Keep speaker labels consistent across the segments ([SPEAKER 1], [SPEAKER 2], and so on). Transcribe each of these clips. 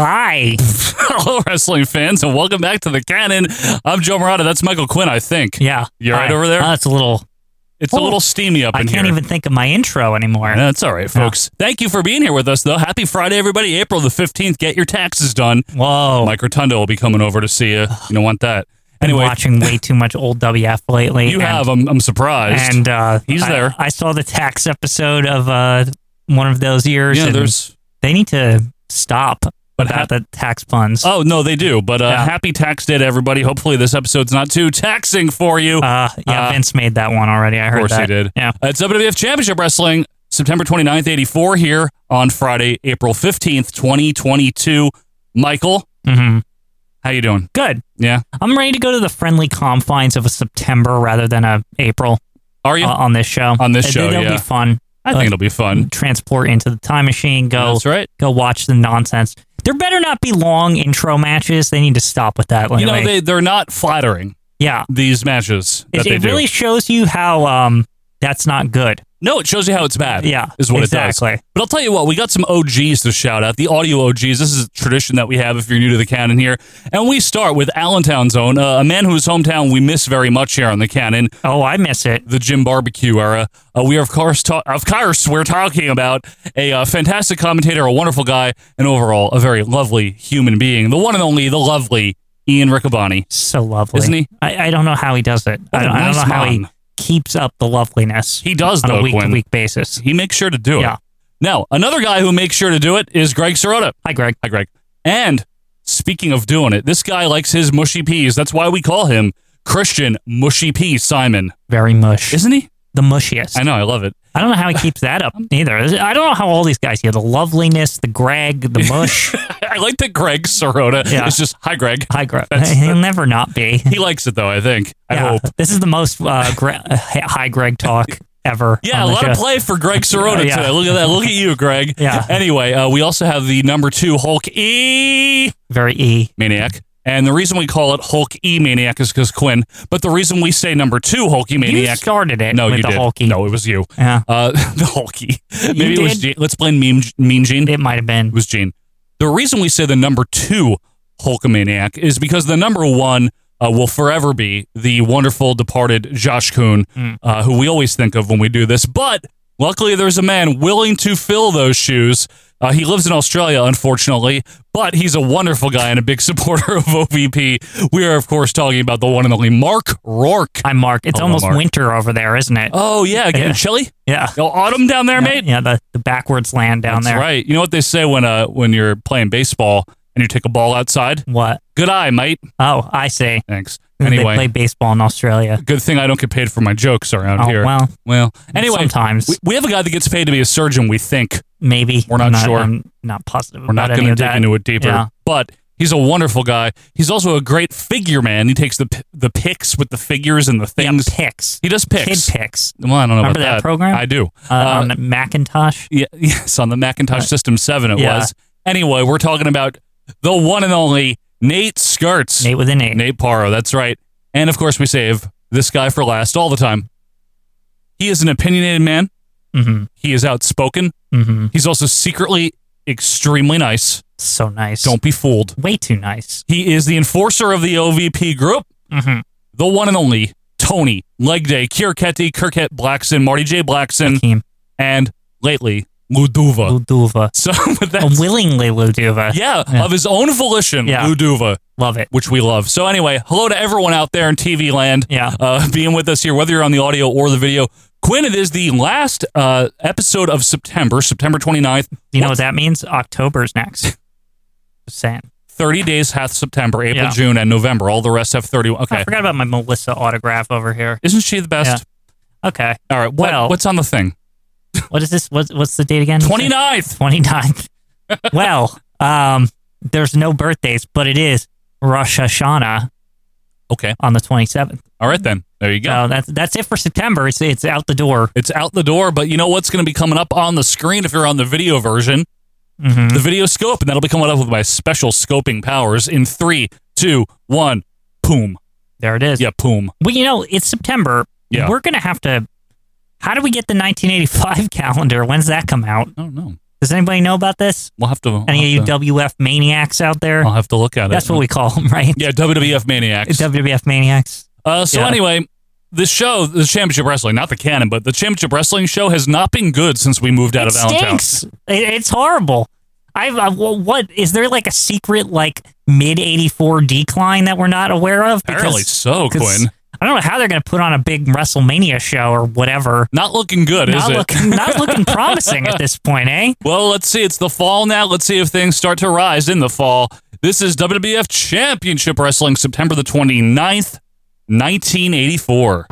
[SPEAKER 1] Hi.
[SPEAKER 2] Hello, wrestling fans, and welcome back to the canon. I'm Joe Morata. That's Michael Quinn, I think.
[SPEAKER 1] Yeah.
[SPEAKER 2] You all right
[SPEAKER 1] Hi.
[SPEAKER 2] over there?
[SPEAKER 1] Oh, it's a little.
[SPEAKER 2] It's a little steamy up
[SPEAKER 1] I
[SPEAKER 2] in
[SPEAKER 1] can't
[SPEAKER 2] here.
[SPEAKER 1] even think of my intro anymore.
[SPEAKER 2] That's all right, folks. Thank you for being here with us, though. Happy Friday, everybody. April the 15th. Get your taxes done.
[SPEAKER 1] Whoa.
[SPEAKER 2] Mike Rotundo will be coming over to see you. You don't want that.
[SPEAKER 1] Oh. Been
[SPEAKER 2] Anyway,
[SPEAKER 1] watching way too much old WF lately.
[SPEAKER 2] you
[SPEAKER 1] and,
[SPEAKER 2] have. I'm, I'm surprised.
[SPEAKER 1] And uh,
[SPEAKER 2] He's
[SPEAKER 1] I-
[SPEAKER 2] there.
[SPEAKER 1] I saw the tax episode of uh, one of those years.
[SPEAKER 2] yeah,
[SPEAKER 1] and
[SPEAKER 2] there's.
[SPEAKER 1] they need to stop
[SPEAKER 2] But
[SPEAKER 1] about the tax puns.
[SPEAKER 2] Oh, no, they do. But uh,
[SPEAKER 1] Yeah.
[SPEAKER 2] happy tax day to everybody. Hopefully, this episode's not too taxing for you.
[SPEAKER 1] Uh, yeah,
[SPEAKER 2] Uh,
[SPEAKER 1] Vince made that one already. I heard
[SPEAKER 2] course he
[SPEAKER 1] that.
[SPEAKER 2] did. Uh,
[SPEAKER 1] Yeah.
[SPEAKER 2] It's WWF Championship Wrestling, September 29th, 84, here on Friday, April 15th, 2022. Michael,
[SPEAKER 1] hmm
[SPEAKER 2] how you doing?
[SPEAKER 1] Good.
[SPEAKER 2] Yeah.
[SPEAKER 1] I'm ready to go to the friendly confines of a September rather than a April
[SPEAKER 2] Are you?
[SPEAKER 1] uh, on this show.
[SPEAKER 2] On this
[SPEAKER 1] I
[SPEAKER 2] show,
[SPEAKER 1] think it'll
[SPEAKER 2] yeah.
[SPEAKER 1] be fun.
[SPEAKER 2] I think it'll be fun.
[SPEAKER 1] Transport into the time machine. Go.
[SPEAKER 2] That's right.
[SPEAKER 1] Go watch the nonsense. There better not be long intro matches. They need to stop with that. Lately.
[SPEAKER 2] You know, they, they're not flattering,
[SPEAKER 1] yeah.
[SPEAKER 2] these matches that
[SPEAKER 1] It,
[SPEAKER 2] they
[SPEAKER 1] it
[SPEAKER 2] do.
[SPEAKER 1] really shows you how um that's not good.
[SPEAKER 2] no, it shows you how it's bad.
[SPEAKER 1] Yeah.
[SPEAKER 2] Is what it does.
[SPEAKER 1] exactly.
[SPEAKER 2] But I'll tell you what, we got some OGs to shout out. The audio OGs. This is a tradition that we have if you're new to the canon here. And we start with Allentown's own, uh, a man whose hometown we miss very much here on the canon.
[SPEAKER 1] Oh, I miss it.
[SPEAKER 2] the Jim Barbecue era. Uh, we are of course, ta- of course, we're talking about a uh, fantastic commentator, a wonderful guy, and overall a very lovely human being. The one and only, the lovely Ian Riccaboni.
[SPEAKER 1] So lovely,
[SPEAKER 2] Isn't he?
[SPEAKER 1] I, I don't know how he does it.
[SPEAKER 2] What
[SPEAKER 1] I
[SPEAKER 2] a
[SPEAKER 1] don't, I don't
[SPEAKER 2] nice
[SPEAKER 1] know how he
[SPEAKER 2] man.
[SPEAKER 1] keeps up the loveliness
[SPEAKER 2] He does
[SPEAKER 1] on
[SPEAKER 2] though,
[SPEAKER 1] a week to
[SPEAKER 2] Quinn.
[SPEAKER 1] week basis.
[SPEAKER 2] He makes sure to do it.
[SPEAKER 1] Yeah.
[SPEAKER 2] Now, another guy who makes sure to do it is Greg Sorota.
[SPEAKER 1] Hi, Greg.
[SPEAKER 2] Hi, Greg. And speaking of doing it, this guy likes his mushy peas. That's why we call him Christian Mushy P Simon,
[SPEAKER 1] Very mush.
[SPEAKER 2] isn't he?
[SPEAKER 1] the mushiest.
[SPEAKER 2] I know, I love it.
[SPEAKER 1] I don't know how he keeps that up either. I don't know how all these guys here the loveliness, the Greg, the mush.
[SPEAKER 2] I like that Greg Sorota
[SPEAKER 1] Yeah.
[SPEAKER 2] is just hi, Greg.
[SPEAKER 1] Hi, Greg.
[SPEAKER 2] That's-
[SPEAKER 1] He'll never not be.
[SPEAKER 2] He likes it though. I think. I
[SPEAKER 1] Yeah.
[SPEAKER 2] hope.
[SPEAKER 1] This is the most uh, Gre- uh, hi, Greg talk ever.
[SPEAKER 2] Yeah, a
[SPEAKER 1] on the
[SPEAKER 2] lot of
[SPEAKER 1] show.
[SPEAKER 2] play for Greg Sorota
[SPEAKER 1] Oh, yeah.
[SPEAKER 2] today. Look at that. Look at you, Greg.
[SPEAKER 1] Yeah.
[SPEAKER 2] Anyway, uh, we also have the number two Hulk E
[SPEAKER 1] Very E.
[SPEAKER 2] Maniac. And the reason we call it Hulk E Maniac is because Quinn. But the reason we say number two Hulk E
[SPEAKER 1] You
[SPEAKER 2] Maniac.
[SPEAKER 1] started it
[SPEAKER 2] no,
[SPEAKER 1] with
[SPEAKER 2] you
[SPEAKER 1] the
[SPEAKER 2] did.
[SPEAKER 1] Hulky.
[SPEAKER 2] No, it was you.
[SPEAKER 1] Yeah.
[SPEAKER 2] Uh, the Hulky. Maybe it was.
[SPEAKER 1] did?
[SPEAKER 2] Gene. Let's blame Mean, mean Gene. It
[SPEAKER 1] It might have been.
[SPEAKER 2] was Gene. The reason we say the number two Hulkamaniac is because the number one uh, will forever be the wonderful departed Josh Kuhn,
[SPEAKER 1] Mm.
[SPEAKER 2] uh, who we always think of when we do this. But luckily, there's a man willing to fill those shoes. Uh, he lives in Australia, unfortunately, but he's a wonderful guy and a big supporter of OVP. We are, of course, talking about the one and only Mark Rourke.
[SPEAKER 1] Hi, Mark. It's
[SPEAKER 2] Hello,
[SPEAKER 1] almost
[SPEAKER 2] Oh, Mark.
[SPEAKER 1] winter over there, isn't it?
[SPEAKER 2] Oh, yeah, getting
[SPEAKER 1] Yeah.
[SPEAKER 2] chilly?
[SPEAKER 1] yeah.
[SPEAKER 2] No autumn down there, mate?
[SPEAKER 1] Yeah, the, the backwards land down
[SPEAKER 2] That's
[SPEAKER 1] there.
[SPEAKER 2] right. You know what they say when uh when you're playing baseball and you take a ball outside?
[SPEAKER 1] What?
[SPEAKER 2] Good eye, mate.
[SPEAKER 1] Oh, I see.
[SPEAKER 2] Thanks.
[SPEAKER 1] they play
[SPEAKER 2] Anyway,
[SPEAKER 1] baseball in Australia.
[SPEAKER 2] good thing I don't get paid for my jokes around
[SPEAKER 1] Oh,
[SPEAKER 2] here.
[SPEAKER 1] well,
[SPEAKER 2] Well, anyway,
[SPEAKER 1] sometimes
[SPEAKER 2] we, we have a guy that gets paid to be a surgeon. We think
[SPEAKER 1] maybe
[SPEAKER 2] We're not
[SPEAKER 1] I'm
[SPEAKER 2] sure.
[SPEAKER 1] I'm not positive.
[SPEAKER 2] we're not
[SPEAKER 1] about
[SPEAKER 2] going to
[SPEAKER 1] any of
[SPEAKER 2] dig
[SPEAKER 1] that.
[SPEAKER 2] into it deeper,
[SPEAKER 1] Yeah.
[SPEAKER 2] but he's a wonderful guy. He's also a great figure man. He takes the p- the pics with the figures and the things.
[SPEAKER 1] Yeah, picks.
[SPEAKER 2] he does pics.
[SPEAKER 1] Kid picks.
[SPEAKER 2] Well, I don't know
[SPEAKER 1] Remember
[SPEAKER 2] about
[SPEAKER 1] that
[SPEAKER 2] that
[SPEAKER 1] program?
[SPEAKER 2] I do.
[SPEAKER 1] Uh, on Macintosh.
[SPEAKER 2] Yeah, yes, on the Macintosh System 7 it
[SPEAKER 1] Yeah.
[SPEAKER 2] was. Anyway, we're talking about the one and only Nate Skirts.
[SPEAKER 1] Nate with an E. eight.
[SPEAKER 2] Nate Paro, that's right. And of course, we save this guy for last all the time. He is an opinionated man.
[SPEAKER 1] Mm-hmm.
[SPEAKER 2] He is outspoken.
[SPEAKER 1] Mm-hmm.
[SPEAKER 2] He's also secretly extremely nice.
[SPEAKER 1] So nice.
[SPEAKER 2] Don't be fooled.
[SPEAKER 1] Way too nice.
[SPEAKER 2] He is the enforcer of the OVP group,
[SPEAKER 1] Mm-hmm.
[SPEAKER 2] the one and only Tony Legday, Kirketi, Kirkett Blackson, Marty J. Blackson,
[SPEAKER 1] Hakeem
[SPEAKER 2] and lately Luduva.
[SPEAKER 1] Luduva.
[SPEAKER 2] So with that,
[SPEAKER 1] Uh, Willingly Luduva.
[SPEAKER 2] yeah,
[SPEAKER 1] Yeah.
[SPEAKER 2] of his own volition,
[SPEAKER 1] Yeah.
[SPEAKER 2] Luduva,
[SPEAKER 1] Love it.
[SPEAKER 2] which we love. So anyway, hello to everyone out there in TV land.
[SPEAKER 1] Yeah.
[SPEAKER 2] uh, being with us here, whether you're on the audio or the video. Quinn, it is the last uh, episode of September, September 29th.
[SPEAKER 1] You know what that means? October's next. Just saying.
[SPEAKER 2] 30 days hath September, April,
[SPEAKER 1] Yeah.
[SPEAKER 2] June, and November. All the rest have 31.
[SPEAKER 1] I
[SPEAKER 2] Okay.
[SPEAKER 1] forgot about my Melissa autograph over here.
[SPEAKER 2] Isn't she the best?
[SPEAKER 1] Okay.
[SPEAKER 2] All right. What,
[SPEAKER 1] Well-
[SPEAKER 2] what's on the thing?
[SPEAKER 1] What is this? What, what's the date again?
[SPEAKER 2] 29th.
[SPEAKER 1] 29th. well, um, there's no birthdays, but it is Rosh Hashanah
[SPEAKER 2] Okay.
[SPEAKER 1] on the 27th.
[SPEAKER 2] All right, then. There you go.
[SPEAKER 1] So that's that's it for September. It's it's out the door.
[SPEAKER 2] it's out the door, but you know what's going to be coming up on the screen if you're on the video version?
[SPEAKER 1] hmm
[SPEAKER 2] The video scope, and that'll be coming up with my special scoping powers in three, two, one, boom.
[SPEAKER 1] There it is.
[SPEAKER 2] Yeah, boom.
[SPEAKER 1] Well, you know, it's September.
[SPEAKER 2] Yeah.
[SPEAKER 1] We're gonna have to. How do we get the 1985 calendar? When's that come out?
[SPEAKER 2] I don't know.
[SPEAKER 1] Does anybody know about
[SPEAKER 2] Oh,
[SPEAKER 1] this?
[SPEAKER 2] We'll have to. I'll
[SPEAKER 1] Any
[SPEAKER 2] have
[SPEAKER 1] of
[SPEAKER 2] to,
[SPEAKER 1] you WF maniacs out there?
[SPEAKER 2] I'll have to look at
[SPEAKER 1] That's
[SPEAKER 2] it.
[SPEAKER 1] what we call them, right?
[SPEAKER 2] Yeah, WWF maniacs.
[SPEAKER 1] WWF maniacs.
[SPEAKER 2] Uh, so
[SPEAKER 1] Yeah.
[SPEAKER 2] anyway, the show, the championship wrestling, not the canon, but the championship wrestling show has not been good since we moved out
[SPEAKER 1] It
[SPEAKER 2] of Allentown.
[SPEAKER 1] stinks. It, it's horrible. I've, I've well, what is there like a secret like mid eighty four decline that we're not aware of?
[SPEAKER 2] Apparently so,
[SPEAKER 1] 'cause
[SPEAKER 2] Quinn.
[SPEAKER 1] I don't know how they're going to put on a big WrestleMania show or whatever.
[SPEAKER 2] Not looking good, is
[SPEAKER 1] Not
[SPEAKER 2] it?
[SPEAKER 1] looking, not looking promising at this point, eh?
[SPEAKER 2] Well, let's see. It's the fall now. Let's see if things start to rise in the fall. This is WWF Championship Wrestling, September the 29th, 1984.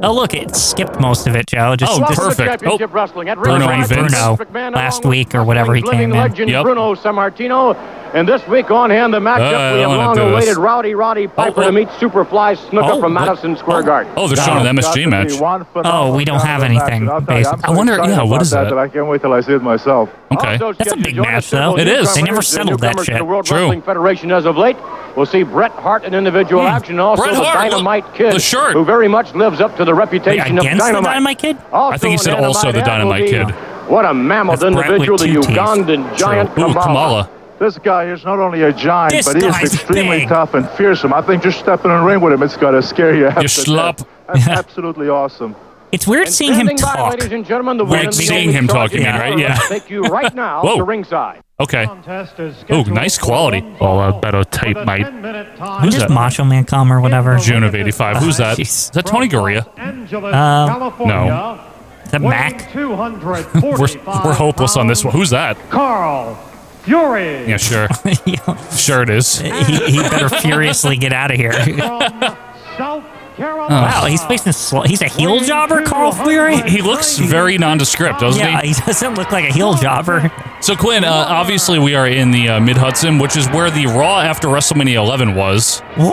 [SPEAKER 1] Oh, look, it skipped most of it, Joe. Just,
[SPEAKER 2] Oh,
[SPEAKER 1] just
[SPEAKER 2] perfect.
[SPEAKER 3] Championship
[SPEAKER 2] Oh,
[SPEAKER 3] Wrestling at
[SPEAKER 2] Bruno
[SPEAKER 3] Ringside.
[SPEAKER 2] and Vince.
[SPEAKER 1] Bruno,
[SPEAKER 3] McMahon,
[SPEAKER 1] last
[SPEAKER 3] along with
[SPEAKER 1] week or whatever he
[SPEAKER 3] wrestling's
[SPEAKER 1] came
[SPEAKER 3] living
[SPEAKER 1] in.
[SPEAKER 3] legend
[SPEAKER 2] Yep.
[SPEAKER 3] Bruno Sammartino. And this week on hand, the matchup
[SPEAKER 2] Uh,
[SPEAKER 3] we
[SPEAKER 2] I
[SPEAKER 3] have
[SPEAKER 2] don't wanna
[SPEAKER 3] long
[SPEAKER 2] do this.
[SPEAKER 3] awaited Rowdy Roddy Piper
[SPEAKER 2] oh.
[SPEAKER 3] to meet Superfly Snooker
[SPEAKER 2] Oh,
[SPEAKER 3] from
[SPEAKER 2] what?
[SPEAKER 3] Madison Square Garden.
[SPEAKER 2] Oh, they're showing an
[SPEAKER 4] Got to
[SPEAKER 2] MSG
[SPEAKER 4] be
[SPEAKER 2] match.
[SPEAKER 4] one phenomenal
[SPEAKER 1] Oh, we don't have
[SPEAKER 4] kind of
[SPEAKER 1] anything,
[SPEAKER 4] match, and I'll tell you, I'm
[SPEAKER 1] basically.
[SPEAKER 2] I wonder-
[SPEAKER 4] so
[SPEAKER 2] yeah,
[SPEAKER 4] excited
[SPEAKER 2] what
[SPEAKER 4] about
[SPEAKER 2] is that?
[SPEAKER 4] I can't wait till I see it myself.
[SPEAKER 2] Okay.
[SPEAKER 3] Also,
[SPEAKER 1] That's a big
[SPEAKER 3] scheduled to join
[SPEAKER 1] match,
[SPEAKER 3] us several
[SPEAKER 1] though. It
[SPEAKER 2] is.
[SPEAKER 1] They never
[SPEAKER 3] newcomers and
[SPEAKER 1] settled that
[SPEAKER 3] newcomers to
[SPEAKER 1] shit.
[SPEAKER 3] The World
[SPEAKER 2] True.
[SPEAKER 3] Wrestling Federation as of late. We'll see Bret Hart in individual action, and also
[SPEAKER 2] Hmm. Bret
[SPEAKER 3] the
[SPEAKER 2] Hart, look,
[SPEAKER 3] Dynamite Kid,
[SPEAKER 2] the shirt.
[SPEAKER 3] who very much lives up to the
[SPEAKER 1] Wait,
[SPEAKER 3] reputation of
[SPEAKER 1] against the Dynamite Kid?
[SPEAKER 3] Also
[SPEAKER 2] I think he
[SPEAKER 3] on
[SPEAKER 2] said
[SPEAKER 3] Dynamite
[SPEAKER 2] also the
[SPEAKER 3] Ad
[SPEAKER 2] Dynamite
[SPEAKER 3] will be-
[SPEAKER 2] Kid.
[SPEAKER 3] What a mammoth
[SPEAKER 1] That's Brett
[SPEAKER 3] individual,
[SPEAKER 1] with
[SPEAKER 3] the
[SPEAKER 1] two Ts.
[SPEAKER 3] Ugandan giant
[SPEAKER 2] Ooh, Kamala.
[SPEAKER 4] This guy is not only a giant,
[SPEAKER 1] This
[SPEAKER 4] but he is
[SPEAKER 1] guy's
[SPEAKER 4] extremely
[SPEAKER 1] big.
[SPEAKER 4] tough and fearsome. I think just stepping in the ring with him, it's got to scare you. half to death.
[SPEAKER 2] schlub.
[SPEAKER 4] That's absolutely awesome.
[SPEAKER 1] It's weird
[SPEAKER 3] And
[SPEAKER 1] seeing him
[SPEAKER 3] standing by,
[SPEAKER 1] talk.
[SPEAKER 3] ladies and gentlemen, the
[SPEAKER 1] Like
[SPEAKER 3] one and the
[SPEAKER 1] seeing
[SPEAKER 3] only
[SPEAKER 2] him
[SPEAKER 3] Sergeant
[SPEAKER 2] talking,
[SPEAKER 1] yeah,
[SPEAKER 2] right? Yeah.
[SPEAKER 3] Take you right now
[SPEAKER 2] Whoa.
[SPEAKER 3] to ringside.
[SPEAKER 2] Okay.
[SPEAKER 5] Oh, nice quality.
[SPEAKER 2] Oh, I better tape my-
[SPEAKER 1] Who's
[SPEAKER 5] Who's
[SPEAKER 1] just
[SPEAKER 2] that?
[SPEAKER 1] Macho Man Calm or whatever?
[SPEAKER 2] June of 85. Who's that?
[SPEAKER 1] Jeez.
[SPEAKER 2] Is that Tony Garea?
[SPEAKER 5] Um,
[SPEAKER 2] no.
[SPEAKER 1] Is that Uh, Mac?
[SPEAKER 2] We're, we're hopeless on this one. Who's that?
[SPEAKER 5] Carl Fury.
[SPEAKER 2] Yeah, sure.
[SPEAKER 1] he,
[SPEAKER 2] Sure it is.
[SPEAKER 1] he better furiously get out of here.
[SPEAKER 5] from South Carolina.
[SPEAKER 1] Wow, he's facing slow. He's a heel jobber, Carl Fury?
[SPEAKER 2] He looks very nondescript, doesn't
[SPEAKER 1] Yeah,
[SPEAKER 2] he?
[SPEAKER 1] he doesn't look like a heel jobber.
[SPEAKER 2] So Quinn, uh, obviously we are in the uh, Mid Hudson, which is where the Raw after WrestleMania 11 was.
[SPEAKER 1] Woo!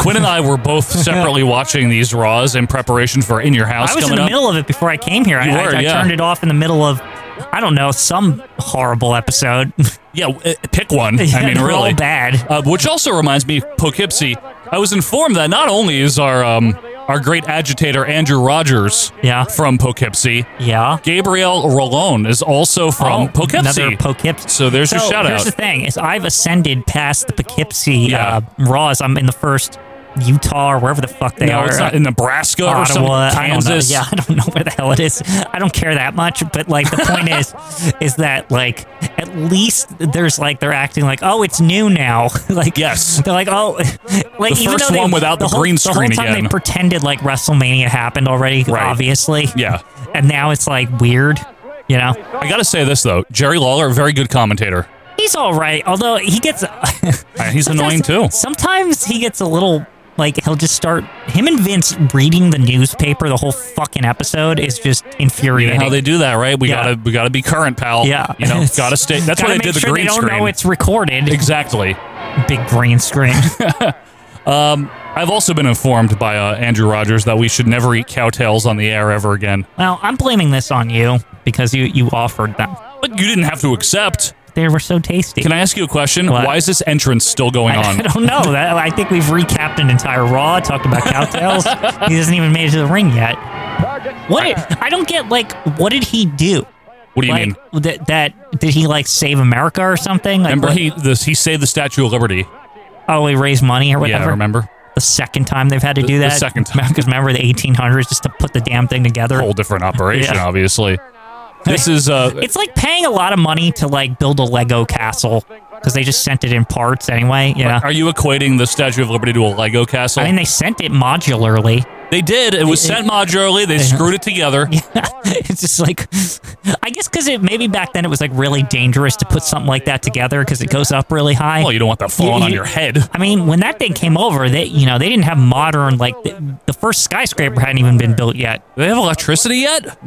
[SPEAKER 2] Quinn and I were both separately watching these Raws in preparation for In Your House
[SPEAKER 1] I was in
[SPEAKER 2] coming
[SPEAKER 1] the
[SPEAKER 2] up.
[SPEAKER 1] middle of it before I came here.
[SPEAKER 2] You
[SPEAKER 1] I, I-
[SPEAKER 2] were,
[SPEAKER 1] I
[SPEAKER 2] yeah.
[SPEAKER 1] turned it off in the middle of, I don't know, some horrible episode.
[SPEAKER 2] Yeah, w- uh, pick one. I mean,
[SPEAKER 1] They're
[SPEAKER 2] really
[SPEAKER 1] all bad.
[SPEAKER 2] Uh, which also reminds me, Poughkeepsie. I was informed that not only is our um, our great agitator Andrew Rogers
[SPEAKER 1] Yeah.
[SPEAKER 2] from Poughkeepsie,
[SPEAKER 1] Yeah.
[SPEAKER 2] Gabriel Rolone is also from
[SPEAKER 1] Oh,
[SPEAKER 2] Poughkeepsie.
[SPEAKER 1] Another Poughkeepsie.
[SPEAKER 2] So there's your shout
[SPEAKER 1] Here's
[SPEAKER 2] out.
[SPEAKER 1] the thing: is I've ascended past the Poughkeepsie
[SPEAKER 2] Yeah.
[SPEAKER 1] uh, Raws. I'm in the first Utah or wherever the fuck they
[SPEAKER 2] no,
[SPEAKER 1] are. Uh,
[SPEAKER 2] it's not in Nebraska
[SPEAKER 1] Ottawa,
[SPEAKER 2] or something.
[SPEAKER 1] I don't know.
[SPEAKER 2] Kansas.
[SPEAKER 1] Yeah, I don't know where the hell it is. I don't care that much, but like the point is, is that like at least there's like they're acting like oh it's new now. like
[SPEAKER 2] Yes.
[SPEAKER 1] they're like oh like
[SPEAKER 2] The
[SPEAKER 1] even
[SPEAKER 2] first
[SPEAKER 1] though they,
[SPEAKER 2] one without the
[SPEAKER 1] whole-
[SPEAKER 2] green screen
[SPEAKER 1] the whole time
[SPEAKER 2] again.
[SPEAKER 1] they pretended like WrestleMania happened already,
[SPEAKER 2] Right.
[SPEAKER 1] obviously.
[SPEAKER 2] Yeah.
[SPEAKER 1] and now it's like weird, you know.
[SPEAKER 2] I gotta say this though, Jerry Lawler, very good commentator.
[SPEAKER 1] He's all right, although he gets.
[SPEAKER 2] Uh, he's annoying too.
[SPEAKER 1] Sometimes he gets a little like he'll just start. Him and Vince reading the newspaper the whole fucking episode is just
[SPEAKER 2] You know
[SPEAKER 1] infuriating.
[SPEAKER 2] how they do that, right? We
[SPEAKER 1] Yeah.
[SPEAKER 2] gotta we gotta be current, pal.
[SPEAKER 1] yeah,
[SPEAKER 2] you know,
[SPEAKER 1] It's-
[SPEAKER 2] gotta stay. That's why
[SPEAKER 1] gotta
[SPEAKER 2] they did
[SPEAKER 1] make
[SPEAKER 2] the
[SPEAKER 1] sure
[SPEAKER 2] green
[SPEAKER 1] they don't
[SPEAKER 2] screen.
[SPEAKER 1] know it's recorded.
[SPEAKER 2] exactly.
[SPEAKER 1] Big green screen.
[SPEAKER 2] I've also been informed by uh, Andrew Rogers that we should never eat cowtails on the air ever again.
[SPEAKER 1] well, I'm blaming this on you because you you offered them.
[SPEAKER 2] But you didn't have to accept.
[SPEAKER 1] They were so tasty.
[SPEAKER 2] Can I ask you a question?
[SPEAKER 1] What?
[SPEAKER 2] Why is this entrance still going
[SPEAKER 1] I,
[SPEAKER 2] on?
[SPEAKER 1] I don't know. That, I think we've recapped an entire Raw. Talked about cowtails. he hasn't even made it to the ring yet. What? Did, I don't get. Like, what did he do?
[SPEAKER 2] What do you
[SPEAKER 1] like
[SPEAKER 2] mean?
[SPEAKER 1] that that did he like save America or something? Like,
[SPEAKER 2] Remember
[SPEAKER 1] what-
[SPEAKER 2] he this he saved the Statue of Liberty.
[SPEAKER 1] oh he raised money or whatever.
[SPEAKER 2] Yeah, remember?
[SPEAKER 1] The second time they've had to do
[SPEAKER 2] The- the
[SPEAKER 1] that.
[SPEAKER 2] second time.
[SPEAKER 1] because remember the 1800s just to put the damn thing together.
[SPEAKER 2] Whole different operation,
[SPEAKER 1] Yeah.
[SPEAKER 2] obviously. This is uh
[SPEAKER 1] It's like paying a lot of money to like build a Lego castle because they just sent it in parts anyway. Yeah,
[SPEAKER 2] are you equating the Statue of Liberty to a Lego castle?
[SPEAKER 1] I mean they sent it modularly.
[SPEAKER 2] They did. It was sent modularly. They screwed it together.
[SPEAKER 1] it's just like I guess because it maybe back then it was like really dangerous to put something like that together because it goes up really high.
[SPEAKER 2] Well, you don't want that falling
[SPEAKER 1] You-
[SPEAKER 2] on
[SPEAKER 1] you-
[SPEAKER 2] your head.
[SPEAKER 1] I mean, when that thing came over, they you know they didn't have modern like the, the first skyscraper hadn't even been built yet.
[SPEAKER 2] They have electricity yet?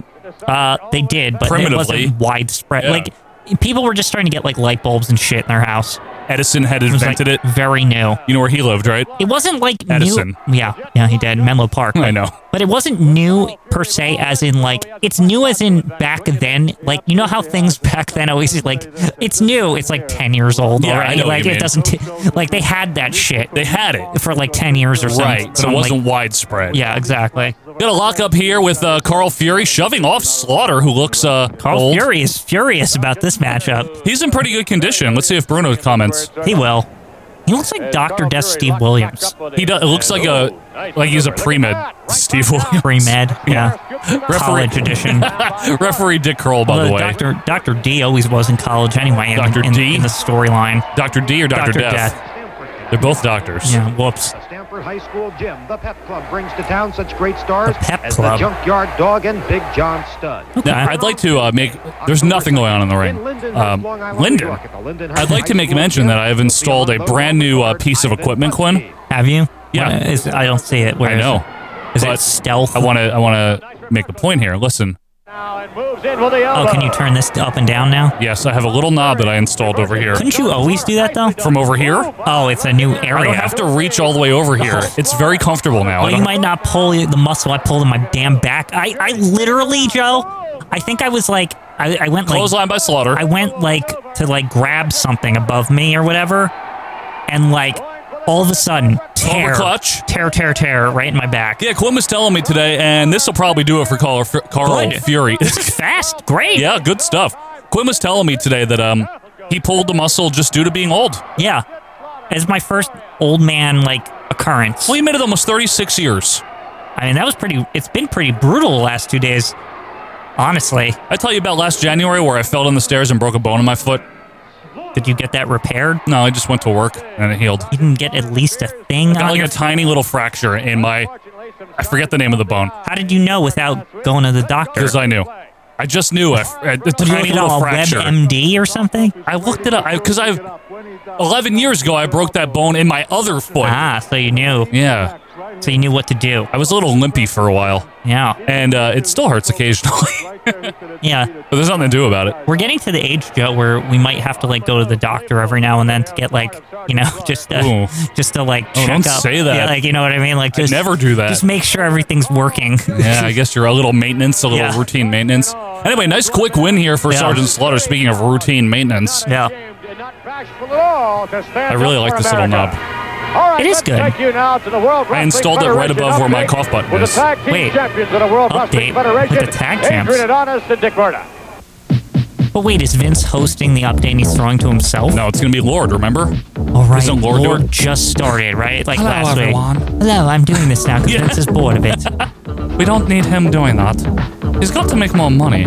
[SPEAKER 1] Uh, they did, but it
[SPEAKER 2] Primitively.
[SPEAKER 1] wasn't widespread.
[SPEAKER 2] Yeah.
[SPEAKER 1] Like people were just starting to get like light bulbs and shit in their house. It
[SPEAKER 2] Edison had
[SPEAKER 1] was like
[SPEAKER 2] invented it.
[SPEAKER 1] very new.
[SPEAKER 2] You know where he lived, right?
[SPEAKER 1] It wasn't like new-
[SPEAKER 2] Edison.
[SPEAKER 1] Yeah, yeah, he did Menlo Park.
[SPEAKER 2] I know.
[SPEAKER 1] But it wasn't new per se, as in like it's new as in back then. Like you know how things back then always like it's new. It's like ten years old
[SPEAKER 2] Yeah, I
[SPEAKER 1] already.
[SPEAKER 2] know what
[SPEAKER 1] like
[SPEAKER 2] you
[SPEAKER 1] it
[SPEAKER 2] mean.
[SPEAKER 1] doesn't. T- like they had that shit
[SPEAKER 2] They had it.
[SPEAKER 1] for like ten years or something.
[SPEAKER 2] Right. But it
[SPEAKER 1] something like
[SPEAKER 2] wasn't widespread.
[SPEAKER 1] Yeah, exactly.
[SPEAKER 2] Got a lockup here with uh, Carl Fury shoving off Slaughter, who looks uh,
[SPEAKER 1] Carl
[SPEAKER 2] old.
[SPEAKER 1] Fury is furious about this matchup.
[SPEAKER 2] He's in pretty good condition. Let's see if Bruno comments.
[SPEAKER 1] He will. He looks like Dr. Death Steve Williams.
[SPEAKER 2] He does, it looks like a like he's a pre med. Steve Williams.
[SPEAKER 1] Pre med, yeah. College edition.
[SPEAKER 2] Referee Dick Kroll, by the
[SPEAKER 1] Although
[SPEAKER 2] way.
[SPEAKER 1] Dr. Dr. D always was in college anyway. in-
[SPEAKER 2] Dr.
[SPEAKER 1] in-
[SPEAKER 2] D?
[SPEAKER 1] In the storyline.
[SPEAKER 2] Dr. D or Dr.
[SPEAKER 1] Dr.
[SPEAKER 2] Death?
[SPEAKER 1] Death.
[SPEAKER 2] Uh, They're both doctors.
[SPEAKER 1] Yeah, whoops.
[SPEAKER 5] The Stanford High School gym, the Pep Club, brings to town such great stars
[SPEAKER 1] The Pep
[SPEAKER 5] as
[SPEAKER 1] Club.
[SPEAKER 5] the Junkyard Dog and Big John Stud.
[SPEAKER 1] Okay.
[SPEAKER 2] Now, I'd like to uh, make. There's nothing going on in the ring. Um, Linden. I'd like to make mention that I have installed a brand new uh, piece of equipment, Quinn.
[SPEAKER 1] Have you?
[SPEAKER 2] Yeah.
[SPEAKER 1] What is- I don't see it. Where
[SPEAKER 2] I
[SPEAKER 1] is
[SPEAKER 2] know.
[SPEAKER 1] it? Is
[SPEAKER 2] but
[SPEAKER 1] it stealth?
[SPEAKER 2] I want to. I want to make a point here. Listen.
[SPEAKER 5] Now it moves in with the
[SPEAKER 1] oh, can you turn this up and down now?
[SPEAKER 2] Yes, I have a little knob that I installed over here.
[SPEAKER 1] Couldn't you always do that though?
[SPEAKER 2] From over here?
[SPEAKER 1] Oh, it's a new
[SPEAKER 2] I
[SPEAKER 1] area.
[SPEAKER 2] don't have to reach all the way over here. It's very comfortable now. I
[SPEAKER 1] Oh. Well, you
[SPEAKER 2] don't-
[SPEAKER 1] might not pull the muscle I pulled in my damn back. I, I literally, Joe, I think I was like, I, I went like,
[SPEAKER 2] Clothesline by Slaughter.
[SPEAKER 1] I went like to like grab something above me or whatever, and like all of a sudden tear,
[SPEAKER 2] Overclutch.
[SPEAKER 1] tear, tear, tear right in my back.
[SPEAKER 2] Yeah, Quinn was telling me today, and this will probably do it for Carl, Carl
[SPEAKER 1] Good.
[SPEAKER 2] Fury.
[SPEAKER 1] This is fast, great.
[SPEAKER 2] yeah, good stuff. Quinn was telling me today that um he pulled the muscle just due to being old.
[SPEAKER 1] Yeah. It's my first old man like occurrence.
[SPEAKER 2] Well, he made it almost 36 years.
[SPEAKER 1] I mean, that was pretty. It's been pretty brutal the last two days, honestly.
[SPEAKER 2] I tell you about last January where I fell down the stairs and broke a bone in my foot.
[SPEAKER 1] Did you get that repaired?
[SPEAKER 2] No, I just went to work and it healed.
[SPEAKER 1] You didn't get at least a thing
[SPEAKER 2] Got
[SPEAKER 1] on
[SPEAKER 2] like
[SPEAKER 1] your.
[SPEAKER 2] a tiny little fracture in my. I forget the name of the bone
[SPEAKER 1] How did you know without going to the doctor?
[SPEAKER 2] because I knew. I just knew I a
[SPEAKER 1] Did you look
[SPEAKER 2] tiny
[SPEAKER 1] it
[SPEAKER 2] little
[SPEAKER 1] on
[SPEAKER 2] fracture.
[SPEAKER 1] WebMD or something?
[SPEAKER 2] I looked it up because I, have 11 years ago I broke that bone in my other foot.
[SPEAKER 1] Ah, so you knew.
[SPEAKER 2] Yeah,
[SPEAKER 1] So you knew what to do.
[SPEAKER 2] I was a little limpy for a while,
[SPEAKER 1] Yeah.
[SPEAKER 2] and uh, it still hurts occasionally.
[SPEAKER 1] Yeah.
[SPEAKER 2] but there's nothing to do about it.
[SPEAKER 1] We're getting to the age, Joe, where we might have to like go to the doctor every now and then to get like, you know, just
[SPEAKER 2] Ooh.
[SPEAKER 1] uh, just to like
[SPEAKER 2] Oh,
[SPEAKER 1] check
[SPEAKER 2] don't
[SPEAKER 1] up.
[SPEAKER 2] say that.
[SPEAKER 1] Yeah, like you know what I mean? Like
[SPEAKER 2] I
[SPEAKER 1] just
[SPEAKER 2] never do that.
[SPEAKER 1] Just make sure everything's working.
[SPEAKER 2] Yeah, I guess you're a little maintenance, a little
[SPEAKER 1] Yeah.
[SPEAKER 2] routine maintenance. Anyway, nice quick win here for
[SPEAKER 1] Yeah.
[SPEAKER 2] Sergeant Slaughter. Speaking of routine maintenance,
[SPEAKER 1] yeah.
[SPEAKER 5] I
[SPEAKER 2] I really like this little knob.
[SPEAKER 1] It is good.
[SPEAKER 2] I installed it right above where my cough button is.
[SPEAKER 1] Wait.
[SPEAKER 5] Wait, champions of the World
[SPEAKER 1] Update
[SPEAKER 5] Wrestling
[SPEAKER 1] with
[SPEAKER 5] Federation,
[SPEAKER 1] the tag champs.
[SPEAKER 5] Adrian Adonis and Dick Verda.
[SPEAKER 1] But wait, is Vince hosting the update and he's throwing to himself?
[SPEAKER 2] No, it's gonna be Lord. Remember?
[SPEAKER 1] All right,
[SPEAKER 2] Isn't Lord
[SPEAKER 1] Lord,
[SPEAKER 2] doing-
[SPEAKER 1] just started, right? Like
[SPEAKER 2] Hello,
[SPEAKER 1] last
[SPEAKER 2] everyone.
[SPEAKER 1] week. Hello, I'm doing this now because
[SPEAKER 2] Yeah.
[SPEAKER 1] Vince is bored of it.
[SPEAKER 2] We don't need him doing that. He's got to make more money.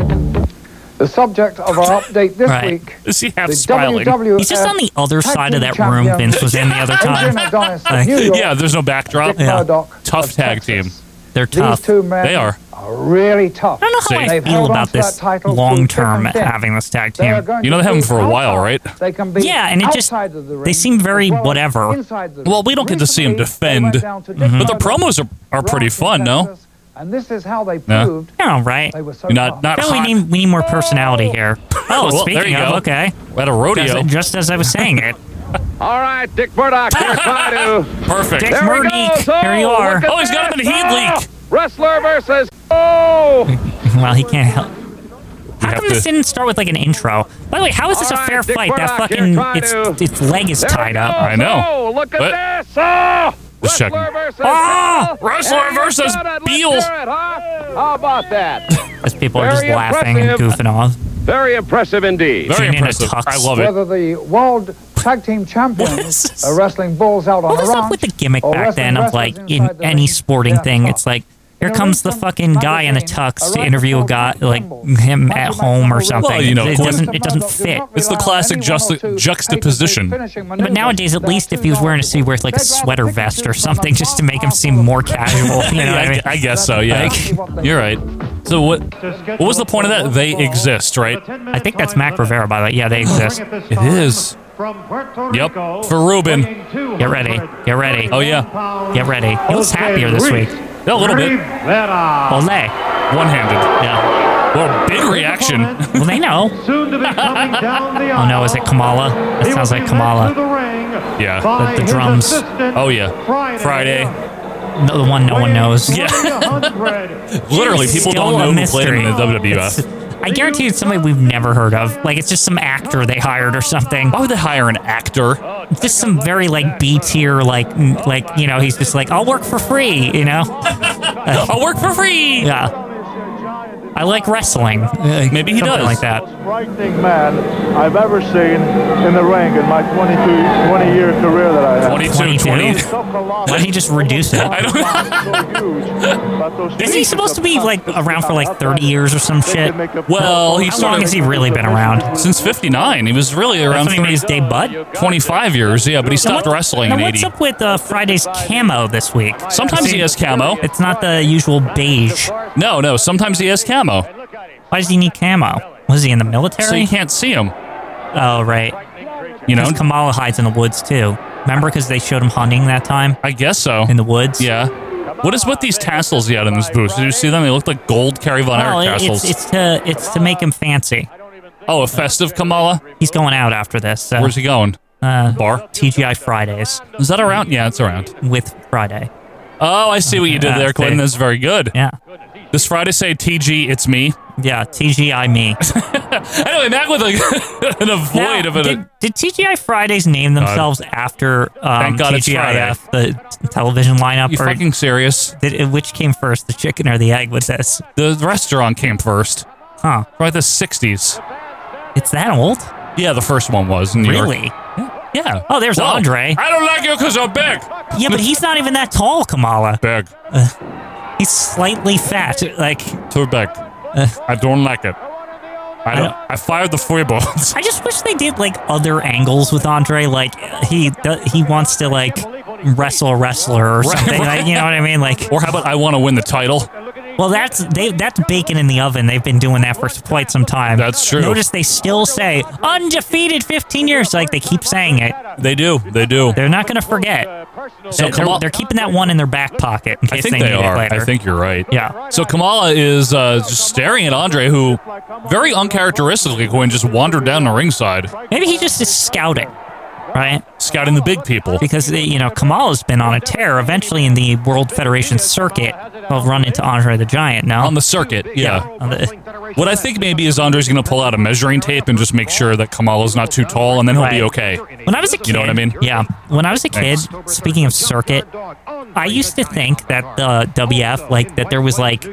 [SPEAKER 6] The subject of our update this
[SPEAKER 1] Right.
[SPEAKER 6] week.
[SPEAKER 2] Is he half
[SPEAKER 6] The
[SPEAKER 2] smiling?
[SPEAKER 6] WWF
[SPEAKER 1] He's just on the other
[SPEAKER 6] Tag
[SPEAKER 1] side of
[SPEAKER 6] Team
[SPEAKER 1] that
[SPEAKER 6] Champion,
[SPEAKER 1] room Vince was in the other
[SPEAKER 6] Adrian
[SPEAKER 1] time.
[SPEAKER 6] Adonis of
[SPEAKER 1] Like,
[SPEAKER 6] New York.
[SPEAKER 2] Yeah, there's no backdrop.
[SPEAKER 6] Dick Murdoch
[SPEAKER 2] Tough
[SPEAKER 6] of
[SPEAKER 2] tag
[SPEAKER 6] Texas.
[SPEAKER 2] team.
[SPEAKER 1] They're
[SPEAKER 6] These
[SPEAKER 1] tough.
[SPEAKER 6] two men
[SPEAKER 2] They are.
[SPEAKER 6] are really tough.
[SPEAKER 1] I don't know how
[SPEAKER 2] See.
[SPEAKER 1] I
[SPEAKER 6] They've
[SPEAKER 1] feel
[SPEAKER 6] held
[SPEAKER 1] about
[SPEAKER 6] onto that
[SPEAKER 1] this
[SPEAKER 6] title
[SPEAKER 1] long
[SPEAKER 6] through
[SPEAKER 1] term
[SPEAKER 6] thick and thin.
[SPEAKER 1] having this tag
[SPEAKER 6] They are
[SPEAKER 1] team.
[SPEAKER 6] going
[SPEAKER 2] You know
[SPEAKER 6] to
[SPEAKER 2] they have 'em
[SPEAKER 6] be
[SPEAKER 2] for a while,
[SPEAKER 6] outside.
[SPEAKER 2] right?
[SPEAKER 6] They can be
[SPEAKER 1] Yeah, and it just-
[SPEAKER 6] outside of the
[SPEAKER 1] they
[SPEAKER 6] ring
[SPEAKER 1] seem very
[SPEAKER 6] as well as
[SPEAKER 1] whatever.
[SPEAKER 6] inside the
[SPEAKER 2] Well,
[SPEAKER 6] ring.
[SPEAKER 2] we don't get to see 'em
[SPEAKER 6] Recently, they
[SPEAKER 2] defend,
[SPEAKER 6] went down to Dick
[SPEAKER 2] But the
[SPEAKER 6] Murdoch,
[SPEAKER 2] promos are, are pretty
[SPEAKER 6] Rocky,
[SPEAKER 2] fun, no?
[SPEAKER 6] Texas, And this is how they
[SPEAKER 2] No.
[SPEAKER 6] proved
[SPEAKER 1] You're all right.
[SPEAKER 6] they were so
[SPEAKER 2] Not
[SPEAKER 6] tough.
[SPEAKER 2] not
[SPEAKER 1] No, we
[SPEAKER 2] hot.
[SPEAKER 1] need we need more personality here. Oh,
[SPEAKER 2] well,
[SPEAKER 1] speaking
[SPEAKER 2] there you
[SPEAKER 1] of,
[SPEAKER 2] go.
[SPEAKER 1] okay.
[SPEAKER 2] At a
[SPEAKER 1] Just,
[SPEAKER 2] rodeo.
[SPEAKER 1] just as I was saying it,
[SPEAKER 3] All right, Dick Murdoch, here's Badu.
[SPEAKER 2] Perfect.
[SPEAKER 1] Dick
[SPEAKER 3] There we
[SPEAKER 1] Murdoch,
[SPEAKER 3] go. So,
[SPEAKER 1] here you are.
[SPEAKER 3] look at
[SPEAKER 2] Oh, he's got him in a heat
[SPEAKER 3] Ah!
[SPEAKER 2] leak.
[SPEAKER 3] Wrestler versus. Oh!
[SPEAKER 1] Well, he can't help. How
[SPEAKER 2] have
[SPEAKER 1] come this
[SPEAKER 2] to-
[SPEAKER 1] didn't start with like an intro? By the way, how is this
[SPEAKER 3] All
[SPEAKER 1] a
[SPEAKER 3] right,
[SPEAKER 1] fair
[SPEAKER 3] Dick
[SPEAKER 1] fight? that
[SPEAKER 3] Murdoch, you're
[SPEAKER 1] fucking
[SPEAKER 3] trying
[SPEAKER 1] its
[SPEAKER 3] to-
[SPEAKER 1] its leg is
[SPEAKER 3] There
[SPEAKER 1] tied
[SPEAKER 3] it
[SPEAKER 1] up.
[SPEAKER 3] goes.
[SPEAKER 2] I know.
[SPEAKER 3] Oh, look
[SPEAKER 2] But-
[SPEAKER 3] at this. Oh,
[SPEAKER 2] Just
[SPEAKER 3] wrestler
[SPEAKER 2] checking.
[SPEAKER 3] versus
[SPEAKER 2] Ah,
[SPEAKER 3] Bell.
[SPEAKER 2] wrestler
[SPEAKER 3] And you've
[SPEAKER 2] versus
[SPEAKER 3] done it. Let's
[SPEAKER 2] Beal.
[SPEAKER 3] hear it, huh? How about that?
[SPEAKER 1] As people are just
[SPEAKER 3] Very
[SPEAKER 1] laughing and
[SPEAKER 3] impressive.
[SPEAKER 1] goofing off.
[SPEAKER 3] Very impressive indeed.
[SPEAKER 2] Very
[SPEAKER 1] Jane in a
[SPEAKER 2] impressive.
[SPEAKER 1] tux.
[SPEAKER 2] I love it.
[SPEAKER 6] whether the world tag team
[SPEAKER 1] What is this?
[SPEAKER 6] champions are wrestling balls out on
[SPEAKER 1] What
[SPEAKER 6] a
[SPEAKER 1] was
[SPEAKER 6] ranch.
[SPEAKER 1] up with the gimmick
[SPEAKER 6] or
[SPEAKER 1] back then
[SPEAKER 6] wrestling
[SPEAKER 1] of like
[SPEAKER 6] wrestlers inside
[SPEAKER 1] in
[SPEAKER 6] the
[SPEAKER 1] any
[SPEAKER 6] ring.
[SPEAKER 1] sporting
[SPEAKER 6] Yeah,
[SPEAKER 1] thing?
[SPEAKER 6] tough.
[SPEAKER 1] It's like here
[SPEAKER 6] You know,
[SPEAKER 1] comes the
[SPEAKER 6] Winston
[SPEAKER 1] fucking guy in a
[SPEAKER 6] magazine, a
[SPEAKER 1] tux to
[SPEAKER 6] wrestler
[SPEAKER 1] interview a
[SPEAKER 6] called
[SPEAKER 1] guy
[SPEAKER 6] Winston
[SPEAKER 1] like
[SPEAKER 6] Campbell.
[SPEAKER 1] him
[SPEAKER 6] Michael
[SPEAKER 1] at
[SPEAKER 6] Michael
[SPEAKER 1] home or
[SPEAKER 6] Campbell
[SPEAKER 1] something.
[SPEAKER 2] Well, you know,
[SPEAKER 1] it
[SPEAKER 2] Quinn-
[SPEAKER 1] doesn't it doesn't
[SPEAKER 6] Winston
[SPEAKER 1] fit.
[SPEAKER 6] Murdoch
[SPEAKER 2] It's the
[SPEAKER 6] did not
[SPEAKER 2] classic
[SPEAKER 6] rely on
[SPEAKER 2] juxta-
[SPEAKER 6] anyone or two
[SPEAKER 2] juxtaposition.
[SPEAKER 6] capable of finishing
[SPEAKER 1] But nowadays, at
[SPEAKER 6] maneuvers.
[SPEAKER 1] least
[SPEAKER 6] There are
[SPEAKER 1] if he was
[SPEAKER 6] two
[SPEAKER 1] wearing a suit
[SPEAKER 6] dogs.
[SPEAKER 1] with like a
[SPEAKER 6] They grab
[SPEAKER 1] sweater
[SPEAKER 6] pictures
[SPEAKER 1] vest or
[SPEAKER 6] from a
[SPEAKER 1] something, just to make him seem more casual. You know
[SPEAKER 2] Yeah,
[SPEAKER 1] what I mean?
[SPEAKER 2] I, I guess so. Yeah,
[SPEAKER 6] Like-
[SPEAKER 2] you're right. So what? What was the point of that? They exist, right?
[SPEAKER 1] I think that's Mac Rivera, by the way. Yeah, they exist.
[SPEAKER 2] It is.
[SPEAKER 5] From Puerto
[SPEAKER 2] Yep.
[SPEAKER 5] Rico,
[SPEAKER 2] For Ruben.
[SPEAKER 5] weighing 200
[SPEAKER 1] Get ready. Get ready.
[SPEAKER 2] Oh, yeah.
[SPEAKER 5] pounds,
[SPEAKER 1] Get ready. He looks
[SPEAKER 5] Jose
[SPEAKER 1] happier this
[SPEAKER 5] Ruiz
[SPEAKER 1] week.
[SPEAKER 2] Yeah, a little bit.
[SPEAKER 5] Rivera.
[SPEAKER 1] Oh, Ole.
[SPEAKER 2] One-handed.
[SPEAKER 1] Yeah.
[SPEAKER 2] Well, big reaction.
[SPEAKER 1] Well, they know.
[SPEAKER 5] Soon to be coming down the
[SPEAKER 1] Oh no, is it Kamala? That sounds like Kamala.
[SPEAKER 2] Yeah.
[SPEAKER 1] The- the drums.
[SPEAKER 2] Oh, yeah. Friday.
[SPEAKER 1] The the one Oh, no one knows.
[SPEAKER 5] Yeah.
[SPEAKER 2] Literally, people
[SPEAKER 1] Still
[SPEAKER 2] don't know
[SPEAKER 1] a
[SPEAKER 2] who played him in the E.
[SPEAKER 1] mystery.
[SPEAKER 2] WWF.
[SPEAKER 1] It's- I guarantee it's somebody we've never heard of. Like it's just some actor they hired or something.
[SPEAKER 2] Why would they hire an actor?
[SPEAKER 1] It's just some very like B tier like n- like you know he's just like I'll work for free you know
[SPEAKER 2] I'll work for free.
[SPEAKER 1] yeah. I like wrestling.
[SPEAKER 2] Maybe he
[SPEAKER 1] something
[SPEAKER 2] does.
[SPEAKER 1] like that.
[SPEAKER 4] frightening man I've ever seen in the ring in my 22, 20 year career that I have.
[SPEAKER 2] 22,
[SPEAKER 1] 22?
[SPEAKER 2] 20.
[SPEAKER 1] Why don't you just reduce it?
[SPEAKER 2] I
[SPEAKER 4] don't.
[SPEAKER 1] Isn't he supposed to be like around for like 30 years or some shit?
[SPEAKER 2] Well, he
[SPEAKER 1] How
[SPEAKER 2] sort
[SPEAKER 1] long
[SPEAKER 2] of-
[SPEAKER 1] has he really been around?
[SPEAKER 2] Since 59, he was really
[SPEAKER 1] That's
[SPEAKER 2] around
[SPEAKER 1] when he made his
[SPEAKER 2] 30
[SPEAKER 1] debut.
[SPEAKER 2] 25 years. Yeah, but he stopped wrestling
[SPEAKER 1] now
[SPEAKER 2] in
[SPEAKER 1] what's
[SPEAKER 2] 80.
[SPEAKER 1] up with uh, Friday's camo this week?
[SPEAKER 2] Sometimes he has camo.
[SPEAKER 1] It's not the usual beige.
[SPEAKER 2] No, no. Sometimes he has camo,
[SPEAKER 1] Why does he need camo? Was he in the military?
[SPEAKER 2] so you can't see him.
[SPEAKER 1] oh right.
[SPEAKER 2] You know,
[SPEAKER 1] 'Cause Kamala hides in the woods too. Remember, because they showed him hunting that time
[SPEAKER 2] I guess so.
[SPEAKER 1] in the woods.
[SPEAKER 2] Yeah. What is with these tassels he had in this booth? Did you see them? They look like gold Carrie Von
[SPEAKER 1] Well,
[SPEAKER 2] Erich
[SPEAKER 1] Oh, it-
[SPEAKER 2] tassels.
[SPEAKER 1] it's, it's to it's to make him fancy.
[SPEAKER 2] oh, a festive Kamala.
[SPEAKER 1] He's going out after this. So,
[SPEAKER 2] Where's he going?
[SPEAKER 1] uh,
[SPEAKER 2] Bar?
[SPEAKER 1] TGI Fridays
[SPEAKER 2] Is that around? Yeah, it's around.
[SPEAKER 1] with Friday.
[SPEAKER 2] Oh, I see what you did
[SPEAKER 1] Yeah,
[SPEAKER 2] there,
[SPEAKER 1] see.
[SPEAKER 2] Clinton. That's very good.
[SPEAKER 1] Yeah,
[SPEAKER 2] This Friday, say TG, it's me.
[SPEAKER 1] yeah. TGI me.
[SPEAKER 2] Anyway, back with a, an
[SPEAKER 1] Now,
[SPEAKER 2] avoid of it.
[SPEAKER 1] did, did TGI Fridays name themselves after um,
[SPEAKER 2] Thank God it's
[SPEAKER 1] TGIF, the t- television lineup?
[SPEAKER 2] you
[SPEAKER 1] or
[SPEAKER 2] fucking serious?
[SPEAKER 1] did it- which came first, the chicken or the egg with this?
[SPEAKER 2] The restaurant came first.
[SPEAKER 1] Huh.
[SPEAKER 2] Probably the 60s.
[SPEAKER 1] It's that old?
[SPEAKER 2] Yeah, the first one was in New York.
[SPEAKER 1] Really?
[SPEAKER 2] Yeah.
[SPEAKER 1] Oh, there's
[SPEAKER 2] Whoa.
[SPEAKER 1] Andre.
[SPEAKER 2] I don't like you because I'm big.
[SPEAKER 1] Yeah, but he's not even that tall, Kamala.
[SPEAKER 2] Big.
[SPEAKER 1] He's slightly fat. Like,
[SPEAKER 2] Too big. I don't like it. I don't. I fired the free balls.
[SPEAKER 1] I just wish they did like other angles with Andre. Like, he he wants to like wrestle a wrestler or something. Like, you know what I mean? Like,
[SPEAKER 2] Or how about I want to win the title?
[SPEAKER 1] Well, that's they. That's bacon in the oven. They've been doing that for quite some time.
[SPEAKER 2] That's true.
[SPEAKER 1] Notice they still say undefeated 15 years. Like they keep saying it.
[SPEAKER 2] They do. They do.
[SPEAKER 1] They're not going to forget.
[SPEAKER 2] So
[SPEAKER 1] they're,
[SPEAKER 2] Kamala-
[SPEAKER 1] they're keeping that one in their back pocket in
[SPEAKER 2] I
[SPEAKER 1] case
[SPEAKER 2] think
[SPEAKER 1] they
[SPEAKER 2] they
[SPEAKER 1] need
[SPEAKER 2] are.
[SPEAKER 1] it later.
[SPEAKER 2] I think you're right.
[SPEAKER 1] Yeah.
[SPEAKER 2] So Kamala is uh, just staring at Andre, who very uncharacteristically Quinn just wandered down the ringside,
[SPEAKER 1] Maybe he just is scouting, right?
[SPEAKER 2] scouting the big people.
[SPEAKER 1] Because you know Kamala's been on a tear. Eventually, in the World Federation circuit, they'll run into Andre the Giant. Now
[SPEAKER 2] On the circuit, yeah.
[SPEAKER 1] On the-
[SPEAKER 2] What I think maybe is Andre's going to pull out a measuring tape and just make sure that Kamala's not too tall, and then he'll be okay.
[SPEAKER 1] Right. When I was a kid,
[SPEAKER 2] You know what I mean?
[SPEAKER 1] Yeah. When I was a kid,
[SPEAKER 2] Thanks.
[SPEAKER 1] speaking of circuit, I used to think that the WF, like, that there was like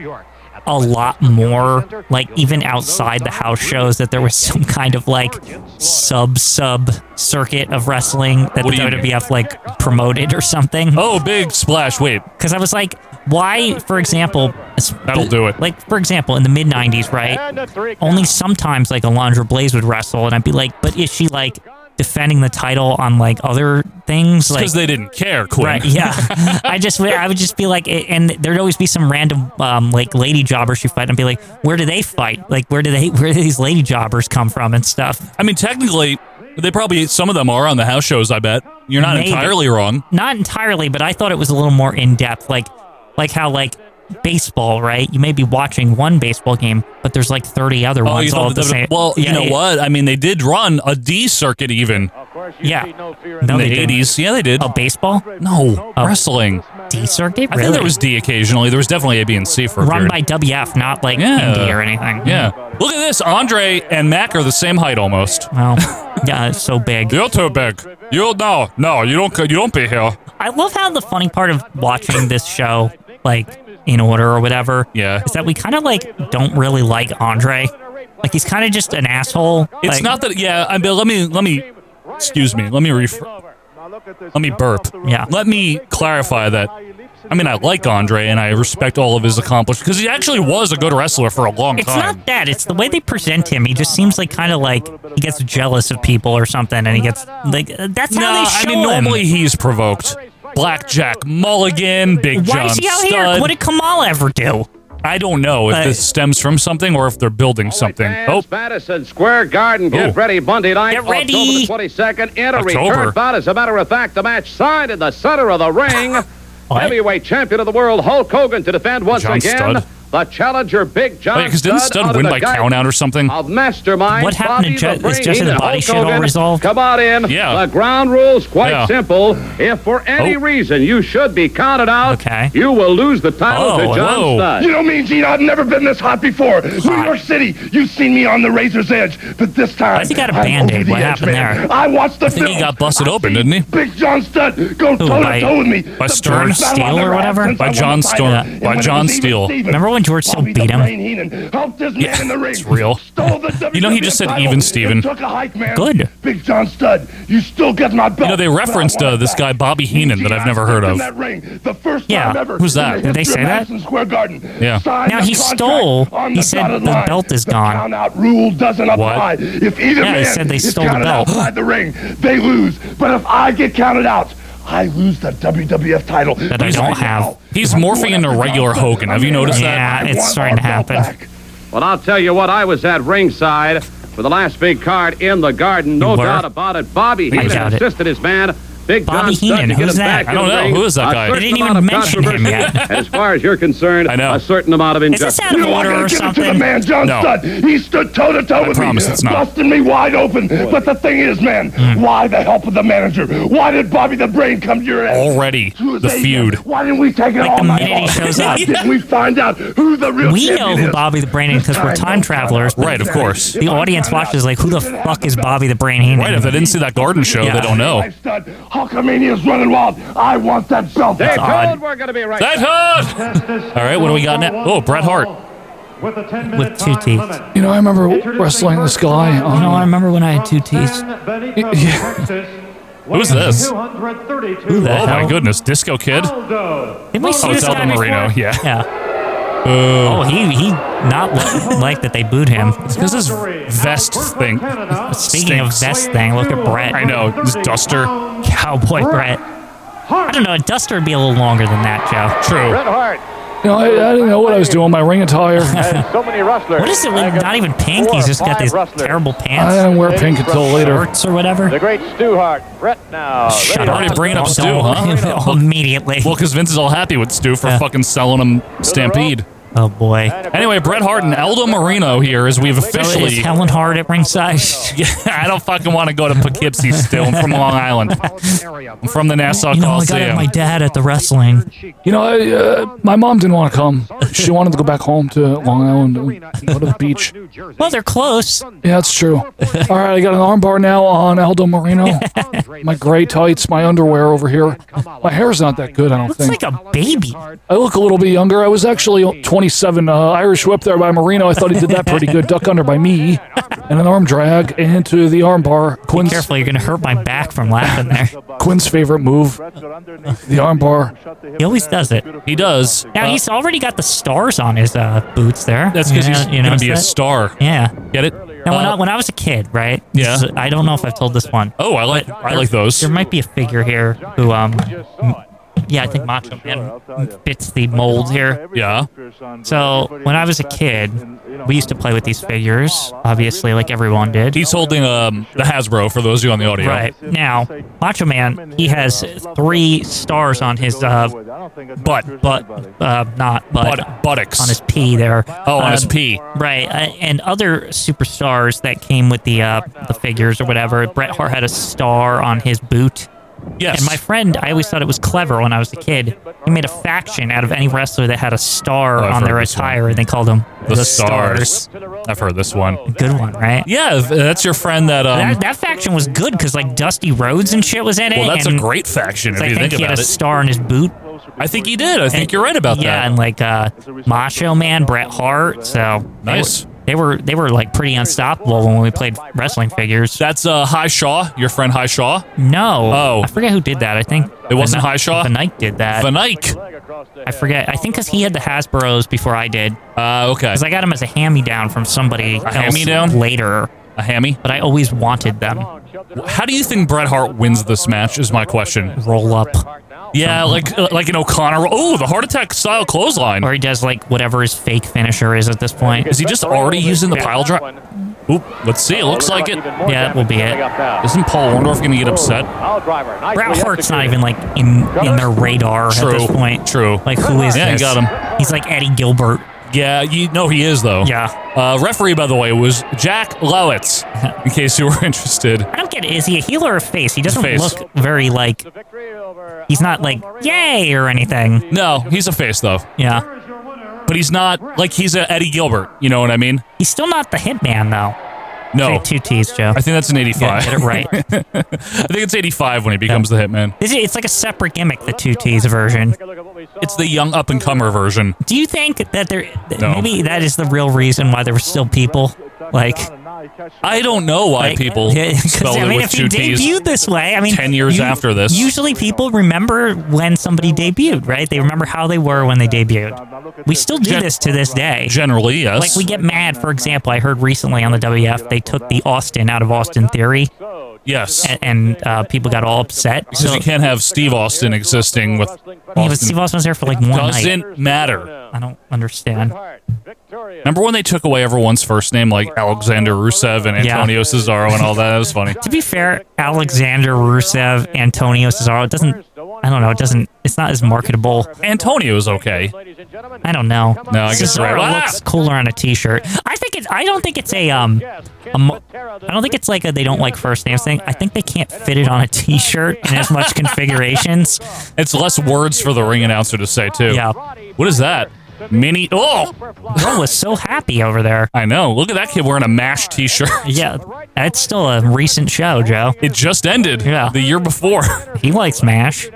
[SPEAKER 1] a lot more, like, even outside the house shows, that there was some kind of like sub sub circuit of wrestling that
[SPEAKER 2] What
[SPEAKER 1] the
[SPEAKER 2] do you mean?
[SPEAKER 1] WWF like promoted or something.
[SPEAKER 2] Oh, big splash! Wait,
[SPEAKER 1] Because I was like, why, for example, s-
[SPEAKER 2] That'll do it.
[SPEAKER 1] Like, for example, in the mid 90s, right? Only sometimes, like, Alondra Blaze would wrestle, and I'd be like, but is she, like, defending the title on, like, other things? Like,
[SPEAKER 2] because they didn't care, Quinn.
[SPEAKER 1] Right, yeah. I just, would- I would just be like, and there'd always be some random, um, like, lady jobbers who fight, and I'd be like, where do they fight? Like, where do they, where do these lady jobbers come from and stuff?
[SPEAKER 2] I mean, technically, they probably some of them are on the house shows. I bet you're not
[SPEAKER 1] Maybe.
[SPEAKER 2] entirely wrong.
[SPEAKER 1] not entirely, but I thought it was a little more in depth, like like how like baseball, right? You may be watching one baseball game, but there's like 30 other
[SPEAKER 2] Oh, you
[SPEAKER 1] ones all
[SPEAKER 2] thought
[SPEAKER 1] at the
[SPEAKER 2] that,
[SPEAKER 1] same.
[SPEAKER 2] well, you
[SPEAKER 1] Yeah,
[SPEAKER 2] know
[SPEAKER 1] yeah,
[SPEAKER 2] what? I mean, they did run a D circuit even
[SPEAKER 1] Yeah.
[SPEAKER 2] in
[SPEAKER 1] No,
[SPEAKER 2] the
[SPEAKER 1] they didn't.
[SPEAKER 2] 80s. Yeah, they did.
[SPEAKER 1] Oh, baseball
[SPEAKER 2] no,
[SPEAKER 1] Oh.
[SPEAKER 2] wrestling.
[SPEAKER 1] D circuit,
[SPEAKER 2] I
[SPEAKER 1] really?
[SPEAKER 2] think there was D occasionally. There was definitely A, B, and C for a
[SPEAKER 1] run
[SPEAKER 2] period.
[SPEAKER 1] by WF, not like
[SPEAKER 2] Yeah.
[SPEAKER 1] Indy or anything.
[SPEAKER 2] Yeah. Look at this. Andre and Mac are the same height almost.
[SPEAKER 1] Well, yeah, it's so big.
[SPEAKER 2] You're too big. You no, no. You don't. You don't be here.
[SPEAKER 1] I love how the funny part of watching this show, like in order or whatever,
[SPEAKER 2] Yeah.
[SPEAKER 1] is that we kind of like don't really like Andre. Like he's kind of just an asshole.
[SPEAKER 2] It's
[SPEAKER 1] like-
[SPEAKER 2] not that. Yeah. I mean, let me. Let me. Excuse me. Let me. Ref- let me burp.
[SPEAKER 1] Yeah.
[SPEAKER 2] Let me clarify that. I mean, I like Andre and I respect all of his accomplishments because he actually was a good wrestler for a long
[SPEAKER 1] It's
[SPEAKER 2] time.
[SPEAKER 1] not that. It's the way they present him. He just seems like kind of like he gets jealous of people or something, and he gets like uh, that's
[SPEAKER 2] no,
[SPEAKER 1] how they
[SPEAKER 2] I
[SPEAKER 1] show
[SPEAKER 2] mean normally
[SPEAKER 1] him.
[SPEAKER 2] he's provoked. Blackjack Mulligan, Big
[SPEAKER 1] Why
[SPEAKER 2] John
[SPEAKER 1] is he out
[SPEAKER 2] Studd.
[SPEAKER 1] here? What did Kamala ever do?
[SPEAKER 2] I don't know if
[SPEAKER 1] Uh,
[SPEAKER 2] this stems from something or if they're building something. Oh,
[SPEAKER 5] Madison Square Garden.
[SPEAKER 2] Get Oh.
[SPEAKER 5] ready, Monday night,
[SPEAKER 1] Get ready.
[SPEAKER 5] October 22nd. In a
[SPEAKER 2] October.
[SPEAKER 5] return bout, as a matter of fact, the match signed in the center of the ring.
[SPEAKER 1] What?
[SPEAKER 5] Heavyweight champion of the world, Hulk Hogan, to defend once
[SPEAKER 2] John
[SPEAKER 5] again
[SPEAKER 2] Studd.
[SPEAKER 7] the challenger Big John
[SPEAKER 2] Oh, yeah, because didn't
[SPEAKER 7] Studd
[SPEAKER 2] Stud
[SPEAKER 7] under
[SPEAKER 2] win
[SPEAKER 7] the
[SPEAKER 2] by
[SPEAKER 7] guidance
[SPEAKER 2] count out or something?
[SPEAKER 7] Of mastermind.
[SPEAKER 1] What happened to
[SPEAKER 7] Bobby
[SPEAKER 1] Ju-
[SPEAKER 7] the Brain
[SPEAKER 1] is Justin the Body
[SPEAKER 7] Hulk
[SPEAKER 1] shit all
[SPEAKER 7] Hogan.
[SPEAKER 1] resolved?
[SPEAKER 7] Come on in.
[SPEAKER 2] Yeah.
[SPEAKER 7] The ground rule's quite
[SPEAKER 2] Yeah.
[SPEAKER 7] simple. If for any
[SPEAKER 2] Oh.
[SPEAKER 7] reason you should be counted out,
[SPEAKER 1] Okay.
[SPEAKER 7] you will lose the title
[SPEAKER 2] Oh,
[SPEAKER 7] to John
[SPEAKER 2] whoa.
[SPEAKER 7] Studd.
[SPEAKER 8] You know me, Gene. I've never been this hot before. New York City, you've seen me on the razor's edge, but this time.
[SPEAKER 1] Why's he got a
[SPEAKER 8] I'm
[SPEAKER 1] Band-Aid?
[SPEAKER 8] over the
[SPEAKER 1] What
[SPEAKER 8] edge,
[SPEAKER 1] happened
[SPEAKER 8] man.
[SPEAKER 1] there?
[SPEAKER 8] I watched the
[SPEAKER 2] think he
[SPEAKER 8] film.
[SPEAKER 2] got busted
[SPEAKER 8] I
[SPEAKER 2] open,
[SPEAKER 8] see
[SPEAKER 2] didn't he?
[SPEAKER 8] Big John Studd go toe
[SPEAKER 1] by-
[SPEAKER 8] to toe with me.
[SPEAKER 2] by
[SPEAKER 8] The
[SPEAKER 2] Stern
[SPEAKER 8] first battle
[SPEAKER 1] Steele
[SPEAKER 8] I've
[SPEAKER 1] or
[SPEAKER 8] ever had
[SPEAKER 1] whether?
[SPEAKER 8] since
[SPEAKER 2] By
[SPEAKER 8] I won
[SPEAKER 2] John
[SPEAKER 8] the title.
[SPEAKER 2] Stone-
[SPEAKER 8] And
[SPEAKER 2] by
[SPEAKER 8] when it
[SPEAKER 2] John
[SPEAKER 8] was even
[SPEAKER 2] Steele.
[SPEAKER 8] Steven,
[SPEAKER 1] Remember when George Steele
[SPEAKER 8] Bobby
[SPEAKER 1] beat
[SPEAKER 8] the
[SPEAKER 1] him?
[SPEAKER 8] Brain Heenan helped this man
[SPEAKER 2] Yeah,
[SPEAKER 8] in the ring.
[SPEAKER 2] it's real.
[SPEAKER 8] Stole the
[SPEAKER 2] You know, he
[SPEAKER 8] WWE
[SPEAKER 2] just said
[SPEAKER 8] title.
[SPEAKER 2] even
[SPEAKER 8] It
[SPEAKER 2] Steven.
[SPEAKER 8] took a hike, man.
[SPEAKER 1] Good.
[SPEAKER 8] Big John Studd, you still get my belt.
[SPEAKER 2] You know, they
[SPEAKER 8] but I
[SPEAKER 2] referenced
[SPEAKER 8] want
[SPEAKER 2] uh,
[SPEAKER 8] it
[SPEAKER 2] this
[SPEAKER 8] back.
[SPEAKER 2] guy Bobby Heenan that I've never heard
[SPEAKER 8] In
[SPEAKER 2] of.
[SPEAKER 8] that ring, the first
[SPEAKER 1] Yeah,
[SPEAKER 8] time ever
[SPEAKER 2] who's
[SPEAKER 8] in
[SPEAKER 2] that?
[SPEAKER 8] the
[SPEAKER 1] Did they
[SPEAKER 8] history
[SPEAKER 1] say
[SPEAKER 8] of
[SPEAKER 1] that?
[SPEAKER 8] Madison Square Garden.
[SPEAKER 2] Yeah.
[SPEAKER 8] Signed
[SPEAKER 1] Now,
[SPEAKER 8] the
[SPEAKER 1] he
[SPEAKER 8] contract
[SPEAKER 1] stole-
[SPEAKER 8] on
[SPEAKER 1] he
[SPEAKER 8] the
[SPEAKER 1] said
[SPEAKER 8] dotted
[SPEAKER 1] the
[SPEAKER 8] line.
[SPEAKER 1] belt is
[SPEAKER 8] The
[SPEAKER 1] gone.
[SPEAKER 8] count-out rule doesn't apply. If either
[SPEAKER 1] Yeah, he
[SPEAKER 8] man
[SPEAKER 1] said they
[SPEAKER 8] is
[SPEAKER 1] stole the
[SPEAKER 8] counted
[SPEAKER 1] belt.
[SPEAKER 8] outside the ring, they lose. But if I get counted out, I lose the WWF title
[SPEAKER 1] That I don't have.
[SPEAKER 2] He's morphing into regular Hogan. Have you noticed that?
[SPEAKER 1] Yeah, it's starting to happen.
[SPEAKER 7] Well, I'll tell you what, I was at ringside for the last big card in the garden. No
[SPEAKER 1] You were?
[SPEAKER 7] doubt about it. Bobby
[SPEAKER 1] doubt
[SPEAKER 7] Heenan
[SPEAKER 1] it.
[SPEAKER 7] assisted his man. Big
[SPEAKER 1] Bobby
[SPEAKER 7] John Studd
[SPEAKER 1] Heenan,
[SPEAKER 7] to get
[SPEAKER 1] who's
[SPEAKER 7] him
[SPEAKER 1] that?
[SPEAKER 7] back
[SPEAKER 1] I
[SPEAKER 7] in
[SPEAKER 2] don't
[SPEAKER 7] the
[SPEAKER 2] know.
[SPEAKER 7] ring.
[SPEAKER 2] Who is that
[SPEAKER 7] A
[SPEAKER 2] guy? They
[SPEAKER 7] certain
[SPEAKER 1] didn't
[SPEAKER 7] amount
[SPEAKER 1] even
[SPEAKER 7] of
[SPEAKER 1] mention him
[SPEAKER 7] controversy,
[SPEAKER 1] yet.
[SPEAKER 7] and as far as you're concerned,
[SPEAKER 2] I know.
[SPEAKER 7] a certain amount of
[SPEAKER 1] Is this
[SPEAKER 7] injustice.
[SPEAKER 1] out of
[SPEAKER 8] You know, I
[SPEAKER 1] order
[SPEAKER 8] gotta
[SPEAKER 1] or
[SPEAKER 8] give it to the
[SPEAKER 1] something?
[SPEAKER 8] man, John
[SPEAKER 2] No.
[SPEAKER 8] Studd. He stood toe to toe with
[SPEAKER 2] promise
[SPEAKER 8] me,
[SPEAKER 2] it's not.
[SPEAKER 8] busting me wide open. But the thing is, man,
[SPEAKER 1] Hmm.
[SPEAKER 8] why the help of the manager? Why did Bobby the Brain come to your end?
[SPEAKER 2] Already,
[SPEAKER 8] Who's
[SPEAKER 2] the
[SPEAKER 8] they?
[SPEAKER 2] feud.
[SPEAKER 8] Why didn't we take it
[SPEAKER 1] Like
[SPEAKER 8] all
[SPEAKER 1] the
[SPEAKER 8] night
[SPEAKER 1] minute he
[SPEAKER 8] long?
[SPEAKER 1] shows
[SPEAKER 8] Why
[SPEAKER 1] up.
[SPEAKER 8] didn't we find out who the real
[SPEAKER 1] We know
[SPEAKER 8] champion
[SPEAKER 1] who
[SPEAKER 8] is?
[SPEAKER 1] Bobby the Brain is because we're
[SPEAKER 8] Time
[SPEAKER 1] time
[SPEAKER 8] don't
[SPEAKER 1] travelers.
[SPEAKER 8] count.
[SPEAKER 2] Right, of course.
[SPEAKER 1] The audience watches like, who the fuck is Bobby the Brain Heenan?
[SPEAKER 2] Right, if they didn't see that garden show,
[SPEAKER 1] Yeah.
[SPEAKER 2] they don't know.
[SPEAKER 8] Life Studd, Hulkamania's running wild. I want that belt.
[SPEAKER 7] They're
[SPEAKER 1] odd.
[SPEAKER 7] told we're going to be right
[SPEAKER 2] That
[SPEAKER 7] back.
[SPEAKER 2] hurt! All right, what do we got now? Oh, Bret Hart.
[SPEAKER 5] With, a 10
[SPEAKER 1] With two teeth.
[SPEAKER 9] You know, I remember wrestling this guy.
[SPEAKER 1] You know,
[SPEAKER 9] On,
[SPEAKER 1] I remember when I had two teeth.
[SPEAKER 2] Who's this? Oh my goodness, Disco Kid.
[SPEAKER 1] Didn't we see
[SPEAKER 2] Oh,
[SPEAKER 1] this
[SPEAKER 2] it's
[SPEAKER 1] guy
[SPEAKER 2] Aldo Marino.
[SPEAKER 1] before?
[SPEAKER 2] Yeah.
[SPEAKER 1] Yeah.
[SPEAKER 2] Boo.
[SPEAKER 1] Oh, he he not li- like that they booed him.
[SPEAKER 2] This is vest thing.
[SPEAKER 1] Speaking of
[SPEAKER 2] stinks.
[SPEAKER 1] vest thing, look at Brett.
[SPEAKER 2] I know, this duster.
[SPEAKER 1] Cowboy Brett. I don't know. A duster would be a little longer than that, Joe.
[SPEAKER 2] True.
[SPEAKER 10] Hart
[SPEAKER 9] you know, I, I didn't know what I was doing. My ring attire.
[SPEAKER 11] So many wrestlers.
[SPEAKER 1] What is it? Like, not even pink. He's just got these terrible
[SPEAKER 9] I
[SPEAKER 1] pants,
[SPEAKER 9] didn't wear pink until later.
[SPEAKER 1] shorts, or whatever.
[SPEAKER 11] great Stu Hart. Brett now.
[SPEAKER 1] Shut
[SPEAKER 2] Already
[SPEAKER 1] up.
[SPEAKER 2] bringing up
[SPEAKER 1] Don't-
[SPEAKER 2] Stu, huh?
[SPEAKER 1] don't- Immediately.
[SPEAKER 2] Well, because Vince is all happy with Stu for
[SPEAKER 1] Yeah.
[SPEAKER 2] fucking selling him Stampede.
[SPEAKER 1] Oh boy.
[SPEAKER 2] Anyway, Bret Hart and Aldo Marino here as we've
[SPEAKER 1] So is
[SPEAKER 2] officially.
[SPEAKER 1] Helen Hart at ringside?
[SPEAKER 2] Yeah, I don't fucking want to go to Poughkeepsie still. I'm from Long Island. I'm from the Nassau
[SPEAKER 1] You know, I got
[SPEAKER 2] Coliseum.
[SPEAKER 1] my dad at the wrestling.
[SPEAKER 9] You know, I, uh, my mom didn't want to come. She wanted to go back home to Long Island and go to the beach.
[SPEAKER 1] Well, they're close.
[SPEAKER 9] Yeah, that's true. All right, I got an armbar now on Aldo Marino. My gray tights, my underwear over here. My hair's not that good, I don't
[SPEAKER 1] Looks
[SPEAKER 9] think.
[SPEAKER 1] like a baby.
[SPEAKER 9] I look a little bit younger. I was actually 27. Uh, Irish whip there by Marino. I thought he did that pretty good. Duck under by me, and an arm drag into the armbar. Quinn's,
[SPEAKER 1] Careful, you're gonna hurt my back from laughing there.
[SPEAKER 9] Quinn's favorite move. The armbar.
[SPEAKER 1] He always does it.
[SPEAKER 2] he does.
[SPEAKER 1] Now
[SPEAKER 2] Uh,
[SPEAKER 1] he's already got the stars on his uh, boots there.
[SPEAKER 2] That's because
[SPEAKER 1] You know-
[SPEAKER 2] he's
[SPEAKER 1] you
[SPEAKER 2] gonna
[SPEAKER 1] notice
[SPEAKER 2] be a
[SPEAKER 1] that?
[SPEAKER 2] star.
[SPEAKER 1] Yeah.
[SPEAKER 2] Get it?
[SPEAKER 1] Now, when,
[SPEAKER 2] Uh,
[SPEAKER 1] I, when I was a kid, right?
[SPEAKER 2] Yeah.
[SPEAKER 1] this is- I don't know if I've told this one.
[SPEAKER 2] oh, I like I like those.
[SPEAKER 1] There might be a figure here who, um, m- yeah, I think Macho Man fits the mold here.
[SPEAKER 2] Yeah.
[SPEAKER 1] So when I was a kid, we used to play with these figures, obviously, like everyone did.
[SPEAKER 2] He's holding um the Hasbro for those of you on the audio.
[SPEAKER 1] Right now, Macho Man, he has three stars on his uh,
[SPEAKER 2] Butt,
[SPEAKER 1] butt, uh, not butt,
[SPEAKER 2] But buttocks.
[SPEAKER 1] on his P there.
[SPEAKER 2] oh, on his
[SPEAKER 1] Um,
[SPEAKER 2] P.
[SPEAKER 1] Right, uh, and other superstars that came with the uh, the figures or whatever. Bret Hart had a star on his boot.
[SPEAKER 2] Yes.
[SPEAKER 1] And my friend, I always thought it was clever when I was a kid. He made a faction out of any wrestler that had a star
[SPEAKER 2] Oh, I've
[SPEAKER 1] on their
[SPEAKER 2] heard this
[SPEAKER 1] attire, and they called them
[SPEAKER 2] the, stars. I've heard this one.
[SPEAKER 1] Good one, right?
[SPEAKER 2] Yeah, that's your friend that um.
[SPEAKER 1] that, that faction was good because like Dusty Rhodes and shit was in it.
[SPEAKER 2] well, that's a
[SPEAKER 1] and
[SPEAKER 2] great faction if
[SPEAKER 1] I
[SPEAKER 2] you
[SPEAKER 1] think
[SPEAKER 2] think
[SPEAKER 1] he had
[SPEAKER 2] about
[SPEAKER 1] a
[SPEAKER 2] it.
[SPEAKER 1] star on his boot.
[SPEAKER 2] I think he did. I think you're right about
[SPEAKER 1] yeah,
[SPEAKER 2] that.
[SPEAKER 1] and like uh, Macho Man, Bret Hart. So they
[SPEAKER 2] Nice.
[SPEAKER 1] were- They were they were like pretty unstoppable when we played wrestling figures.
[SPEAKER 2] That's uh, High Shaw, your friend High Shaw.
[SPEAKER 1] No,
[SPEAKER 2] Oh.
[SPEAKER 1] I forget who did that. I think
[SPEAKER 2] It wasn't Highshaw?
[SPEAKER 1] The Knight did that.
[SPEAKER 2] Van Eyck.
[SPEAKER 1] I forget. I think because he had the Hasbro's before I did.
[SPEAKER 2] Uh, okay.
[SPEAKER 1] Because I got them as a hand-me-down from somebody else
[SPEAKER 2] hand-me-down?
[SPEAKER 1] later.
[SPEAKER 2] A hammy.
[SPEAKER 1] But I always wanted them.
[SPEAKER 2] How do you think Bret Hart wins this match? Is my question.
[SPEAKER 1] Roll up.
[SPEAKER 2] Yeah, like uh, like an O'Connor. Oh, the heart attack style clothesline.
[SPEAKER 1] Or he does like whatever his fake finisher is at this point.
[SPEAKER 2] Is he just already using the pile drive? Oop. Let's see. It looks like Oh, it.
[SPEAKER 1] Yeah, that will be Oh. it.
[SPEAKER 2] Isn't Paul Orndorff going to get upset?
[SPEAKER 1] Bret Hart's not even like in in their radar at
[SPEAKER 2] True.
[SPEAKER 1] this point.
[SPEAKER 2] True.
[SPEAKER 1] Like who is
[SPEAKER 2] Yeah, he
[SPEAKER 1] this?
[SPEAKER 2] got him.
[SPEAKER 1] He's like Eddie Gilbert.
[SPEAKER 2] Yeah, you know he is though.
[SPEAKER 1] Yeah.
[SPEAKER 2] Uh, referee, by the way, was Jack Lowitz. In case you were interested.
[SPEAKER 1] I don't get it. Is he a heel or a face? He doesn't
[SPEAKER 2] face.
[SPEAKER 1] look very like. He's not like yay or anything.
[SPEAKER 2] No, he's a face though,
[SPEAKER 1] Yeah.
[SPEAKER 2] but he's not like he's a Eddie Gilbert. You know what I mean?
[SPEAKER 1] He's still not the hitman though.
[SPEAKER 2] No,
[SPEAKER 1] Say two T's, Joe.
[SPEAKER 2] Oh. I think that's an
[SPEAKER 1] Yeah,
[SPEAKER 2] eighty-five.
[SPEAKER 1] get it right.
[SPEAKER 2] I think it's eighty-five when he becomes the Hitman.
[SPEAKER 1] This is, it's like a separate gimmick, the two T's version.
[SPEAKER 2] It's the young up-and-comer version.
[SPEAKER 1] Do you think that there that
[SPEAKER 2] No.
[SPEAKER 1] maybe that is the real reason why there were still people like
[SPEAKER 2] I don't know why
[SPEAKER 1] like-
[SPEAKER 2] people
[SPEAKER 1] 'cause,
[SPEAKER 2] spelled
[SPEAKER 1] I mean,
[SPEAKER 2] it with
[SPEAKER 1] if
[SPEAKER 2] two
[SPEAKER 1] you
[SPEAKER 2] T's.
[SPEAKER 1] debuted this way, I mean,
[SPEAKER 2] 10 years
[SPEAKER 1] you-
[SPEAKER 2] after this.
[SPEAKER 1] usually people remember when somebody debuted, right? They remember how they were when they debuted. We still do
[SPEAKER 2] Gen-
[SPEAKER 1] this to this day.
[SPEAKER 2] Generally, yes.
[SPEAKER 1] Like we get mad, for example. I heid recently on the WF they took the Austin out of Austin Theory,
[SPEAKER 2] yes.
[SPEAKER 1] and, and uh, people got all upset.
[SPEAKER 2] Because
[SPEAKER 1] So
[SPEAKER 2] you can't have Steve Austin existing with
[SPEAKER 1] yeah, but Steve
[SPEAKER 2] Austin.
[SPEAKER 1] Austin was there for like one night.
[SPEAKER 2] Doesn't matter.
[SPEAKER 1] I don't understand.
[SPEAKER 2] Remember when they took away everyone's first name, like Alexander Rusev and
[SPEAKER 1] Yeah.
[SPEAKER 2] Antonio Cesaro and all that? That was funny.
[SPEAKER 1] To be fair, Alexander Rusev, Antonio Cesaro, it doesn't. I don't know. It doesn't. It's not as marketable.
[SPEAKER 2] Antonio's okay.
[SPEAKER 1] I don't know.
[SPEAKER 2] No, I guess you're
[SPEAKER 1] Cesaro
[SPEAKER 2] right.
[SPEAKER 1] looks
[SPEAKER 2] Ah!
[SPEAKER 1] cooler on a T-shirt. I think it's. I don't think it's a um. a mo- I don't think it's like a they don't like first names thing. I think they can't fit it on a T-shirt in as much configurations.
[SPEAKER 2] It's less words for the ring announcer to say, too.
[SPEAKER 1] Yeah.
[SPEAKER 2] What is that? Mini. Oh!
[SPEAKER 1] Bro was so happy over there.
[SPEAKER 2] I know. Look at that kid wearing a MASH t shirt.
[SPEAKER 1] Yeah, that's still a recent show, Joe.
[SPEAKER 2] It just ended
[SPEAKER 1] Yeah.
[SPEAKER 2] the year before.
[SPEAKER 1] He likes Mash.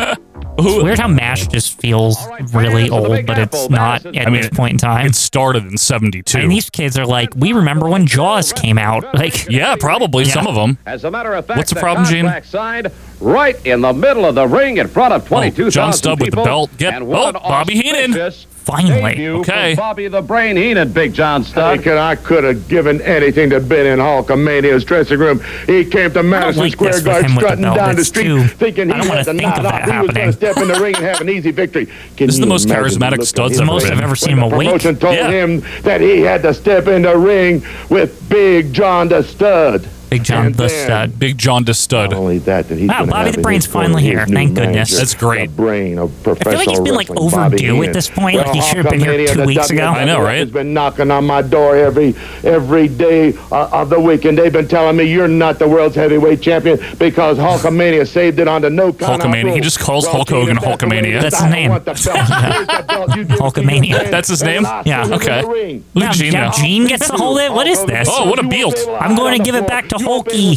[SPEAKER 1] It's
[SPEAKER 2] Who,
[SPEAKER 1] weird how Mash just feels really old, but it's not at
[SPEAKER 2] I mean,
[SPEAKER 1] this point in time.
[SPEAKER 2] it started in 72.
[SPEAKER 1] And these kids are like, we remember when Jaws came out. Like,
[SPEAKER 2] yeah, probably
[SPEAKER 1] Yeah.
[SPEAKER 2] some of them.
[SPEAKER 7] As a matter of fact,
[SPEAKER 2] What's the problem, Gene?
[SPEAKER 7] contract signed right in the middle of the ring in front of
[SPEAKER 2] Oh,
[SPEAKER 7] 22,000
[SPEAKER 2] John Stubb with the
[SPEAKER 7] people,
[SPEAKER 2] belt. Get-
[SPEAKER 7] and what
[SPEAKER 2] oh,
[SPEAKER 7] an
[SPEAKER 2] Bobby Heenan.
[SPEAKER 7] auspicious
[SPEAKER 1] finally.
[SPEAKER 7] debut for
[SPEAKER 2] Okay.
[SPEAKER 7] Bobby the Brain Heenan, Big John Stubb.
[SPEAKER 12] Thinking I could have given anything to been in Hulkamania's dressing room. He came to Madison
[SPEAKER 1] like this
[SPEAKER 12] Square
[SPEAKER 1] with
[SPEAKER 12] Garden
[SPEAKER 1] him with the
[SPEAKER 12] strutting
[SPEAKER 1] belt.
[SPEAKER 12] down the
[SPEAKER 1] It's
[SPEAKER 12] street
[SPEAKER 1] too-
[SPEAKER 12] thinking
[SPEAKER 1] I don't
[SPEAKER 12] he
[SPEAKER 1] wanna
[SPEAKER 12] had the
[SPEAKER 1] think
[SPEAKER 12] knock
[SPEAKER 1] of that
[SPEAKER 12] off. He was
[SPEAKER 1] happening.
[SPEAKER 12] going to step in the ring and have an easy victory. Can
[SPEAKER 2] This is the
[SPEAKER 12] you
[SPEAKER 2] most
[SPEAKER 12] imagine
[SPEAKER 2] charismatic
[SPEAKER 12] look on
[SPEAKER 2] studs
[SPEAKER 12] his
[SPEAKER 2] I've
[SPEAKER 12] face
[SPEAKER 2] ever seen.
[SPEAKER 1] I've ever seen
[SPEAKER 12] when
[SPEAKER 1] him
[SPEAKER 12] the
[SPEAKER 1] awake.
[SPEAKER 12] Promotion told
[SPEAKER 2] Yeah.
[SPEAKER 12] him that he had to step in the ring with Big John the Stud.
[SPEAKER 1] Big John
[SPEAKER 12] And
[SPEAKER 1] the
[SPEAKER 12] then-
[SPEAKER 1] Stud.
[SPEAKER 2] Big John to stud.
[SPEAKER 12] Not only that, that he's
[SPEAKER 1] Wow,
[SPEAKER 12] gonna
[SPEAKER 1] Bobby
[SPEAKER 12] have
[SPEAKER 1] the
[SPEAKER 12] in
[SPEAKER 1] Brain's
[SPEAKER 12] his corner
[SPEAKER 1] finally
[SPEAKER 12] his
[SPEAKER 1] here.
[SPEAKER 12] new
[SPEAKER 1] Thank goodness.
[SPEAKER 2] That's great.
[SPEAKER 12] the brain of professional
[SPEAKER 1] he's been, like,
[SPEAKER 12] wrestling, Bobby
[SPEAKER 1] overdue at
[SPEAKER 12] Heenan.
[SPEAKER 1] this point. Like, he
[SPEAKER 12] Well,
[SPEAKER 1] should have been here
[SPEAKER 12] Hulkamania,
[SPEAKER 1] two
[SPEAKER 12] the
[SPEAKER 1] weeks ago.
[SPEAKER 12] WWE
[SPEAKER 2] I know, right?
[SPEAKER 12] Has been knocking on my door every every day uh, of the week, and they've been telling me you're not the world's heavyweight champion because Hulkamania saved it on the no count.
[SPEAKER 2] Hulkamania. He just calls Hulk Hogan Hulkamania.
[SPEAKER 1] That's his name. Hulkamania.
[SPEAKER 2] That's his name?
[SPEAKER 1] Yeah.
[SPEAKER 2] Okay. Look,
[SPEAKER 1] Now,
[SPEAKER 2] Gene
[SPEAKER 1] now
[SPEAKER 2] now.
[SPEAKER 1] Gene gets to hold it? What is this?
[SPEAKER 2] Oh, what a bealt.
[SPEAKER 1] I'm going to give it back to Hulky.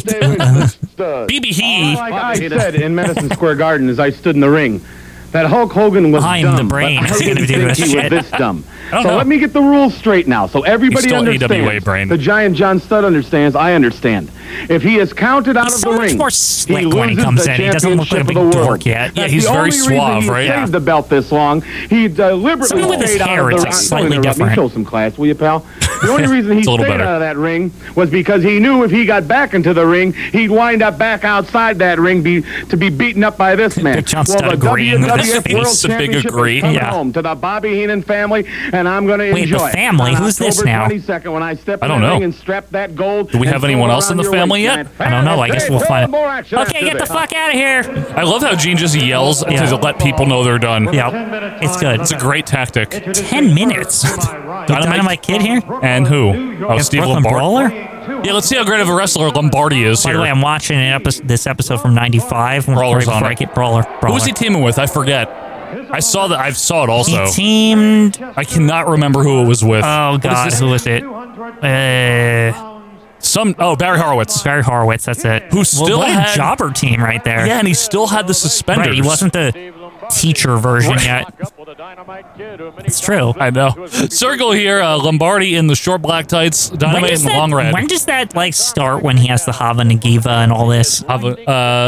[SPEAKER 2] BB he.
[SPEAKER 3] Like I said in Madison Square Garden as I stood in the ring, that Hulk Hogan was
[SPEAKER 1] I am
[SPEAKER 3] dumb.
[SPEAKER 1] the brain.
[SPEAKER 3] but I
[SPEAKER 1] He's gonna
[SPEAKER 3] didn't
[SPEAKER 1] do
[SPEAKER 3] think
[SPEAKER 1] this
[SPEAKER 3] he was
[SPEAKER 1] shit.
[SPEAKER 3] this dumb.
[SPEAKER 2] don't
[SPEAKER 3] so
[SPEAKER 2] know.
[SPEAKER 3] let me get the rules straight now, so everybody
[SPEAKER 2] still AWA
[SPEAKER 1] E
[SPEAKER 3] understands.
[SPEAKER 2] brain.
[SPEAKER 3] The giant John Studd understands. I understand. If he is counted out
[SPEAKER 1] He's
[SPEAKER 3] of
[SPEAKER 1] so
[SPEAKER 3] the
[SPEAKER 1] much
[SPEAKER 3] ring,
[SPEAKER 1] more slick
[SPEAKER 3] he
[SPEAKER 1] when he
[SPEAKER 3] loses
[SPEAKER 1] comes
[SPEAKER 3] the
[SPEAKER 1] in. He doesn't look like a
[SPEAKER 3] championship
[SPEAKER 1] big
[SPEAKER 3] of the world.
[SPEAKER 1] dork yet.
[SPEAKER 2] Yeah,
[SPEAKER 3] That's
[SPEAKER 2] he's
[SPEAKER 3] the
[SPEAKER 2] very
[SPEAKER 3] only reason
[SPEAKER 2] suave,
[SPEAKER 3] he
[SPEAKER 2] right?
[SPEAKER 3] saved the belt this long. He deliberately
[SPEAKER 1] Something with his
[SPEAKER 3] stayed
[SPEAKER 1] hair,
[SPEAKER 3] out of
[SPEAKER 1] it's
[SPEAKER 3] the
[SPEAKER 1] like
[SPEAKER 3] ring.
[SPEAKER 1] slightly
[SPEAKER 3] Don't interrupt me.
[SPEAKER 1] different.
[SPEAKER 3] Show some class, will you, pal? The only reason he
[SPEAKER 2] It's a
[SPEAKER 3] stayed
[SPEAKER 2] little better.
[SPEAKER 3] out of that ring was because he knew if he got back into the ring, he'd wind up back outside that ring be, to be beaten up by this man.
[SPEAKER 1] Big John
[SPEAKER 3] well,
[SPEAKER 1] Studd
[SPEAKER 3] the
[SPEAKER 1] agreeing with his
[SPEAKER 3] WWF
[SPEAKER 1] face.
[SPEAKER 3] World
[SPEAKER 2] It's a big
[SPEAKER 3] Championship is
[SPEAKER 2] agree,
[SPEAKER 3] coming
[SPEAKER 1] yeah.
[SPEAKER 3] home to the Bobby Heenan family, and I'm going to
[SPEAKER 1] Wait, the
[SPEAKER 3] enjoy it.
[SPEAKER 1] family?
[SPEAKER 3] On
[SPEAKER 1] Who's this
[SPEAKER 3] October
[SPEAKER 1] now?
[SPEAKER 3] 22nd, when I step
[SPEAKER 2] I
[SPEAKER 3] in
[SPEAKER 2] don't
[SPEAKER 3] the
[SPEAKER 2] know.
[SPEAKER 3] ring and strap that gold.
[SPEAKER 2] Do we
[SPEAKER 3] and
[SPEAKER 2] have
[SPEAKER 3] throw
[SPEAKER 2] anyone
[SPEAKER 3] it
[SPEAKER 2] else in
[SPEAKER 3] around
[SPEAKER 2] the
[SPEAKER 3] your
[SPEAKER 2] family
[SPEAKER 3] waist,
[SPEAKER 2] yet?
[SPEAKER 1] I don't know. I guess we'll find.
[SPEAKER 3] More action
[SPEAKER 1] Okay,
[SPEAKER 3] after
[SPEAKER 1] get the
[SPEAKER 3] this.
[SPEAKER 1] fuck out of here.
[SPEAKER 2] I love how Gene just yells
[SPEAKER 1] Yeah.
[SPEAKER 2] to let people know they're done.
[SPEAKER 1] Yep, it's good.
[SPEAKER 2] It's a great tactic.
[SPEAKER 1] Ten minutes. Dynamite, Dynamite Kid here.
[SPEAKER 2] And who? Oh,
[SPEAKER 1] Yes,
[SPEAKER 2] Steve
[SPEAKER 1] Brooklyn
[SPEAKER 2] Lombardi.
[SPEAKER 1] Brawler?
[SPEAKER 2] Yeah, let's see how great of a wrestler Lombardi is
[SPEAKER 1] By the way,
[SPEAKER 2] here.
[SPEAKER 1] I'm watching an episode, this episode from '95. When
[SPEAKER 2] Brawler's
[SPEAKER 1] before
[SPEAKER 2] on
[SPEAKER 1] I
[SPEAKER 2] it.
[SPEAKER 1] get Brawler.
[SPEAKER 2] Who
[SPEAKER 1] Brawler.
[SPEAKER 2] was he teaming with? I forget. I saw that. I saw it also.
[SPEAKER 1] He teamed.
[SPEAKER 2] I cannot remember who it was with.
[SPEAKER 1] Oh
[SPEAKER 2] What is
[SPEAKER 1] God,
[SPEAKER 2] this?
[SPEAKER 1] who was it? Uh,
[SPEAKER 2] Some. Oh, Barry Horowitz.
[SPEAKER 1] Barry Horowitz. That's it.
[SPEAKER 2] Who still
[SPEAKER 1] well, what
[SPEAKER 2] had-
[SPEAKER 1] a jobber team right there.
[SPEAKER 2] Yeah, and he still had the suspenders.
[SPEAKER 1] right. He wasn't the teacher version
[SPEAKER 2] Right.
[SPEAKER 1] yet. It's true.
[SPEAKER 2] I know. Circle here. Uh, Lombardi in the short black tights,
[SPEAKER 1] When
[SPEAKER 2] Dynamite
[SPEAKER 1] does,
[SPEAKER 2] in
[SPEAKER 1] that,
[SPEAKER 2] long red.
[SPEAKER 1] when does that like start? When he has the Hava Nagiva and all this,
[SPEAKER 2] uh,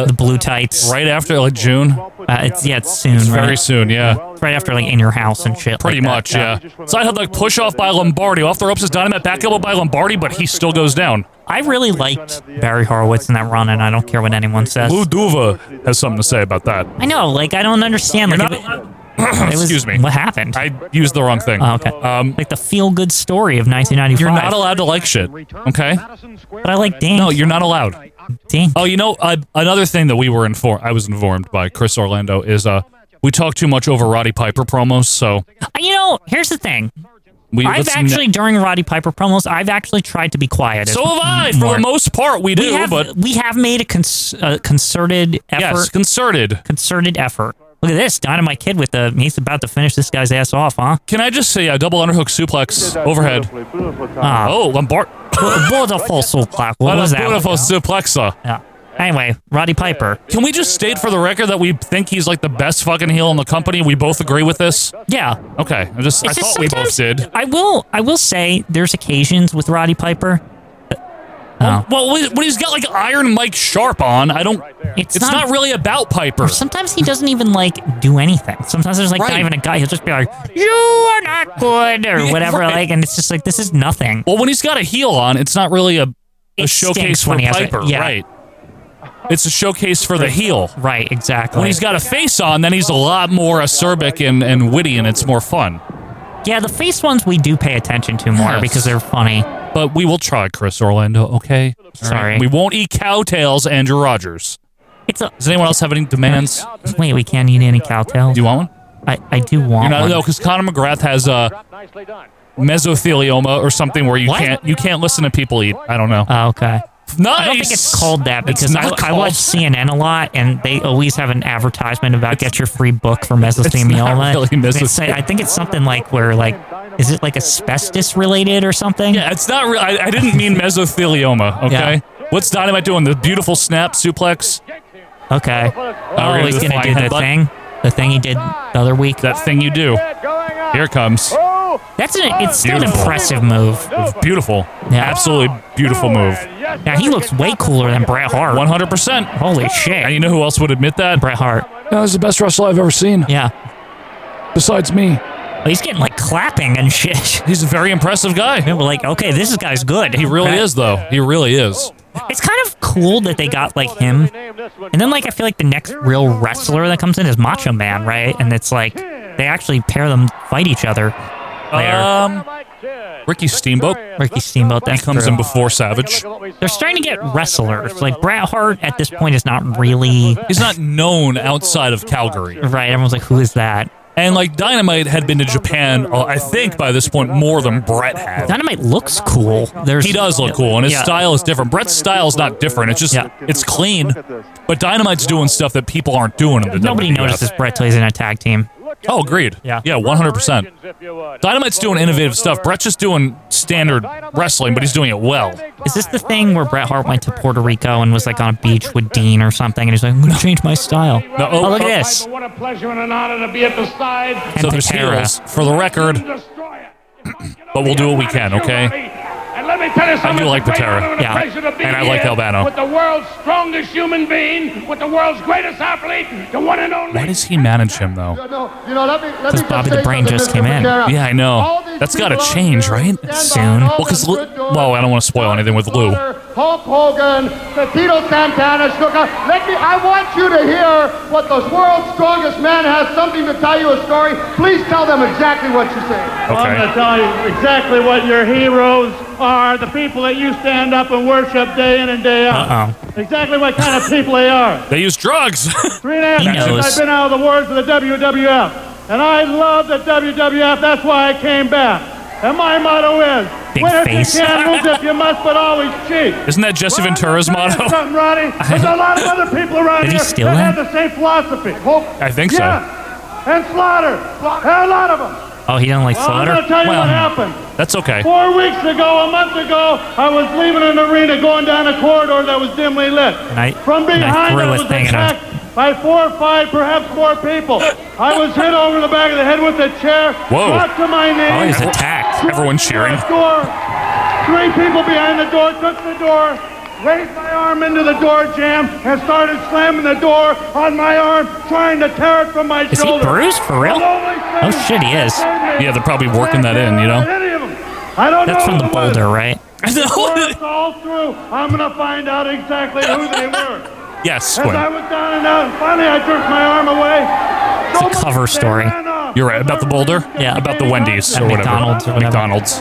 [SPEAKER 1] the blue tights.
[SPEAKER 2] right after like June.
[SPEAKER 1] Uh, it's yeah, it's soon. right?
[SPEAKER 2] Very soon, yeah.
[SPEAKER 1] It's right after like in your house and shit.
[SPEAKER 2] Pretty
[SPEAKER 1] like that.
[SPEAKER 2] much, yeah. Side headlock push off by Lombardi. Off the ropes is Dynamite. Back elbow by Lombardi, but he still goes down.
[SPEAKER 1] I really liked Barry Horowitz in that run, and I don't care what anyone says.
[SPEAKER 2] Lou Duva has something to say about that.
[SPEAKER 1] I know, like I don't understand. Like,
[SPEAKER 2] You're
[SPEAKER 1] if
[SPEAKER 2] not-
[SPEAKER 1] it, it was,
[SPEAKER 2] Excuse me.
[SPEAKER 1] What happened?
[SPEAKER 2] I used the wrong thing.
[SPEAKER 1] oh, okay.
[SPEAKER 2] Um,
[SPEAKER 1] like the feel-good story of 1995.
[SPEAKER 2] you're not allowed to like shit, okay?
[SPEAKER 1] But I like Dink.
[SPEAKER 2] No, you're not allowed.
[SPEAKER 1] Dink.
[SPEAKER 2] Oh, you know, uh, another thing that we were informed, I was informed by Chris Orlando is uh, We talk too much over Roddy Piper promos, so
[SPEAKER 1] Uh, You know, here's the thing.
[SPEAKER 2] we.
[SPEAKER 1] I've
[SPEAKER 2] let's n-
[SPEAKER 1] actually during Roddy Piper promos, I've actually tried to be quiet.
[SPEAKER 2] so have I. For the most part, we do,
[SPEAKER 1] we have,
[SPEAKER 2] but
[SPEAKER 1] we have made a, cons- a concerted effort.
[SPEAKER 2] yes, concerted.
[SPEAKER 1] concerted effort. Look at this, Dynamite Kid with the he's about to finish this guy's ass off, huh?
[SPEAKER 2] Can I just say a double underhook suplex overhead?
[SPEAKER 4] Beautifully, beautiful time.
[SPEAKER 1] Ah,
[SPEAKER 2] Oh, Lombard.
[SPEAKER 1] beautiful soul clock. What
[SPEAKER 2] What a
[SPEAKER 1] was that?
[SPEAKER 2] beautiful suplexa.
[SPEAKER 1] Yeah. Anyway, Roddy Piper.
[SPEAKER 2] Can we just state for the record that we think he's like the best fucking heel in the company? We both agree with this.
[SPEAKER 1] Yeah.
[SPEAKER 2] Okay, I just I
[SPEAKER 1] It's just
[SPEAKER 2] thought we both
[SPEAKER 1] sometimes-
[SPEAKER 2] did.
[SPEAKER 1] I will. I will say there's occasions with Roddy Piper. Oh.
[SPEAKER 2] Well, when he's got like Iron Mike Sharp on, I don't.
[SPEAKER 1] It's
[SPEAKER 2] It's, not,
[SPEAKER 1] not-
[SPEAKER 2] really about Piper.
[SPEAKER 1] Sometimes he doesn't even like do anything. Sometimes there's like not
[SPEAKER 2] Right.
[SPEAKER 1] even a guy. He'll just be like, "You are not good" or
[SPEAKER 2] Yeah,
[SPEAKER 1] whatever.
[SPEAKER 2] right.
[SPEAKER 1] Like, and it's just like this is nothing.
[SPEAKER 2] Well, when he's got a heel on, it's not really a, a
[SPEAKER 1] It
[SPEAKER 2] showcase
[SPEAKER 1] stinks
[SPEAKER 2] for
[SPEAKER 1] when he has it,
[SPEAKER 2] Piper,
[SPEAKER 1] yeah.
[SPEAKER 2] right? It's a showcase for the heel.
[SPEAKER 1] Right. Exactly.
[SPEAKER 2] When he's got a face on, then he's a lot more acerbic and, and witty, and it's more fun.
[SPEAKER 1] yeah, the face ones we do pay attention to more
[SPEAKER 2] Yes.
[SPEAKER 1] because they're funny.
[SPEAKER 2] But we will try, Chris Orlando. Okay. All right.
[SPEAKER 1] Sorry.
[SPEAKER 2] We won't eat cowtails, Andrew Rogers.
[SPEAKER 1] It's a
[SPEAKER 2] Does anyone else have any demands?
[SPEAKER 1] Wait, we can't eat any cowtails.
[SPEAKER 2] Do you want one?
[SPEAKER 1] I, I do want
[SPEAKER 2] You're not,
[SPEAKER 1] one.
[SPEAKER 2] no, because Conor McGrath has uh, mesothelioma or something where you
[SPEAKER 1] What?
[SPEAKER 2] can't you can't listen to people eat. I don't know.
[SPEAKER 1] Oh, okay.
[SPEAKER 2] nice.
[SPEAKER 1] I don't think it's called that
[SPEAKER 2] It's
[SPEAKER 1] because I,
[SPEAKER 2] not
[SPEAKER 1] I
[SPEAKER 2] called
[SPEAKER 1] watch CNN a lot and they always have an advertisement about get your free book for mesothelioma.
[SPEAKER 2] really
[SPEAKER 1] And it's like-
[SPEAKER 2] mesothelioma.
[SPEAKER 1] I think it's something like where like is it like asbestos related or something?
[SPEAKER 2] Yeah, it's not real. I, I didn't mean mesothelioma. Okay. What's Dynamite doing? The beautiful snap suplex.
[SPEAKER 1] Okay.
[SPEAKER 2] we're
[SPEAKER 1] oh,
[SPEAKER 2] gonna
[SPEAKER 1] he's
[SPEAKER 2] do the
[SPEAKER 1] gonna do
[SPEAKER 2] flying
[SPEAKER 1] the
[SPEAKER 2] headbutt?
[SPEAKER 1] thing, the thing he did the other week.
[SPEAKER 2] That thing you do. Here it comes.
[SPEAKER 1] That's an it's still an
[SPEAKER 2] Beautiful.
[SPEAKER 1] impressive move.
[SPEAKER 2] It's beautiful.
[SPEAKER 1] Yeah.
[SPEAKER 2] Absolutely beautiful move.
[SPEAKER 1] Now he looks way cooler than Bret Hart.
[SPEAKER 2] 100%.
[SPEAKER 1] Holy shit.
[SPEAKER 2] And you know who else would admit that?
[SPEAKER 1] Bret Hart.
[SPEAKER 13] Yeah, this is the best wrestler I've ever seen,
[SPEAKER 1] Yeah.
[SPEAKER 13] besides me.
[SPEAKER 1] Oh, he's getting like clapping and shit.
[SPEAKER 2] He's a very impressive guy.
[SPEAKER 1] People were like, okay, this guy's good.
[SPEAKER 2] He really is, though. He really is.
[SPEAKER 1] It's kind of cool that they got like him, and then like I feel like the next real wrestler that comes in is Macho Man, right? And it's like they actually pair them fight each other. Later.
[SPEAKER 2] Um, Ricky Steamboat.
[SPEAKER 1] Ricky Steamboat
[SPEAKER 2] He
[SPEAKER 1] that's
[SPEAKER 2] comes
[SPEAKER 1] true.
[SPEAKER 2] in before Savage.
[SPEAKER 1] They're starting to get wrestlers. Like Bret Hart at this point is not really
[SPEAKER 2] He's not known outside of Calgary.
[SPEAKER 1] right. Everyone's like, who is that?
[SPEAKER 2] And like Dynamite had been to Japan, uh, I think by this point more than Brett had.
[SPEAKER 1] Dynamite looks cool. There's
[SPEAKER 2] He does look cool, and his
[SPEAKER 1] Yeah.
[SPEAKER 2] style is different. Brett's style is not different. It's just
[SPEAKER 1] Yeah.
[SPEAKER 2] it's clean, but Dynamite's doing stuff that people aren't doing in the E.
[SPEAKER 1] Nobody
[SPEAKER 2] WWF.
[SPEAKER 1] notices Bret till he's in a tag team.
[SPEAKER 2] Oh, agreed.
[SPEAKER 1] Yeah.
[SPEAKER 2] yeah, one hundred percent. Dynamite's doing innovative stuff. Brett's just doing standard wrestling, but he's doing it well.
[SPEAKER 1] Is this the thing where Bret Hart went to Puerto Rico and was like on a beach with Dean or something, and he's like, I'm gonna change my style?
[SPEAKER 2] No, oh,
[SPEAKER 1] oh, look
[SPEAKER 2] oh,
[SPEAKER 1] at this.
[SPEAKER 3] What a pleasure and an honor to be at the side.
[SPEAKER 2] So there's
[SPEAKER 1] Pantera.
[SPEAKER 2] heroes for the record.
[SPEAKER 3] but we'll do what we can, okay? And let me tell you
[SPEAKER 2] do like
[SPEAKER 3] it's a great
[SPEAKER 2] Patera.
[SPEAKER 3] honor and a
[SPEAKER 1] Yeah.
[SPEAKER 3] pleasure to be
[SPEAKER 2] And I like
[SPEAKER 3] here
[SPEAKER 2] Albano.
[SPEAKER 3] With the world's strongest human being, with the world's greatest athlete, the one and only.
[SPEAKER 2] Why does he manage him though?
[SPEAKER 14] No, you know, let me, let
[SPEAKER 1] Because
[SPEAKER 14] me just
[SPEAKER 1] Bobby the
[SPEAKER 14] say
[SPEAKER 1] Brain
[SPEAKER 14] something,
[SPEAKER 1] just
[SPEAKER 14] Mr.
[SPEAKER 1] came in.
[SPEAKER 14] Becerra.
[SPEAKER 2] Yeah, I
[SPEAKER 14] All
[SPEAKER 2] know.
[SPEAKER 14] these
[SPEAKER 2] That's got to
[SPEAKER 14] people out
[SPEAKER 2] change,
[SPEAKER 14] here
[SPEAKER 2] right?
[SPEAKER 14] stand by
[SPEAKER 1] Soon.
[SPEAKER 14] all
[SPEAKER 2] Well, because
[SPEAKER 14] the
[SPEAKER 2] Lou,
[SPEAKER 14] good doors.
[SPEAKER 2] well, Oh, I don't want to spoil anything with Lou.
[SPEAKER 14] Hulk Hogan, Tito Santana, Sugar. Let me. I want you to hear what the world's strongest man has something to tell you a story. Please tell them exactly what you say.
[SPEAKER 2] Okay.
[SPEAKER 4] to tell you exactly what your heroes are, the people that you stand up and worship day in and day out.
[SPEAKER 1] Uh oh.
[SPEAKER 4] Exactly what kind of people they are.
[SPEAKER 2] They use drugs.
[SPEAKER 4] Three and a half
[SPEAKER 1] He
[SPEAKER 4] years
[SPEAKER 1] knows.
[SPEAKER 4] I've been out of the wars for the WWF. And I love the WWF. That's why I came back. And my motto is
[SPEAKER 1] Big
[SPEAKER 4] win
[SPEAKER 1] face.
[SPEAKER 4] if you can, lose if you must, but always cheat.
[SPEAKER 2] Isn't that Jesse Ventura's
[SPEAKER 4] Well, I'm gonna tell you
[SPEAKER 2] motto?
[SPEAKER 4] Something, Roddy. There's a lot of other people around
[SPEAKER 1] Did he
[SPEAKER 4] here
[SPEAKER 1] steal
[SPEAKER 4] that have
[SPEAKER 1] that?
[SPEAKER 4] the same philosophy. Hope.
[SPEAKER 2] I think so.
[SPEAKER 4] Yeah. And Slaughter. A lot of them.
[SPEAKER 1] Oh, he doesn't like
[SPEAKER 4] Well, I'm
[SPEAKER 1] Slaughter.
[SPEAKER 4] going to tell you what
[SPEAKER 1] Well,
[SPEAKER 4] happened.
[SPEAKER 2] That's okay.
[SPEAKER 4] Four weeks ago, a month ago, I was leaving an arena going down a corridor that was dimly lit.
[SPEAKER 1] I-
[SPEAKER 4] From
[SPEAKER 1] and I
[SPEAKER 4] behind,
[SPEAKER 1] threw
[SPEAKER 4] I
[SPEAKER 1] a
[SPEAKER 4] was
[SPEAKER 1] thing at him.
[SPEAKER 4] attacked by four or five, perhaps more people. I was hit over the back of the head with a chair,
[SPEAKER 2] Whoa.
[SPEAKER 4] brought to my knees.
[SPEAKER 1] oh, he's attacked.
[SPEAKER 2] Everyone cheering.
[SPEAKER 4] Door. Three people behind the door took the door, raised my arm into the door jam, and started slamming the door on my arm, trying to tear it from my
[SPEAKER 1] Is he
[SPEAKER 4] shoulder.
[SPEAKER 1] bruised for real?
[SPEAKER 4] Oh
[SPEAKER 1] shit, he is.
[SPEAKER 2] Yeah, they're probably working that in, you know?
[SPEAKER 4] I don't
[SPEAKER 1] That's from
[SPEAKER 4] know
[SPEAKER 1] the
[SPEAKER 4] who it was.
[SPEAKER 1] boulder, right?
[SPEAKER 4] Before it's all through, I'm gonna find out exactly who they were.
[SPEAKER 2] yes,
[SPEAKER 4] As I
[SPEAKER 2] Quinn.
[SPEAKER 4] was down and out, finally I jerked my arm away.
[SPEAKER 1] It's
[SPEAKER 4] So
[SPEAKER 1] a cover
[SPEAKER 4] much they
[SPEAKER 1] story.
[SPEAKER 4] ran off.
[SPEAKER 2] You're right. About the boulder?
[SPEAKER 1] Yeah.
[SPEAKER 2] About the Wendy's
[SPEAKER 1] At
[SPEAKER 2] or whatever.
[SPEAKER 1] McDonald's or whatever.
[SPEAKER 2] McDonald's.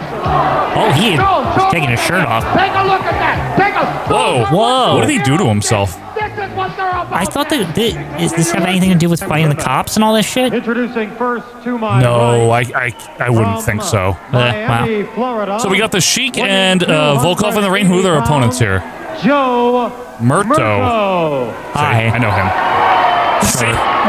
[SPEAKER 1] Oh, he was taking his shirt off.
[SPEAKER 14] Take a look at that. Take a.
[SPEAKER 2] Whoa.
[SPEAKER 1] Whoa.
[SPEAKER 2] What did he do to himself?
[SPEAKER 14] This is what they're
[SPEAKER 1] I thought that thi- is this have anything to do with fighting the cops and all this shit?
[SPEAKER 4] Introducing first to my
[SPEAKER 2] No,
[SPEAKER 4] right, uh,
[SPEAKER 2] I, I, I wouldn't think so.
[SPEAKER 4] Miami, Florida.
[SPEAKER 2] So we got the Sheik and uh, Volkov in the ring. Who are their opponents here?
[SPEAKER 4] Joe
[SPEAKER 2] Murto. Hi. I know him.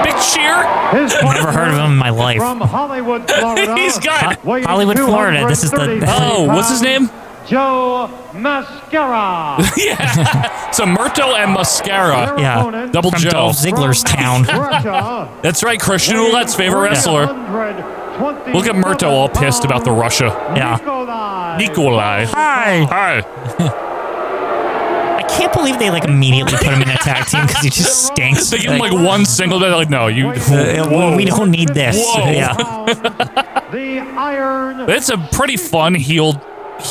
[SPEAKER 2] Big cheer.
[SPEAKER 4] His
[SPEAKER 1] Never heard of him in my life.
[SPEAKER 4] From Hollywood, Florida.
[SPEAKER 2] He's got-
[SPEAKER 1] Ho- Hollywood, Florida. This is the-
[SPEAKER 2] Oh, what's his name?
[SPEAKER 4] Joe Mascara.
[SPEAKER 2] yeah. So Murto and Mascara.
[SPEAKER 1] Yeah.
[SPEAKER 2] Double
[SPEAKER 1] From
[SPEAKER 2] Joe.
[SPEAKER 1] Dolph Ziggler's town.
[SPEAKER 4] Russia.
[SPEAKER 2] That's right, Christian Ouellette's favorite wrestler. Look at Murto all pissed about the Russia.
[SPEAKER 1] Yeah.
[SPEAKER 2] Nikolai.
[SPEAKER 1] Hi.
[SPEAKER 2] Hi.
[SPEAKER 1] I can't believe they like immediately put him in a tag team because he just stinks.
[SPEAKER 2] They give him like one single day. They're like, no, you.
[SPEAKER 1] Uh, well, we don't need this.
[SPEAKER 2] Whoa.
[SPEAKER 1] Yeah.
[SPEAKER 4] the Iron.
[SPEAKER 2] It's a pretty fun heel,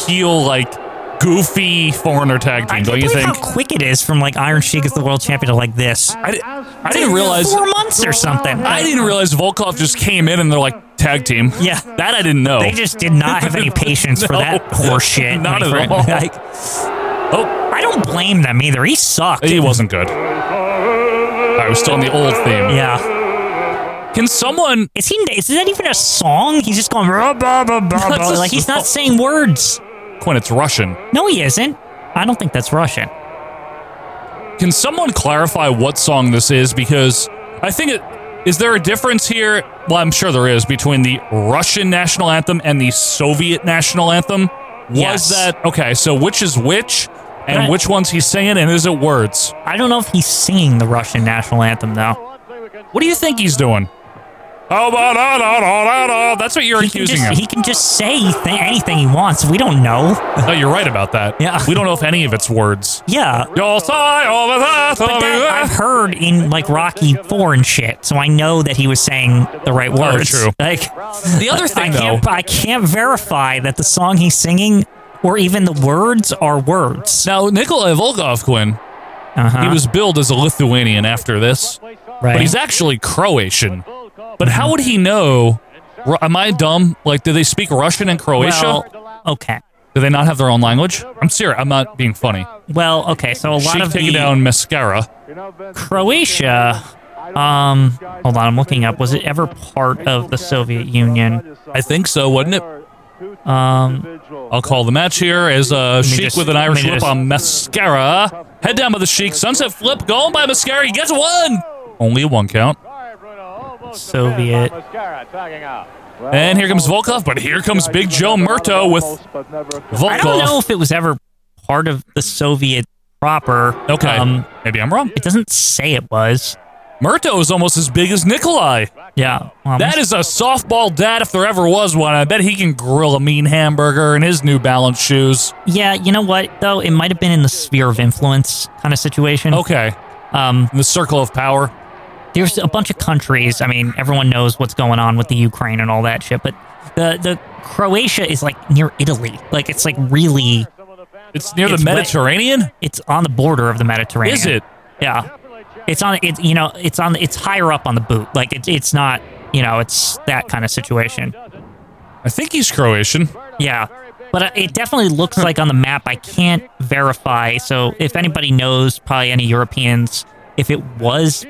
[SPEAKER 2] heel like goofy foreigner tag
[SPEAKER 1] I
[SPEAKER 2] team,
[SPEAKER 1] can't
[SPEAKER 2] don't you
[SPEAKER 1] believe
[SPEAKER 2] think?
[SPEAKER 1] how quick it is from like Iron Sheik is the world champion to like this.
[SPEAKER 2] I, di- I didn't realize.
[SPEAKER 1] four months or something.
[SPEAKER 2] I didn't realize Volkov just came in and they're like tag team.
[SPEAKER 1] Yeah.
[SPEAKER 2] that I didn't know.
[SPEAKER 1] They just did not have any patience for
[SPEAKER 2] No.
[SPEAKER 1] that horse shit.
[SPEAKER 2] Not
[SPEAKER 1] my
[SPEAKER 2] at
[SPEAKER 1] friend.
[SPEAKER 2] all.
[SPEAKER 1] Like,
[SPEAKER 2] oh,
[SPEAKER 1] I don't blame them either. He sucked.
[SPEAKER 2] he wasn't good. I was still on the old theme.
[SPEAKER 1] Yeah.
[SPEAKER 2] Can someone?
[SPEAKER 1] Is he? Is that even a song? He's just going blah, blah, blah, blah,
[SPEAKER 2] That's
[SPEAKER 1] blah.
[SPEAKER 2] a
[SPEAKER 1] like he's
[SPEAKER 2] song.
[SPEAKER 1] not saying words.
[SPEAKER 2] Quinn, it's Russian.
[SPEAKER 1] No, he isn't. I don't think that's Russian.
[SPEAKER 2] Can someone clarify what song this is? Because I think it is there a difference here? Well, I'm sure there is between the Russian national anthem and the Soviet national anthem. Was
[SPEAKER 1] Yes.
[SPEAKER 2] that okay? So which is which, and
[SPEAKER 1] Right.
[SPEAKER 2] which ones he's singing, and is it words?
[SPEAKER 1] I don't know if he's singing the Russian national anthem though.
[SPEAKER 2] What do you think he's doing? Oh, ba, da, da, da, da, da. that's what you're
[SPEAKER 1] He can,
[SPEAKER 2] accusing
[SPEAKER 1] just,
[SPEAKER 2] him.
[SPEAKER 1] he can just say th- anything he wants. We don't know.
[SPEAKER 2] No, you're right about that.
[SPEAKER 1] Yeah.
[SPEAKER 2] we don't know if any of it's words.
[SPEAKER 1] Yeah.
[SPEAKER 2] You'll sigh over that,
[SPEAKER 1] But that I've heard in like Rocky Four and shit, so I know that he was saying the right words.
[SPEAKER 2] Oh, true.
[SPEAKER 1] Like
[SPEAKER 2] The other
[SPEAKER 1] I
[SPEAKER 2] thing, though,
[SPEAKER 1] can't, I can't verify that the song he's singing or even the words are words.
[SPEAKER 2] now Nikolai Volkov Quinn,
[SPEAKER 1] Uh-huh.
[SPEAKER 2] he was billed as a Lithuanian after this,
[SPEAKER 1] right.
[SPEAKER 2] but he's actually Croatian. But how would he know? Ru- Am I dumb? Like, do they speak Russian and Croatia?
[SPEAKER 1] well, okay.
[SPEAKER 2] do they not have their own language? I'm serious. I'm not being funny.
[SPEAKER 1] Well, okay. So a lot
[SPEAKER 2] Sheik
[SPEAKER 1] of
[SPEAKER 2] taking
[SPEAKER 1] the
[SPEAKER 2] down mascara.
[SPEAKER 1] Croatia. Um, hold on, I'm looking up. Was it ever part of the Soviet Union?
[SPEAKER 2] I think so, wasn't it?
[SPEAKER 1] Um,
[SPEAKER 2] I'll call the match here as uh,
[SPEAKER 1] me
[SPEAKER 2] Sheik
[SPEAKER 1] just-
[SPEAKER 2] with an
[SPEAKER 1] let me
[SPEAKER 2] Irish whip
[SPEAKER 1] just-
[SPEAKER 2] on Mascara. Head down by the Sheik. Sunset flip going by Mascara. He gets one. Only a one count.
[SPEAKER 1] Soviet.
[SPEAKER 2] And here comes Volkov, but here comes Big Joe Murto with
[SPEAKER 1] I don't know
[SPEAKER 2] Volkov.
[SPEAKER 1] if it was ever part of the Soviet proper.
[SPEAKER 2] Okay,
[SPEAKER 1] Um,
[SPEAKER 2] maybe I'm wrong.
[SPEAKER 1] it doesn't say it was.
[SPEAKER 2] Murto is almost as big as Nikolai.
[SPEAKER 1] Yeah. Um,
[SPEAKER 2] That is a softball dad if there ever was one. I bet he can grill a mean hamburger in his New Balance shoes.
[SPEAKER 1] yeah. You know what though? It might have been in the sphere of influence kind of situation.
[SPEAKER 2] Okay,
[SPEAKER 1] Um,
[SPEAKER 2] the circle of power.
[SPEAKER 1] there's a bunch of countries. I mean, everyone knows what's going on with the Ukraine and all that shit, but the the Croatia is like near Italy. Like it's like really
[SPEAKER 2] It's near the
[SPEAKER 1] It's way-
[SPEAKER 2] Mediterranean.
[SPEAKER 1] it's on the border of the Mediterranean.
[SPEAKER 2] Is it?
[SPEAKER 1] Yeah. It's on it's you know, it's on it's higher up on the boot. Like it's it's not, you know, it's that kind of situation.
[SPEAKER 2] I think he's Croatian.
[SPEAKER 1] Yeah. But uh, it definitely looks like on the map I can't verify. So if anybody knows, probably any Europeans, if it was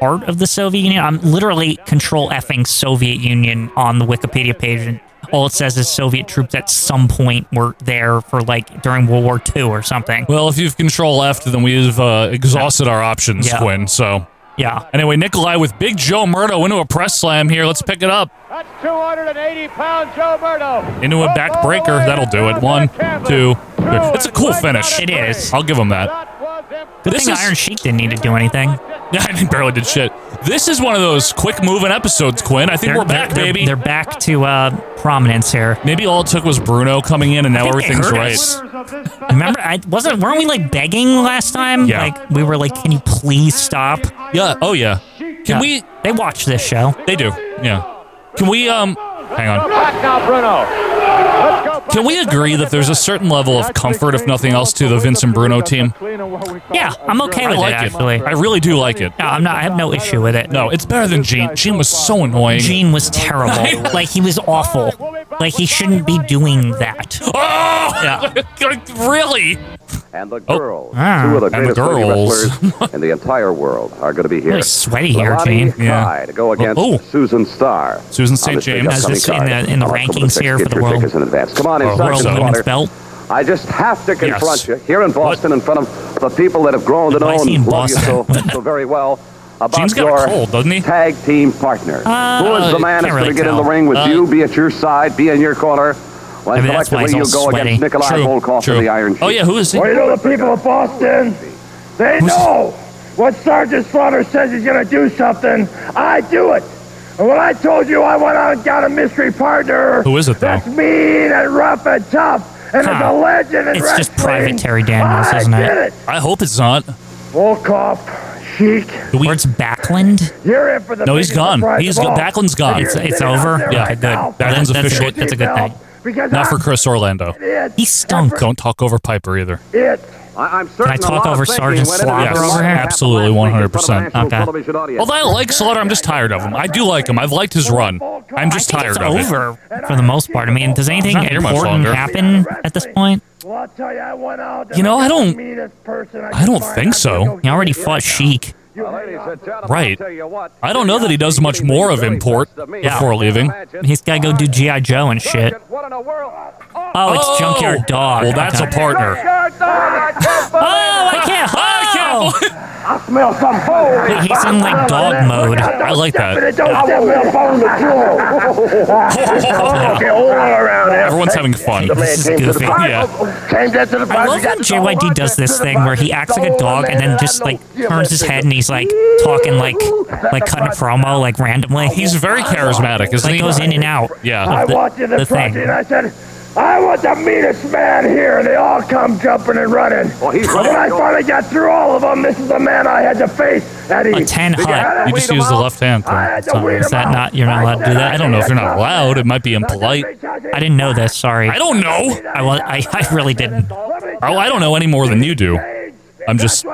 [SPEAKER 1] part of the Soviet Union, I'm literally control effing Soviet Union on the Wikipedia page and all it says is Soviet troops at some point were there for like during World War II or something.
[SPEAKER 2] Well, if you've control left, then we've uh, exhausted our options,
[SPEAKER 1] Yeah.
[SPEAKER 2] Quinn. So
[SPEAKER 1] Yeah.
[SPEAKER 2] anyway, Nikolai with Big Joe Murdo into a press slam here. Let's pick it up.
[SPEAKER 4] That's 280 pound Joe Murdo.
[SPEAKER 2] Into a back breaker. That'll do it. One, two, three. It's a cool finish.
[SPEAKER 1] It is.
[SPEAKER 2] I'll give him that.
[SPEAKER 4] That was impressive.
[SPEAKER 1] Good
[SPEAKER 2] This
[SPEAKER 1] thing
[SPEAKER 2] is-
[SPEAKER 1] Iron Sheik didn't need to do anything.
[SPEAKER 2] I mean, barely did shit. This is one of those quick moving episodes, Quinn. I think we're back,
[SPEAKER 1] they're,
[SPEAKER 2] baby.
[SPEAKER 1] They're back to uh, prominence here.
[SPEAKER 2] Maybe all it took was Bruno coming in, and now
[SPEAKER 1] think they
[SPEAKER 2] everything's
[SPEAKER 1] heard
[SPEAKER 2] right.
[SPEAKER 1] us. Remember, I wasn't. Weren't we like begging last time?
[SPEAKER 2] Yeah.
[SPEAKER 1] Like we were like, "Can you please stop?"
[SPEAKER 2] Yeah. Oh yeah. Can
[SPEAKER 1] Yeah.
[SPEAKER 2] we?
[SPEAKER 1] They watch this show.
[SPEAKER 2] They do. Yeah. Can we? Um. Hang on.
[SPEAKER 4] Back now, Bruno.
[SPEAKER 2] Can we agree that there's a certain level of comfort, if nothing else, to the Vincent Bruno team?
[SPEAKER 1] Yeah, I'm okay
[SPEAKER 2] I
[SPEAKER 1] with
[SPEAKER 2] like
[SPEAKER 1] it.
[SPEAKER 2] it.
[SPEAKER 1] Actually,
[SPEAKER 2] I really do like it.
[SPEAKER 1] no, I'm not. I have no issue with it.
[SPEAKER 2] No, it's better than Gene. Gene was so annoying.
[SPEAKER 1] Gene was terrible. like he was awful. Like he shouldn't be doing that.
[SPEAKER 2] Oh, really?
[SPEAKER 15] and the girls.
[SPEAKER 2] Ah,
[SPEAKER 15] two of the
[SPEAKER 2] and the
[SPEAKER 15] greatest lady
[SPEAKER 2] girls.
[SPEAKER 15] wrestlers in the entire world are going to be here.
[SPEAKER 2] Really sweaty here,
[SPEAKER 15] Lelani
[SPEAKER 2] Gene. Yeah.
[SPEAKER 15] Kai to go against Susan Starr.
[SPEAKER 2] Oh, Susan
[SPEAKER 15] on
[SPEAKER 2] St.
[SPEAKER 15] this big
[SPEAKER 2] James.
[SPEAKER 15] upcoming
[SPEAKER 2] As it's in
[SPEAKER 15] card.
[SPEAKER 2] the- in the
[SPEAKER 15] Welcome
[SPEAKER 2] rankings
[SPEAKER 15] to Six.
[SPEAKER 2] here
[SPEAKER 15] Get
[SPEAKER 2] for the
[SPEAKER 15] your
[SPEAKER 2] world.
[SPEAKER 15] tickets in advance. Come on
[SPEAKER 2] Or
[SPEAKER 15] inside,
[SPEAKER 2] world
[SPEAKER 15] Mr.
[SPEAKER 2] women's
[SPEAKER 15] Potter.
[SPEAKER 2] belt.
[SPEAKER 15] I just have to confront
[SPEAKER 2] Yes.
[SPEAKER 15] you here in Boston in front of the people that have grown to know
[SPEAKER 2] Why is he
[SPEAKER 15] and
[SPEAKER 2] in
[SPEAKER 15] love you so,
[SPEAKER 2] Boston?
[SPEAKER 15] so very well about
[SPEAKER 2] Gene's got a
[SPEAKER 15] your
[SPEAKER 2] cold, doesn't he?
[SPEAKER 15] tag team partner.
[SPEAKER 2] Uh,
[SPEAKER 15] Who is the man
[SPEAKER 2] can't
[SPEAKER 15] that's going
[SPEAKER 2] really
[SPEAKER 15] to get in
[SPEAKER 2] tell.
[SPEAKER 15] the ring with
[SPEAKER 2] Uh,
[SPEAKER 15] you, be at your side, be in your corner? When
[SPEAKER 2] I mean, that's why
[SPEAKER 15] collectively you
[SPEAKER 2] he's all
[SPEAKER 15] go
[SPEAKER 2] sweaty.
[SPEAKER 15] against Nikolai
[SPEAKER 2] True,
[SPEAKER 15] Volkoff
[SPEAKER 2] true.
[SPEAKER 15] of the Iron
[SPEAKER 2] Oh, yeah, who is he?
[SPEAKER 8] Well, you know the people of Boston, they know when Sergeant Slaughter says he's going to do something, I do it. And when I told you I went out and got a mystery partner,
[SPEAKER 2] Who is it, though?
[SPEAKER 8] That's mean and rough and tough, and
[SPEAKER 2] Huh.
[SPEAKER 8] is a legend in
[SPEAKER 2] It's
[SPEAKER 8] wrestling.
[SPEAKER 2] just Private Terry Daniels,
[SPEAKER 8] I
[SPEAKER 2] isn't
[SPEAKER 8] did
[SPEAKER 2] it?
[SPEAKER 8] it.
[SPEAKER 2] I hope it's not.
[SPEAKER 8] Volkoff, Sheik.
[SPEAKER 2] Or it's Backlund?
[SPEAKER 8] You're in for the
[SPEAKER 2] No, he's
[SPEAKER 8] biggest
[SPEAKER 2] gone.
[SPEAKER 8] surprise
[SPEAKER 2] He's
[SPEAKER 8] of
[SPEAKER 2] go-
[SPEAKER 8] all.
[SPEAKER 2] Backlund's gone.
[SPEAKER 8] And
[SPEAKER 2] It's-
[SPEAKER 8] you're
[SPEAKER 2] it's
[SPEAKER 8] sitting out
[SPEAKER 2] over?
[SPEAKER 8] there
[SPEAKER 2] Yeah,
[SPEAKER 8] right
[SPEAKER 2] good.
[SPEAKER 8] now.
[SPEAKER 2] Backlund's
[SPEAKER 8] That's
[SPEAKER 2] official.
[SPEAKER 8] it.
[SPEAKER 2] That's a good thing.
[SPEAKER 8] Because
[SPEAKER 2] Not
[SPEAKER 8] I'm
[SPEAKER 2] for Chris Orlando. He stunk. Don't talk over Piper either.
[SPEAKER 8] It.
[SPEAKER 15] I, am
[SPEAKER 2] Can I talk over Sergeant Slaughter over here? Absolutely, 100%. Okay. Although I like Slaughter, I'm just tired of him. I do like him. I've liked his run. I'm just
[SPEAKER 1] I think
[SPEAKER 2] tired
[SPEAKER 1] it's
[SPEAKER 2] of it.
[SPEAKER 1] over for the most part. I mean, does anything
[SPEAKER 2] It's not here much
[SPEAKER 1] important
[SPEAKER 2] longer.
[SPEAKER 1] happen at this point?
[SPEAKER 8] Well, I'll tell you, I went out.
[SPEAKER 1] You know, I don't.
[SPEAKER 2] I don't think so.
[SPEAKER 1] He already fought Sheik.
[SPEAKER 2] Right. I don't know that he does much more of import before leaving.
[SPEAKER 1] He's got to go do GI Joe and shit. Oh, it's Junkyard Dog.
[SPEAKER 2] Well, that's
[SPEAKER 1] Okay.
[SPEAKER 2] a partner.
[SPEAKER 1] Oh, I can't. Oh,
[SPEAKER 8] I smell some holy.
[SPEAKER 1] Yeah, he's in like dog mode.
[SPEAKER 2] I like that.
[SPEAKER 8] Don't step me up on the floor. Okay, all around here.
[SPEAKER 2] Everyone's having fun.
[SPEAKER 1] This is goofy.
[SPEAKER 2] Yeah.
[SPEAKER 8] Came down to the
[SPEAKER 1] I love when JYD does this thing where he acts like a dog and then just like turns his head and he's like talking like like cutting a promo like randomly. He's very
[SPEAKER 2] charismatic, isn't
[SPEAKER 1] like
[SPEAKER 2] he?
[SPEAKER 1] Goes in and out.
[SPEAKER 2] Yeah.
[SPEAKER 8] I
[SPEAKER 1] of
[SPEAKER 8] walked
[SPEAKER 1] the,
[SPEAKER 8] in the,
[SPEAKER 1] the
[SPEAKER 8] front
[SPEAKER 1] thing.
[SPEAKER 8] and I said, I want the meanest man here. And they all come jumping and running. Well,
[SPEAKER 15] he's
[SPEAKER 8] when I finally got through all of them, this is the man I had to face. At
[SPEAKER 1] A ten hut.
[SPEAKER 2] You just use the left hand. Thing.
[SPEAKER 1] So is that not you're not allowed to do that?
[SPEAKER 2] I don't know if you're not allowed. It might be impolite.
[SPEAKER 1] I didn't know this. Sorry.
[SPEAKER 2] I don't know.
[SPEAKER 1] I was. I, I really didn't.
[SPEAKER 2] Oh, I don't know any more than you do. I'm just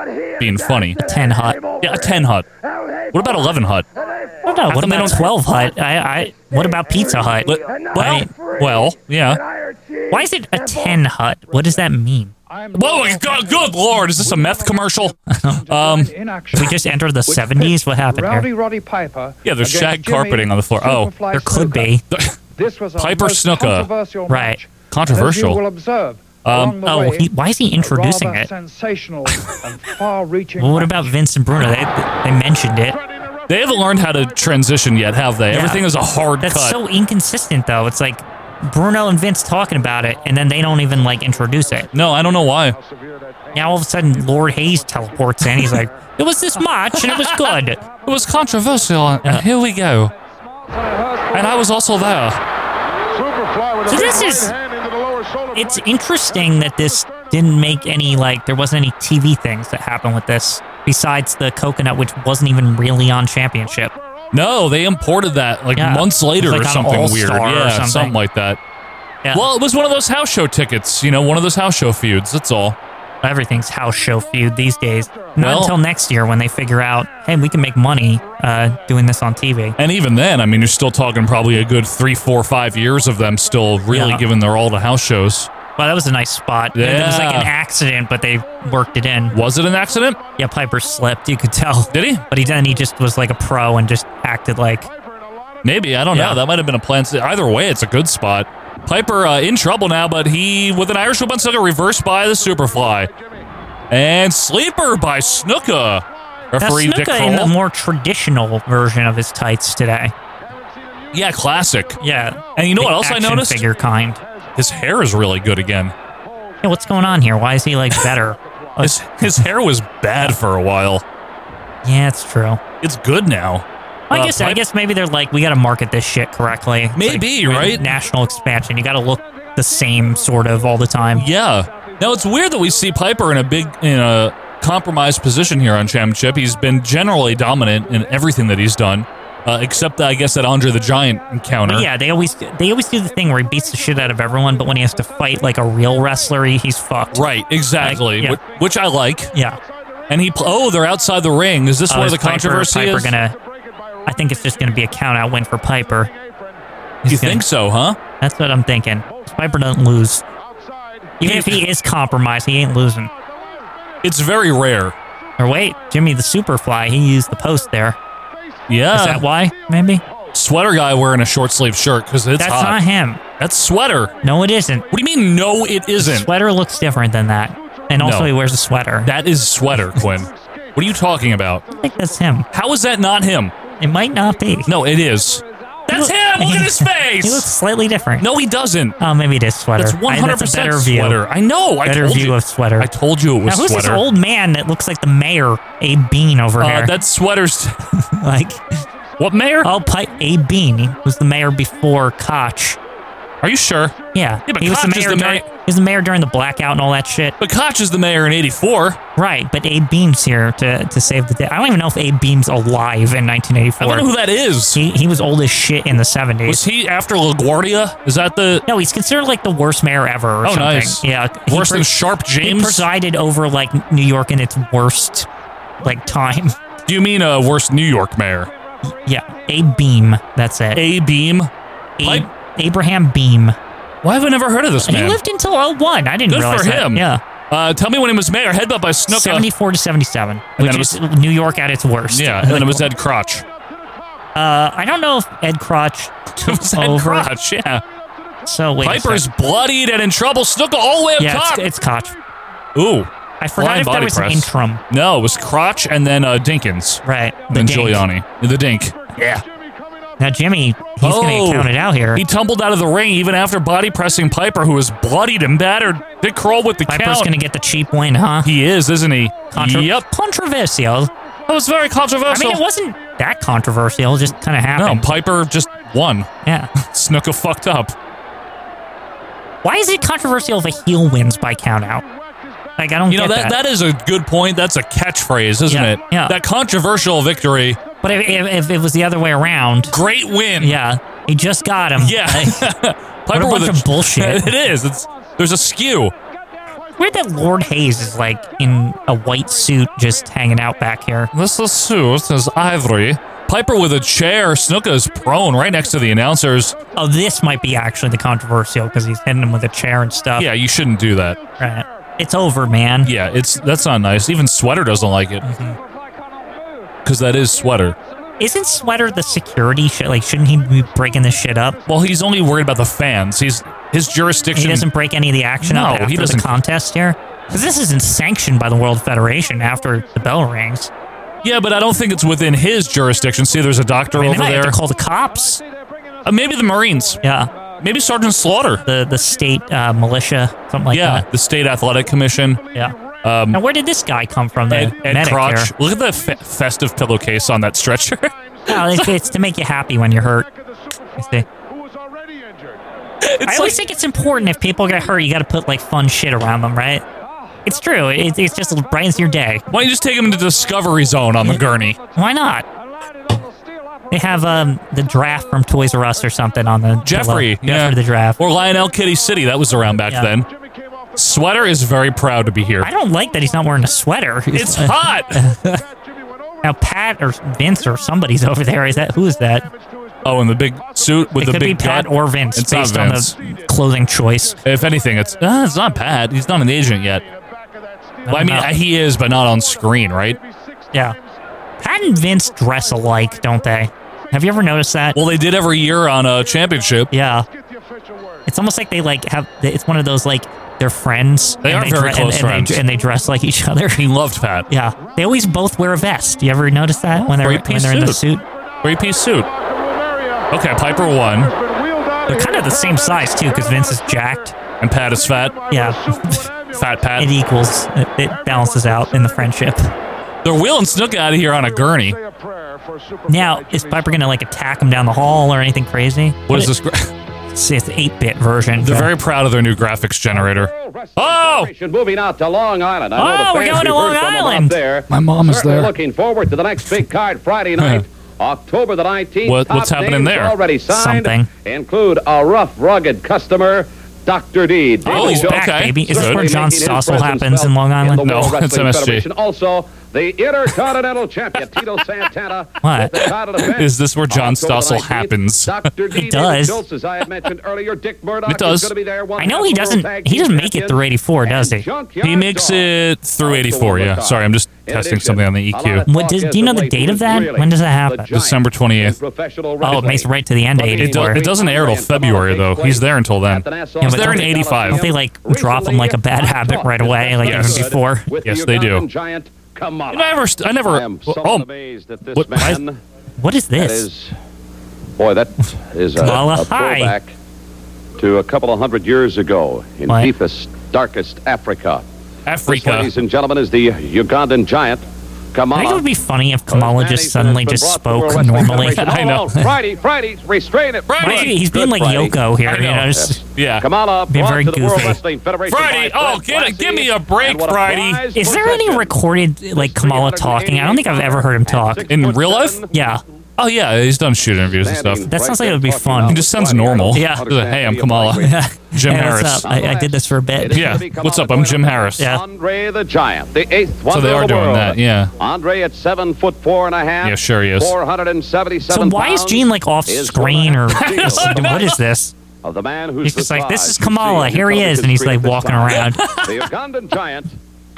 [SPEAKER 2] being funny. A
[SPEAKER 1] ten hut.
[SPEAKER 2] Yeah, a ten hut. What about eleven hut?
[SPEAKER 1] I don't know. What
[SPEAKER 2] they
[SPEAKER 1] about
[SPEAKER 2] don't-
[SPEAKER 1] Twelve Hut? I, I. What about Pizza Hut?
[SPEAKER 2] Well, well, yeah.
[SPEAKER 1] Why is it a ten hut? What does that mean?
[SPEAKER 2] Whoa, God, good lord, is this a meth commercial? Um,
[SPEAKER 1] Did we just enter the seventies? What happened
[SPEAKER 2] Rowdy
[SPEAKER 1] here?
[SPEAKER 5] Roddy Piper.
[SPEAKER 2] yeah, there's
[SPEAKER 5] against
[SPEAKER 2] shag
[SPEAKER 5] Jimmy
[SPEAKER 2] carpeting on the floor. Oh,
[SPEAKER 5] Superfly
[SPEAKER 1] There could be.
[SPEAKER 5] This was our
[SPEAKER 2] Piper
[SPEAKER 5] most
[SPEAKER 2] Snuka.
[SPEAKER 5] controversial
[SPEAKER 1] Right.
[SPEAKER 5] match,
[SPEAKER 2] Controversial.
[SPEAKER 5] As you will observe. along
[SPEAKER 1] Um,
[SPEAKER 5] the
[SPEAKER 1] oh,
[SPEAKER 5] way,
[SPEAKER 1] he, why is he
[SPEAKER 5] a
[SPEAKER 1] introducing
[SPEAKER 5] rather
[SPEAKER 1] it?
[SPEAKER 5] Sensational and far-reaching.
[SPEAKER 1] Well, what about Vince and Bruno? They, they mentioned it.
[SPEAKER 2] They haven't learned how to transition yet, have they?
[SPEAKER 1] Yeah.
[SPEAKER 2] Everything is a hard
[SPEAKER 1] That's
[SPEAKER 2] cut.
[SPEAKER 1] so inconsistent, though. It's like Bruno and Vince talking about it, and then they don't even like introduce it.
[SPEAKER 2] no, I don't know why.
[SPEAKER 1] Now all of a sudden, Lord Hayes teleports in. He's like, "It was this match, and it was good. It
[SPEAKER 2] was controversial, and here we go." And I was also there.
[SPEAKER 1] So this is. It's interesting that this didn't make any like there wasn't any TV things that happened with this besides the coconut, which wasn't even really on championship.
[SPEAKER 2] No, they imported that like
[SPEAKER 1] Yeah.
[SPEAKER 2] months later
[SPEAKER 1] It was
[SPEAKER 2] or
[SPEAKER 1] like on
[SPEAKER 2] something weird.
[SPEAKER 1] All-Star or
[SPEAKER 2] yeah,
[SPEAKER 1] something.
[SPEAKER 2] like that. Well, it was one of those house show tickets, you know, one of those house show feuds. That's all.
[SPEAKER 1] Everything's house show feud these days. Not
[SPEAKER 2] Well-
[SPEAKER 1] until next year when they figure out, hey, we can make money uh, doing this on TV.
[SPEAKER 2] And even then, I mean, you're still talking probably a good three, four, five years of them still really
[SPEAKER 1] Yeah.
[SPEAKER 2] giving their all to house shows.
[SPEAKER 1] Wow, that was a nice spot. It was like an
[SPEAKER 2] Yeah.
[SPEAKER 1] accident, but they worked it in.
[SPEAKER 2] Was it an accident?
[SPEAKER 1] Yeah, Piper slipped. You could tell.
[SPEAKER 2] Did he?
[SPEAKER 1] But he then he just was like a pro and just acted like
[SPEAKER 2] Maybe I don't know. That might have been a plan. Either way, it's a good spot. Piper uh, in trouble now, but he with an Irish whip on Snuka, reversed by the Superfly, and sleeper by Snuka.
[SPEAKER 1] Now,
[SPEAKER 2] Referee Dick
[SPEAKER 1] Snuka in the
[SPEAKER 2] Kroll.
[SPEAKER 1] more traditional version of his tights today.
[SPEAKER 2] Yeah, classic.
[SPEAKER 1] Yeah,
[SPEAKER 2] and you know
[SPEAKER 1] the
[SPEAKER 2] what else I
[SPEAKER 1] action
[SPEAKER 2] noticed?
[SPEAKER 1] Figure kind.
[SPEAKER 2] His hair is really good again.
[SPEAKER 1] Yeah, what's going on here? Why is he like better?
[SPEAKER 2] His his hair was bad for a while.
[SPEAKER 1] yeah, it's true.
[SPEAKER 2] It's good now.
[SPEAKER 1] I
[SPEAKER 2] Uh,
[SPEAKER 1] guess I
[SPEAKER 2] Pip-
[SPEAKER 1] guess maybe they're like we got to market this shit correctly. It's
[SPEAKER 2] Maybe,
[SPEAKER 1] like,
[SPEAKER 2] right?
[SPEAKER 1] National expansion. You got to look the same sort of all the time.
[SPEAKER 2] Yeah. Now it's weird that we see Piper in a big in a compromised position here on championship. He's been generally dominant in everything that he's done, uh, except I guess that Andre the Giant encounter.
[SPEAKER 1] But yeah, they always they always do the thing where he beats the shit out of everyone, but when he has to fight like a real wrestler, he, he's fucked.
[SPEAKER 2] Right. Exactly.
[SPEAKER 1] Like, yeah.
[SPEAKER 2] whi- Which, I like.
[SPEAKER 1] Yeah.
[SPEAKER 2] And he pl- oh they're outside the ring. Is this
[SPEAKER 1] Oh,
[SPEAKER 2] where
[SPEAKER 1] is
[SPEAKER 2] the controversy
[SPEAKER 1] Piper,
[SPEAKER 2] is?
[SPEAKER 1] Piper gonna, I think it's just gonna be a count out win for Piper.
[SPEAKER 2] you think so, huh?
[SPEAKER 1] That's what I'm thinking. Piper doesn't lose. Even if he is compromised, he ain't losing.
[SPEAKER 2] It's very rare.
[SPEAKER 1] Or wait, Jimmy the Superfly, he used the post there.
[SPEAKER 2] Yeah.
[SPEAKER 1] Is that why? Maybe?
[SPEAKER 2] Sweater guy wearing a short sleeve shirt because it's
[SPEAKER 1] That's
[SPEAKER 2] hot.
[SPEAKER 1] not him.
[SPEAKER 2] That's sweater.
[SPEAKER 1] No, it isn't.
[SPEAKER 2] What do you mean? No, it isn't.
[SPEAKER 1] sweater looks different than that. And also,
[SPEAKER 2] No.
[SPEAKER 1] he wears a sweater.
[SPEAKER 2] That is sweater, Quinn. What are you talking about?
[SPEAKER 1] I think that's him.
[SPEAKER 2] How is that not him?
[SPEAKER 1] It might not be.
[SPEAKER 2] No, it is. That's him. Look at his face.
[SPEAKER 1] He looks slightly different.
[SPEAKER 2] No, he doesn't.
[SPEAKER 1] Oh, maybe it is sweater.
[SPEAKER 2] That's
[SPEAKER 1] I-
[SPEAKER 2] 100
[SPEAKER 1] that's a
[SPEAKER 2] percent
[SPEAKER 1] better view.
[SPEAKER 2] sweater. I know. I
[SPEAKER 1] Better
[SPEAKER 2] told
[SPEAKER 1] view
[SPEAKER 2] you.
[SPEAKER 1] of sweater.
[SPEAKER 2] I told you it was
[SPEAKER 1] Now, who's
[SPEAKER 2] sweater.
[SPEAKER 1] this old man that looks like the mayor, A Bean, over
[SPEAKER 2] uh,
[SPEAKER 1] here?
[SPEAKER 2] that sweater's.
[SPEAKER 1] like,
[SPEAKER 2] what mayor?
[SPEAKER 1] I'll pipe A Bean. He was the mayor before Koch.
[SPEAKER 2] Are you sure?
[SPEAKER 1] Yeah,
[SPEAKER 2] Yeah, but
[SPEAKER 1] he was
[SPEAKER 2] Koch is the
[SPEAKER 1] during,
[SPEAKER 2] mayor-
[SPEAKER 1] he was the mayor during the blackout and all that shit.
[SPEAKER 2] But Koch is the mayor in '84.
[SPEAKER 1] Right, but Abe Beam's here to, to save the day. I don't even know if Abe Beam's alive in 1984.
[SPEAKER 2] I wonder who that is.
[SPEAKER 1] He, he was old as shit in the 70s.
[SPEAKER 2] Was he after LaGuardia? Is that the?
[SPEAKER 1] no, he's considered like the worst mayor ever or
[SPEAKER 2] Oh,
[SPEAKER 1] something.
[SPEAKER 2] nice.
[SPEAKER 1] Yeah. he
[SPEAKER 2] Worse than
[SPEAKER 1] pre-
[SPEAKER 2] Sharp
[SPEAKER 1] He
[SPEAKER 2] James?
[SPEAKER 1] presided over like New York in its worst like time.
[SPEAKER 2] Do you mean a worse New York mayor?
[SPEAKER 1] Yeah, Abe Beam. That's it.
[SPEAKER 2] A Beam.
[SPEAKER 1] Abe,
[SPEAKER 2] Like-
[SPEAKER 1] Abraham Beam.
[SPEAKER 2] Why have I never heard of this
[SPEAKER 1] He
[SPEAKER 2] man?
[SPEAKER 1] lived until 01. I didn't
[SPEAKER 2] Good
[SPEAKER 1] realize
[SPEAKER 2] for
[SPEAKER 1] that.
[SPEAKER 2] him.
[SPEAKER 1] Yeah.
[SPEAKER 2] Uh, tell me when he was mayor. Headbutt by Uh, Snuka.
[SPEAKER 1] 74 to 77,
[SPEAKER 2] then
[SPEAKER 1] which
[SPEAKER 2] it
[SPEAKER 1] is New York at its worst.
[SPEAKER 2] Yeah, and then it was Ed Crotch.
[SPEAKER 1] Uh, I don't know if Ed Crotch
[SPEAKER 2] It
[SPEAKER 1] took
[SPEAKER 2] was Ed
[SPEAKER 1] over.
[SPEAKER 2] Crotch. Yeah.
[SPEAKER 1] So wait, a
[SPEAKER 2] Piper's
[SPEAKER 1] sec.
[SPEAKER 2] bloodied and in trouble. Snuka all the way up
[SPEAKER 1] yeah,
[SPEAKER 2] top.
[SPEAKER 1] it's, it's Koch.
[SPEAKER 2] Ooh.
[SPEAKER 1] I forgot
[SPEAKER 2] Flying
[SPEAKER 1] if there
[SPEAKER 2] body
[SPEAKER 1] was
[SPEAKER 2] press.
[SPEAKER 1] an interim.
[SPEAKER 2] No, it was Crotch and then uh, Dinkins.
[SPEAKER 1] Right.
[SPEAKER 2] And
[SPEAKER 1] the
[SPEAKER 2] then
[SPEAKER 1] dink.
[SPEAKER 2] Giuliani. The Dink. Yeah.
[SPEAKER 1] Now Jimmy, he's gonna
[SPEAKER 2] Oh.
[SPEAKER 1] get counted out here.
[SPEAKER 2] He tumbled out of the ring even after body pressing Piper, who was bloodied and battered. Dick Kroll with the
[SPEAKER 1] Piper's
[SPEAKER 2] count.
[SPEAKER 1] gonna get the cheap win, huh?
[SPEAKER 2] he is, isn't he?
[SPEAKER 1] Contro-
[SPEAKER 2] yep.
[SPEAKER 1] Controversial.
[SPEAKER 2] That was very
[SPEAKER 1] I
[SPEAKER 2] controversial.
[SPEAKER 1] mean, it wasn't that controversial. It just kind of
[SPEAKER 2] no,
[SPEAKER 1] happened.
[SPEAKER 2] Piper just won.
[SPEAKER 1] yeah.
[SPEAKER 2] Snuka fucked up.
[SPEAKER 1] Why is it controversial if a heel wins by count out? Like I don't
[SPEAKER 2] You know
[SPEAKER 1] get
[SPEAKER 2] that, that is a good point. That's a catchphrase, isn't
[SPEAKER 1] Yeah,
[SPEAKER 2] it?
[SPEAKER 1] yeah.
[SPEAKER 2] That controversial victory,
[SPEAKER 1] But if, if, if it was the other way around,
[SPEAKER 2] great win.
[SPEAKER 1] yeah, he just got him.
[SPEAKER 2] yeah. Piper
[SPEAKER 1] a
[SPEAKER 2] with
[SPEAKER 1] bunch of bullshit.
[SPEAKER 2] it is. It's there's a skew.
[SPEAKER 1] Weird that Lord Hayes is like in a white suit, just hanging out back here.
[SPEAKER 2] This is Sue. This is Ivory. Piper with a chair. Snuka is prone right next to the announcers.
[SPEAKER 1] Oh, this might be actually the controversial because he's hitting him with a chair and stuff.
[SPEAKER 2] Yeah, you shouldn't do that.
[SPEAKER 1] Right. It's over, man.
[SPEAKER 2] Yeah, it's that's not nice. Even Sweater doesn't like it. Because that is Sweater.
[SPEAKER 1] Isn't Sweater the security shit? Like, shouldn't he be breaking this shit up?
[SPEAKER 2] Well, he's only worried about the fans. He's his
[SPEAKER 1] He
[SPEAKER 2] jurisdiction.
[SPEAKER 1] doesn't break any of the action
[SPEAKER 2] No,
[SPEAKER 1] up after
[SPEAKER 2] he doesn't-
[SPEAKER 1] the contest here? Because this isn't sanctioned by the World Federation after the bell rings.
[SPEAKER 2] yeah, but I don't think it's within his jurisdiction. See, there's a doctor
[SPEAKER 1] I mean, they
[SPEAKER 2] over
[SPEAKER 1] might
[SPEAKER 2] there.
[SPEAKER 1] have to call the cops.
[SPEAKER 2] Uh, maybe the Marines.
[SPEAKER 1] Yeah.
[SPEAKER 2] Maybe Sergeant Slaughter.
[SPEAKER 1] The the state uh, militia, something like
[SPEAKER 2] yeah,
[SPEAKER 1] that.
[SPEAKER 2] the State Athletic Commission.
[SPEAKER 1] Yeah.
[SPEAKER 2] Um,
[SPEAKER 1] Now, where did this guy come from? The
[SPEAKER 2] Ed, Ed
[SPEAKER 1] medic
[SPEAKER 2] Crotch.
[SPEAKER 1] here.
[SPEAKER 2] Look at the fe- festive pillowcase on that stretcher.
[SPEAKER 1] Oh, it's, it's to make you happy when you're hurt. You see.
[SPEAKER 2] it's
[SPEAKER 1] I always think it's important if people get hurt, you got to put like fun shit around them, right? It's true. It, it's just brightens your day.
[SPEAKER 2] Why don't you just take him to Discovery Zone on the gurney?
[SPEAKER 1] Why not? They have um the draft from Toys R Us or something on the
[SPEAKER 2] Jeffrey,
[SPEAKER 1] pillow. Jeffrey the draft.
[SPEAKER 2] or Lionel Kitty City. That was around back
[SPEAKER 1] Yeah.
[SPEAKER 2] then. Sweater is very proud to be here.
[SPEAKER 1] I don't like that he's not wearing a sweater. uh,
[SPEAKER 2] It's hot.
[SPEAKER 1] now Pat or Vince or somebody's over there. Is that who is that?
[SPEAKER 2] Oh, and the big suit with
[SPEAKER 1] it
[SPEAKER 2] the
[SPEAKER 1] could
[SPEAKER 2] big
[SPEAKER 1] be Pat
[SPEAKER 2] gut.
[SPEAKER 1] or Vince
[SPEAKER 2] It's not
[SPEAKER 1] based on
[SPEAKER 2] Vince.
[SPEAKER 1] the clothing choice.
[SPEAKER 2] If anything, it's uh, it's not Pat. He's not an agent yet. Well, I mean,
[SPEAKER 1] know.
[SPEAKER 2] he is, but not on screen, right?
[SPEAKER 1] Yeah, Pat and Vince dress alike, don't they? Have you ever noticed that?
[SPEAKER 2] Well, they did every year on a championship.
[SPEAKER 1] Yeah. It's almost like they like have. It's one of those like they're friends.
[SPEAKER 2] They
[SPEAKER 1] and
[SPEAKER 2] are very
[SPEAKER 1] dre-
[SPEAKER 2] close
[SPEAKER 1] and, and
[SPEAKER 2] friends.
[SPEAKER 1] They, and they dress like each other.
[SPEAKER 2] He loved Pat.
[SPEAKER 1] yeah, they always both wear a vest. You ever notice that when they're
[SPEAKER 2] Great
[SPEAKER 1] when
[SPEAKER 2] piece
[SPEAKER 1] they're in the
[SPEAKER 2] suit.
[SPEAKER 1] suit?
[SPEAKER 2] Three piece suit. Okay, Piper won,
[SPEAKER 1] They're kind of the same size too, because Vince is jacked.
[SPEAKER 2] and Pat is fat.
[SPEAKER 1] Yeah,
[SPEAKER 2] Fat Pat.
[SPEAKER 1] it equals it, it balances out in the friendship.
[SPEAKER 2] They're wheeling Snook out of here on a gurney.
[SPEAKER 1] Now is Piper gonna like attack him down the hall or anything crazy?
[SPEAKER 2] What is this? Gra-
[SPEAKER 1] It's the eight bit version.
[SPEAKER 2] They're very proud of their new graphics generator. Oh!
[SPEAKER 7] Moving out to Long Island. I know
[SPEAKER 1] Oh,
[SPEAKER 7] the
[SPEAKER 1] we're going
[SPEAKER 7] fans
[SPEAKER 1] to
[SPEAKER 7] reversed
[SPEAKER 1] Long
[SPEAKER 7] on them up
[SPEAKER 1] Island.
[SPEAKER 7] There.
[SPEAKER 13] My mom is
[SPEAKER 7] Certainly
[SPEAKER 13] there.
[SPEAKER 7] Looking forward to the next big card Friday night, October the 19th.
[SPEAKER 2] What- what's
[SPEAKER 7] Top
[SPEAKER 2] happening
[SPEAKER 7] names
[SPEAKER 2] there?
[SPEAKER 7] Already signed.
[SPEAKER 1] Something.
[SPEAKER 7] Include a rough, rugged customer, Dr. D.
[SPEAKER 1] Oh,
[SPEAKER 7] Daily
[SPEAKER 1] he's
[SPEAKER 7] Show.
[SPEAKER 1] back,
[SPEAKER 2] okay.
[SPEAKER 1] baby. Is this
[SPEAKER 2] Good.
[SPEAKER 1] where John
[SPEAKER 7] Making his
[SPEAKER 1] Stossel
[SPEAKER 7] presence
[SPEAKER 1] happens
[SPEAKER 7] felt
[SPEAKER 1] in Long
[SPEAKER 7] the
[SPEAKER 1] Island?
[SPEAKER 7] World
[SPEAKER 2] No, it's
[SPEAKER 7] Wrestling
[SPEAKER 2] MSG.
[SPEAKER 7] Federation. Also, the Intercontinental Champion Tito Santana.
[SPEAKER 2] What?
[SPEAKER 7] with the title defense
[SPEAKER 2] Is this where John
[SPEAKER 7] October
[SPEAKER 2] Stossel
[SPEAKER 7] 19th.
[SPEAKER 2] happens?
[SPEAKER 7] Dr. D.
[SPEAKER 2] It does.
[SPEAKER 7] Schultz, as I had mentioned earlier, Dick Murdoch
[SPEAKER 2] It does.
[SPEAKER 7] is going to be there. One
[SPEAKER 1] I know he
[SPEAKER 7] half world
[SPEAKER 1] doesn't.
[SPEAKER 7] tag
[SPEAKER 1] He
[SPEAKER 7] team
[SPEAKER 1] doesn't make it
[SPEAKER 7] champion.
[SPEAKER 1] through 84, does he?
[SPEAKER 2] He makes it through 84, yeah. Sorry, I'm just testing something on the E EQ.
[SPEAKER 1] What does, do you know the date of that? When does that happen?
[SPEAKER 2] December 28th.
[SPEAKER 1] Oh, it makes it right to the end of
[SPEAKER 2] It, do-
[SPEAKER 1] 84.
[SPEAKER 2] it doesn't air till February, though. He's there until then.
[SPEAKER 1] Yeah,
[SPEAKER 2] He's
[SPEAKER 1] but
[SPEAKER 2] there in
[SPEAKER 1] don't-
[SPEAKER 2] 85.
[SPEAKER 1] Don't they like drop him like a bad habit right away, like
[SPEAKER 2] Yes.
[SPEAKER 1] even before?
[SPEAKER 2] Yes, they do.
[SPEAKER 7] Giant Kamala.
[SPEAKER 2] I never. st- I never.
[SPEAKER 7] I am somewhat
[SPEAKER 2] oh,
[SPEAKER 7] amazed at this
[SPEAKER 2] what- I-
[SPEAKER 7] man.
[SPEAKER 1] What is
[SPEAKER 7] That
[SPEAKER 1] this?
[SPEAKER 7] is, boy, that is a,
[SPEAKER 1] Kamala,
[SPEAKER 7] a
[SPEAKER 1] hi.
[SPEAKER 7] throwback to a couple of hundred years ago in
[SPEAKER 1] What?
[SPEAKER 7] deepest, darkest Africa. This,
[SPEAKER 2] Africa.
[SPEAKER 7] ladies and gentlemen, is the Ugandan giant,
[SPEAKER 1] I think it would
[SPEAKER 7] Kamala.
[SPEAKER 1] be funny if Kamala just suddenly just spoke normally.
[SPEAKER 7] I know. Friday, Fridays, restrain it.
[SPEAKER 1] Why is
[SPEAKER 7] Friday.
[SPEAKER 1] he- He's being
[SPEAKER 7] Good
[SPEAKER 1] like
[SPEAKER 7] Friday.
[SPEAKER 1] Yoko here,
[SPEAKER 7] I
[SPEAKER 1] you know. just-
[SPEAKER 2] Yeah.
[SPEAKER 7] Kamala
[SPEAKER 1] Be
[SPEAKER 7] brought
[SPEAKER 1] very
[SPEAKER 7] to the World
[SPEAKER 1] goofy.
[SPEAKER 7] Wrestling Federation.
[SPEAKER 2] Friday.
[SPEAKER 7] by
[SPEAKER 2] Oh,
[SPEAKER 7] Fred
[SPEAKER 2] get a, give me a
[SPEAKER 7] Blassie,
[SPEAKER 2] break,
[SPEAKER 7] and what
[SPEAKER 2] Friday.
[SPEAKER 7] prize
[SPEAKER 1] Is there any recorded like Kamala talking? I don't think I've ever heard him talk.
[SPEAKER 2] In real life?
[SPEAKER 1] Yeah,
[SPEAKER 2] Oh, yeah. He's done shoot interviews and stuff.
[SPEAKER 1] that sounds like it would be fun.
[SPEAKER 2] He just sounds normal.
[SPEAKER 1] Yeah.
[SPEAKER 2] Hey, I'm Kamala.
[SPEAKER 1] Yeah.
[SPEAKER 2] Jim
[SPEAKER 1] Hey, what's
[SPEAKER 2] Harris.
[SPEAKER 1] up? I, I did this for a bit.
[SPEAKER 2] Yeah. What's up? I'm Jim Harris.
[SPEAKER 1] Yeah.
[SPEAKER 7] Andre the Giant, the eighth wonder
[SPEAKER 2] So they are
[SPEAKER 7] of the
[SPEAKER 2] doing
[SPEAKER 7] world.
[SPEAKER 2] that. Yeah.
[SPEAKER 7] Andre at seven foot four and a half.
[SPEAKER 2] Yeah, sure he is.
[SPEAKER 7] Four hundred and
[SPEAKER 1] So
[SPEAKER 7] seventy-seven.
[SPEAKER 1] why is Gene like off screen or what is this?
[SPEAKER 7] Of the man who's
[SPEAKER 1] He's just
[SPEAKER 7] the
[SPEAKER 1] like, this
[SPEAKER 7] size
[SPEAKER 1] is
[SPEAKER 7] you
[SPEAKER 1] Kamala.
[SPEAKER 7] see in
[SPEAKER 1] Here he is, and he's like
[SPEAKER 7] Republican
[SPEAKER 1] walking around.
[SPEAKER 7] street at this time. the Ugandan Giant,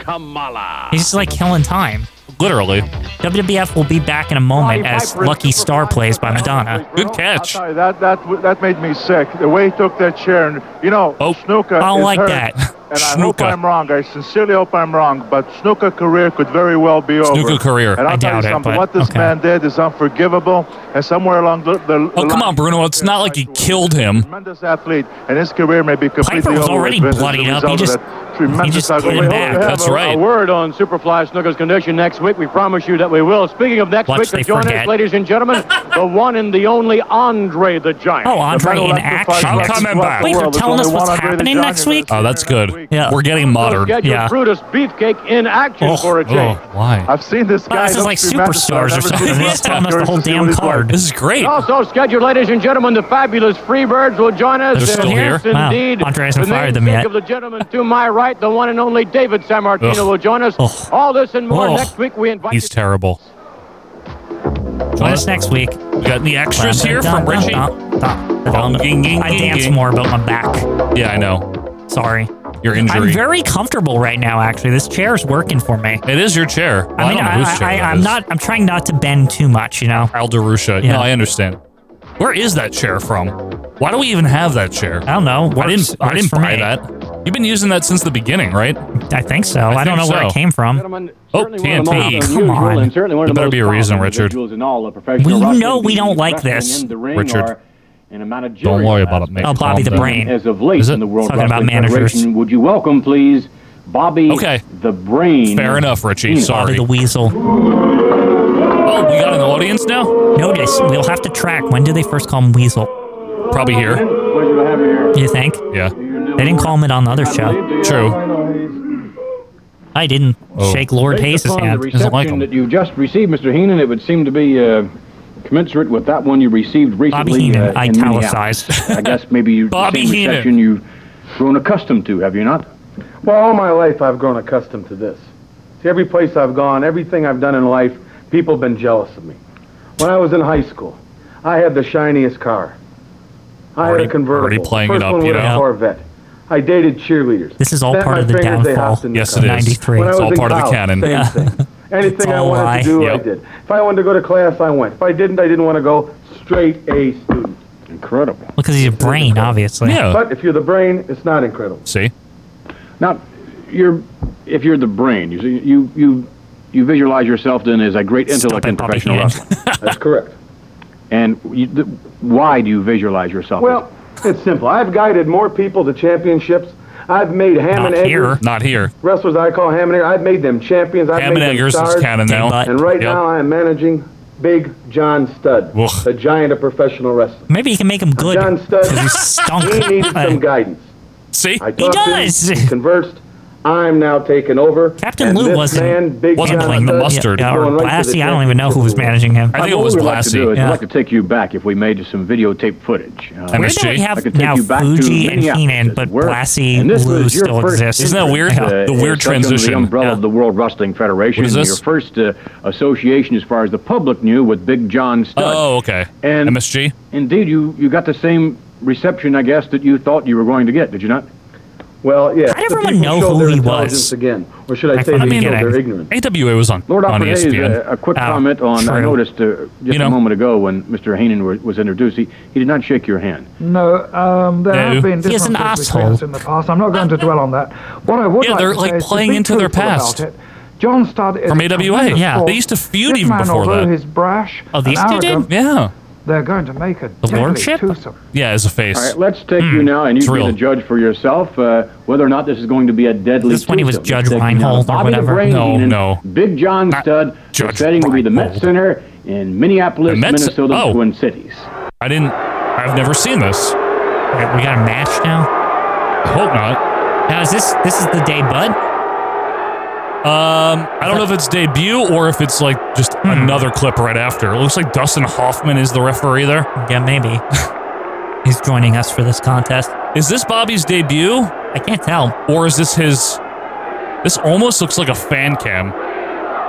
[SPEAKER 7] Kamala.
[SPEAKER 1] He's just like killing time.
[SPEAKER 2] Literally.
[SPEAKER 1] WWF will be back in a moment as Lucky Star plays by Madonna.
[SPEAKER 2] Good catch.
[SPEAKER 16] Sorry, that that w- that made me sick. The way he took that chair, and you know, snooker.
[SPEAKER 1] Oh, I don't
[SPEAKER 16] is
[SPEAKER 1] like
[SPEAKER 16] hurt,
[SPEAKER 1] that.
[SPEAKER 16] And I hope
[SPEAKER 1] Snooker.
[SPEAKER 16] I'm wrong. I sincerely hope I'm wrong. But snooker career could very well be over.
[SPEAKER 2] Snooker career.
[SPEAKER 16] And I'll
[SPEAKER 2] I
[SPEAKER 16] tell
[SPEAKER 2] doubt
[SPEAKER 16] you
[SPEAKER 2] it,
[SPEAKER 16] something.
[SPEAKER 2] but
[SPEAKER 16] what this man did is unforgivable. And somewhere along the, the
[SPEAKER 2] Oh, come on, Bruno. It's not like he killed him.
[SPEAKER 16] tremendous athlete, and his career may be completely
[SPEAKER 2] Piper was
[SPEAKER 16] over.
[SPEAKER 2] already
[SPEAKER 16] with as a
[SPEAKER 2] bloodied up.
[SPEAKER 16] result
[SPEAKER 2] He
[SPEAKER 16] of
[SPEAKER 2] just-
[SPEAKER 16] that tremendous ugly-
[SPEAKER 2] hit him back. That's right.
[SPEAKER 17] A word on Superfly Snooker's condition next week. We promise you that we will. Speaking of next
[SPEAKER 1] Watch, they
[SPEAKER 17] week, join us,
[SPEAKER 1] forget.
[SPEAKER 17] ladies and gentlemen, the one and the only Andre the Giant.
[SPEAKER 1] Oh, Andre in action. next week. Wait, they're telling us what's happening next week?
[SPEAKER 2] Oh, that's good.
[SPEAKER 1] Yeah.
[SPEAKER 2] We're getting modern.
[SPEAKER 17] Get your
[SPEAKER 1] Yeah.
[SPEAKER 17] Brutus beefcake in action
[SPEAKER 2] Oh,
[SPEAKER 17] for a change.
[SPEAKER 2] why?
[SPEAKER 16] I've seen this
[SPEAKER 1] Wow,
[SPEAKER 16] guy.
[SPEAKER 1] this is
[SPEAKER 16] don't
[SPEAKER 1] like
[SPEAKER 16] be mad at him. I've
[SPEAKER 1] superstars or
[SPEAKER 16] never seen
[SPEAKER 1] something.
[SPEAKER 16] him
[SPEAKER 1] They're
[SPEAKER 16] look
[SPEAKER 1] just telling us
[SPEAKER 16] so
[SPEAKER 1] the whole
[SPEAKER 16] serious
[SPEAKER 1] damn
[SPEAKER 16] like
[SPEAKER 1] card.
[SPEAKER 2] This is great.
[SPEAKER 17] Also scheduled, ladies and gentlemen, the fabulous Freebirds will join us.
[SPEAKER 1] They're still
[SPEAKER 17] And yes,
[SPEAKER 1] here? Wow.
[SPEAKER 17] Indeed,
[SPEAKER 1] Andre hasn't
[SPEAKER 17] the
[SPEAKER 1] fired them
[SPEAKER 17] namesake
[SPEAKER 1] yet.
[SPEAKER 17] Of the gentleman to my right, the one and only David San Martino
[SPEAKER 2] Ugh.
[SPEAKER 17] will join us.
[SPEAKER 2] Ugh.
[SPEAKER 17] All this and more
[SPEAKER 2] Ugh.
[SPEAKER 17] next week. We invite
[SPEAKER 2] He's terrible.
[SPEAKER 1] Join us next week.
[SPEAKER 2] We got the extras here from Richie.
[SPEAKER 1] I dance more about my back.
[SPEAKER 2] Yeah, I know.
[SPEAKER 1] Sorry.
[SPEAKER 2] Your injury.
[SPEAKER 1] I'm very comfortable right now, actually. This chair is working for me.
[SPEAKER 2] It is your chair. Well, I,
[SPEAKER 1] I mean,
[SPEAKER 2] don't know
[SPEAKER 1] I,
[SPEAKER 2] whose chair
[SPEAKER 1] I,
[SPEAKER 2] that
[SPEAKER 1] I, I'm
[SPEAKER 2] is.
[SPEAKER 1] not. I'm trying not to bend too much, you know.
[SPEAKER 2] Al Darusha.
[SPEAKER 1] Yeah.
[SPEAKER 2] No, I understand. Where is that chair from? Why do we even have that chair?
[SPEAKER 1] I don't know.
[SPEAKER 2] I
[SPEAKER 1] Works-
[SPEAKER 2] didn't. I
[SPEAKER 1] works
[SPEAKER 2] didn't
[SPEAKER 1] for
[SPEAKER 2] buy
[SPEAKER 1] me.
[SPEAKER 2] that. You've been using that since the beginning, right?
[SPEAKER 1] I think so. I, don't know
[SPEAKER 2] think
[SPEAKER 1] where it
[SPEAKER 2] so.
[SPEAKER 1] came from.
[SPEAKER 2] Oh,
[SPEAKER 17] one of the most
[SPEAKER 2] TNT.
[SPEAKER 17] unusual and certainly one of
[SPEAKER 2] There
[SPEAKER 17] the
[SPEAKER 2] better
[SPEAKER 17] most
[SPEAKER 2] be a reason,
[SPEAKER 17] powerful
[SPEAKER 2] Richard.
[SPEAKER 17] individuals in all of professional
[SPEAKER 1] We
[SPEAKER 17] wrestling,
[SPEAKER 1] know we
[SPEAKER 17] be
[SPEAKER 1] don't
[SPEAKER 17] it
[SPEAKER 1] like
[SPEAKER 17] wrestling
[SPEAKER 1] this.
[SPEAKER 17] in the ring
[SPEAKER 2] Richard.
[SPEAKER 17] or in a managerial
[SPEAKER 2] Don't worry about it,
[SPEAKER 17] aspect.
[SPEAKER 2] mate.
[SPEAKER 1] Oh, Bobby the
[SPEAKER 2] Calm down.
[SPEAKER 1] Brain.
[SPEAKER 17] As of late
[SPEAKER 2] Is it?
[SPEAKER 17] in the World
[SPEAKER 1] Talking about
[SPEAKER 17] Wrestling
[SPEAKER 1] managers. Oh.
[SPEAKER 17] Federation, would you welcome, please, Bobby
[SPEAKER 2] Okay.
[SPEAKER 17] the Brain?
[SPEAKER 2] Fair enough, Richie.
[SPEAKER 17] Bobby
[SPEAKER 1] Bobby
[SPEAKER 2] Sorry.
[SPEAKER 1] the Weasel.
[SPEAKER 2] Oh, we got an audience now.
[SPEAKER 1] Notice we'll have to track. When did they first call him Weasel?
[SPEAKER 2] Probably here.
[SPEAKER 17] Pleasure to have you here.
[SPEAKER 1] You think
[SPEAKER 2] Yeah.
[SPEAKER 1] they didn't call him it on the other show?
[SPEAKER 2] True.
[SPEAKER 1] I didn't
[SPEAKER 2] Oh.
[SPEAKER 1] shake Lord
[SPEAKER 17] Based
[SPEAKER 1] Hayes'
[SPEAKER 17] upon
[SPEAKER 1] hand.
[SPEAKER 17] the
[SPEAKER 2] Doesn't like
[SPEAKER 17] reception
[SPEAKER 2] him.
[SPEAKER 17] that you just received, Mr. Heenan, it would seem to be uh, commensurate with that one you received
[SPEAKER 1] Bobby
[SPEAKER 17] recently. uh,
[SPEAKER 1] Heenan,
[SPEAKER 17] in Minneapolis.
[SPEAKER 1] italicized.
[SPEAKER 17] I guess maybe you, the
[SPEAKER 2] Bobby
[SPEAKER 17] same
[SPEAKER 2] Heenan.
[SPEAKER 17] reception you've grown accustomed to, have you not?
[SPEAKER 15] Well, all my life I've grown accustomed to this. See, every place I've gone, everything I've done in life, people have been jealous of me. When I was in high school, I had the shiniest car. I
[SPEAKER 2] Already-
[SPEAKER 15] had a convertible.
[SPEAKER 2] already playing
[SPEAKER 15] the
[SPEAKER 2] it
[SPEAKER 15] first
[SPEAKER 2] up,
[SPEAKER 15] one
[SPEAKER 2] you
[SPEAKER 15] was
[SPEAKER 2] know?
[SPEAKER 15] a Corvette. I dated cheerleaders.
[SPEAKER 1] This is all
[SPEAKER 15] Snapped
[SPEAKER 1] part
[SPEAKER 15] my
[SPEAKER 1] of the
[SPEAKER 15] fingers, they
[SPEAKER 1] downfall.
[SPEAKER 15] hopped in the
[SPEAKER 2] Yes,
[SPEAKER 15] car.
[SPEAKER 2] it is.
[SPEAKER 1] 93.
[SPEAKER 15] When I
[SPEAKER 2] It's
[SPEAKER 15] was
[SPEAKER 2] all
[SPEAKER 15] in
[SPEAKER 2] part of the
[SPEAKER 15] college,
[SPEAKER 2] canon.
[SPEAKER 15] same
[SPEAKER 1] Yeah.
[SPEAKER 15] thing. Anything I
[SPEAKER 1] all a
[SPEAKER 15] wanted
[SPEAKER 1] lie.
[SPEAKER 15] to do, I
[SPEAKER 2] Yep.
[SPEAKER 15] did. If I wanted to go to class, I went. If I didn't, I didn't want to go. Straight A student.
[SPEAKER 17] Incredible.
[SPEAKER 1] Because he's a brain, obviously.
[SPEAKER 2] Yeah.
[SPEAKER 15] But if you're the brain, it's not incredible.
[SPEAKER 2] See.
[SPEAKER 17] Now, you're, if you're the brain, you see, you you you visualize yourself then as a great intellect
[SPEAKER 1] Stop it,
[SPEAKER 17] in
[SPEAKER 1] Bobby
[SPEAKER 17] professional
[SPEAKER 1] Heenan.
[SPEAKER 17] wrestling.
[SPEAKER 15] That's correct.
[SPEAKER 17] And you, th- why do you visualize yourself?
[SPEAKER 15] Well, it's simple. I've guided more people to championships. I've made ham
[SPEAKER 1] Not
[SPEAKER 15] and eggers,
[SPEAKER 1] here.
[SPEAKER 2] Not here.
[SPEAKER 15] wrestlers I call ham and eggers. I've made them champions. I've
[SPEAKER 2] Ham
[SPEAKER 15] made
[SPEAKER 2] and
[SPEAKER 15] them
[SPEAKER 2] Eggers is
[SPEAKER 15] stars.
[SPEAKER 2] canon now.
[SPEAKER 1] Dick
[SPEAKER 15] And right
[SPEAKER 2] Yep.
[SPEAKER 15] now I am managing Big John Studd,
[SPEAKER 2] Ugh.
[SPEAKER 15] the giant of professional wrestling.
[SPEAKER 1] Maybe you can make him good.
[SPEAKER 15] John Studd,
[SPEAKER 1] Because he stunk.
[SPEAKER 15] he needed some guidance.
[SPEAKER 2] See.
[SPEAKER 15] I talked to him,
[SPEAKER 1] does.
[SPEAKER 15] we conversed. I'm now taking over.
[SPEAKER 1] Captain
[SPEAKER 15] and
[SPEAKER 1] Lou
[SPEAKER 15] this
[SPEAKER 1] wasn't-
[SPEAKER 15] man, Big
[SPEAKER 1] wasn't
[SPEAKER 15] John
[SPEAKER 1] playing the
[SPEAKER 15] Sutton,
[SPEAKER 1] mustard.
[SPEAKER 15] is
[SPEAKER 1] Yeah, or
[SPEAKER 15] going right to the
[SPEAKER 1] Blassie, I don't even know who was managing him. I think it was
[SPEAKER 17] what we'd like to do
[SPEAKER 1] Blassie.
[SPEAKER 17] is
[SPEAKER 1] Yeah.
[SPEAKER 17] I'd like to take you back if we may to some videotape footage. Uh,
[SPEAKER 1] Where do we
[SPEAKER 17] I
[SPEAKER 1] have
[SPEAKER 17] could take
[SPEAKER 1] now
[SPEAKER 17] you back to
[SPEAKER 1] Fuji and
[SPEAKER 17] Minneapolis,
[SPEAKER 1] Heenan, but
[SPEAKER 17] where-
[SPEAKER 1] Blassie
[SPEAKER 17] and this
[SPEAKER 1] Lou
[SPEAKER 17] was your
[SPEAKER 1] still
[SPEAKER 17] first
[SPEAKER 1] exists?
[SPEAKER 17] interest,
[SPEAKER 1] Yeah.
[SPEAKER 17] uh, in- Under the umbrella of the World Wrestling Federation.
[SPEAKER 1] What is
[SPEAKER 17] and
[SPEAKER 1] this?
[SPEAKER 17] Your first uh, association, as far as the public knew, with Big John Studd.
[SPEAKER 2] Oh, okay.
[SPEAKER 17] And
[SPEAKER 2] MSG.
[SPEAKER 17] Indeed, you you got the same reception, I guess, that you thought you were going to get. Did you not?
[SPEAKER 15] Well, yeah.
[SPEAKER 17] How did
[SPEAKER 15] the
[SPEAKER 17] everyone
[SPEAKER 15] people
[SPEAKER 17] know
[SPEAKER 15] showed
[SPEAKER 17] who
[SPEAKER 15] their
[SPEAKER 17] he
[SPEAKER 15] intelligence
[SPEAKER 17] was?
[SPEAKER 15] Again, or should I
[SPEAKER 17] Back
[SPEAKER 15] say
[SPEAKER 17] from the
[SPEAKER 15] they showed
[SPEAKER 17] beginning.
[SPEAKER 15] their ignorance?
[SPEAKER 2] AWA was on,
[SPEAKER 17] Lord
[SPEAKER 2] on E
[SPEAKER 17] Opera Hayes,
[SPEAKER 2] ESPN.
[SPEAKER 17] uh, a quick
[SPEAKER 2] Oh,
[SPEAKER 17] comment on. I
[SPEAKER 2] true.
[SPEAKER 17] noticed uh, just
[SPEAKER 2] You know.
[SPEAKER 17] a moment ago when Mr. Heenan were, was introduced, he, he did not shake your hand.
[SPEAKER 6] No, um, there
[SPEAKER 17] No.
[SPEAKER 6] have been
[SPEAKER 17] He is an
[SPEAKER 6] differences
[SPEAKER 17] asshole.
[SPEAKER 6] between us in the past. I'm not going to dwell on that. What I would
[SPEAKER 2] Yeah,
[SPEAKER 6] like
[SPEAKER 2] they're,
[SPEAKER 6] to
[SPEAKER 2] like,
[SPEAKER 6] say is to
[SPEAKER 2] playing
[SPEAKER 6] be
[SPEAKER 2] into their
[SPEAKER 6] truthful
[SPEAKER 2] past.
[SPEAKER 6] about it. John Studd is
[SPEAKER 2] From
[SPEAKER 6] a
[SPEAKER 2] AWA.
[SPEAKER 6] tremendous
[SPEAKER 2] Yeah,
[SPEAKER 6] force.
[SPEAKER 2] they used to feud
[SPEAKER 6] This
[SPEAKER 2] even
[SPEAKER 6] man,
[SPEAKER 2] before
[SPEAKER 6] although
[SPEAKER 2] that.
[SPEAKER 6] He's brash.
[SPEAKER 2] Oh, these
[SPEAKER 6] and
[SPEAKER 2] two did?
[SPEAKER 6] arrogant,
[SPEAKER 2] Yeah.
[SPEAKER 6] They're going to make a
[SPEAKER 2] The
[SPEAKER 6] deadly
[SPEAKER 2] lordship?
[SPEAKER 6] twosome.
[SPEAKER 2] Yeah, as a face.
[SPEAKER 17] All right, let's take you now, and you
[SPEAKER 2] It's
[SPEAKER 17] be
[SPEAKER 2] real.
[SPEAKER 17] the judge for yourself uh, whether or not this is going to be a deadly.
[SPEAKER 1] This when he was
[SPEAKER 17] twosome.
[SPEAKER 1] Judge
[SPEAKER 17] Let's take you now.
[SPEAKER 1] Reinhold or
[SPEAKER 17] Bobby the
[SPEAKER 1] whatever.
[SPEAKER 17] Brain
[SPEAKER 1] No,
[SPEAKER 17] Heenan,
[SPEAKER 1] no.
[SPEAKER 17] Big John Studd. The setting will be the Met Center in Minneapolis,
[SPEAKER 2] The Met Cen-
[SPEAKER 17] Minnesota,
[SPEAKER 2] oh.
[SPEAKER 17] Twin Cities.
[SPEAKER 2] I didn't. I've never seen this. we got a match now. I hope not.
[SPEAKER 1] Now is this this is the day Bud?
[SPEAKER 2] Um, I don't know if it's debut or if it's like just another clip right after. It looks like Dustin Hoffman is the referee there.
[SPEAKER 1] Yeah, maybe. He's joining us for this contest.
[SPEAKER 2] Is this Bobby's debut?
[SPEAKER 1] I can't tell.
[SPEAKER 2] Or is this his? This almost looks like a fan cam.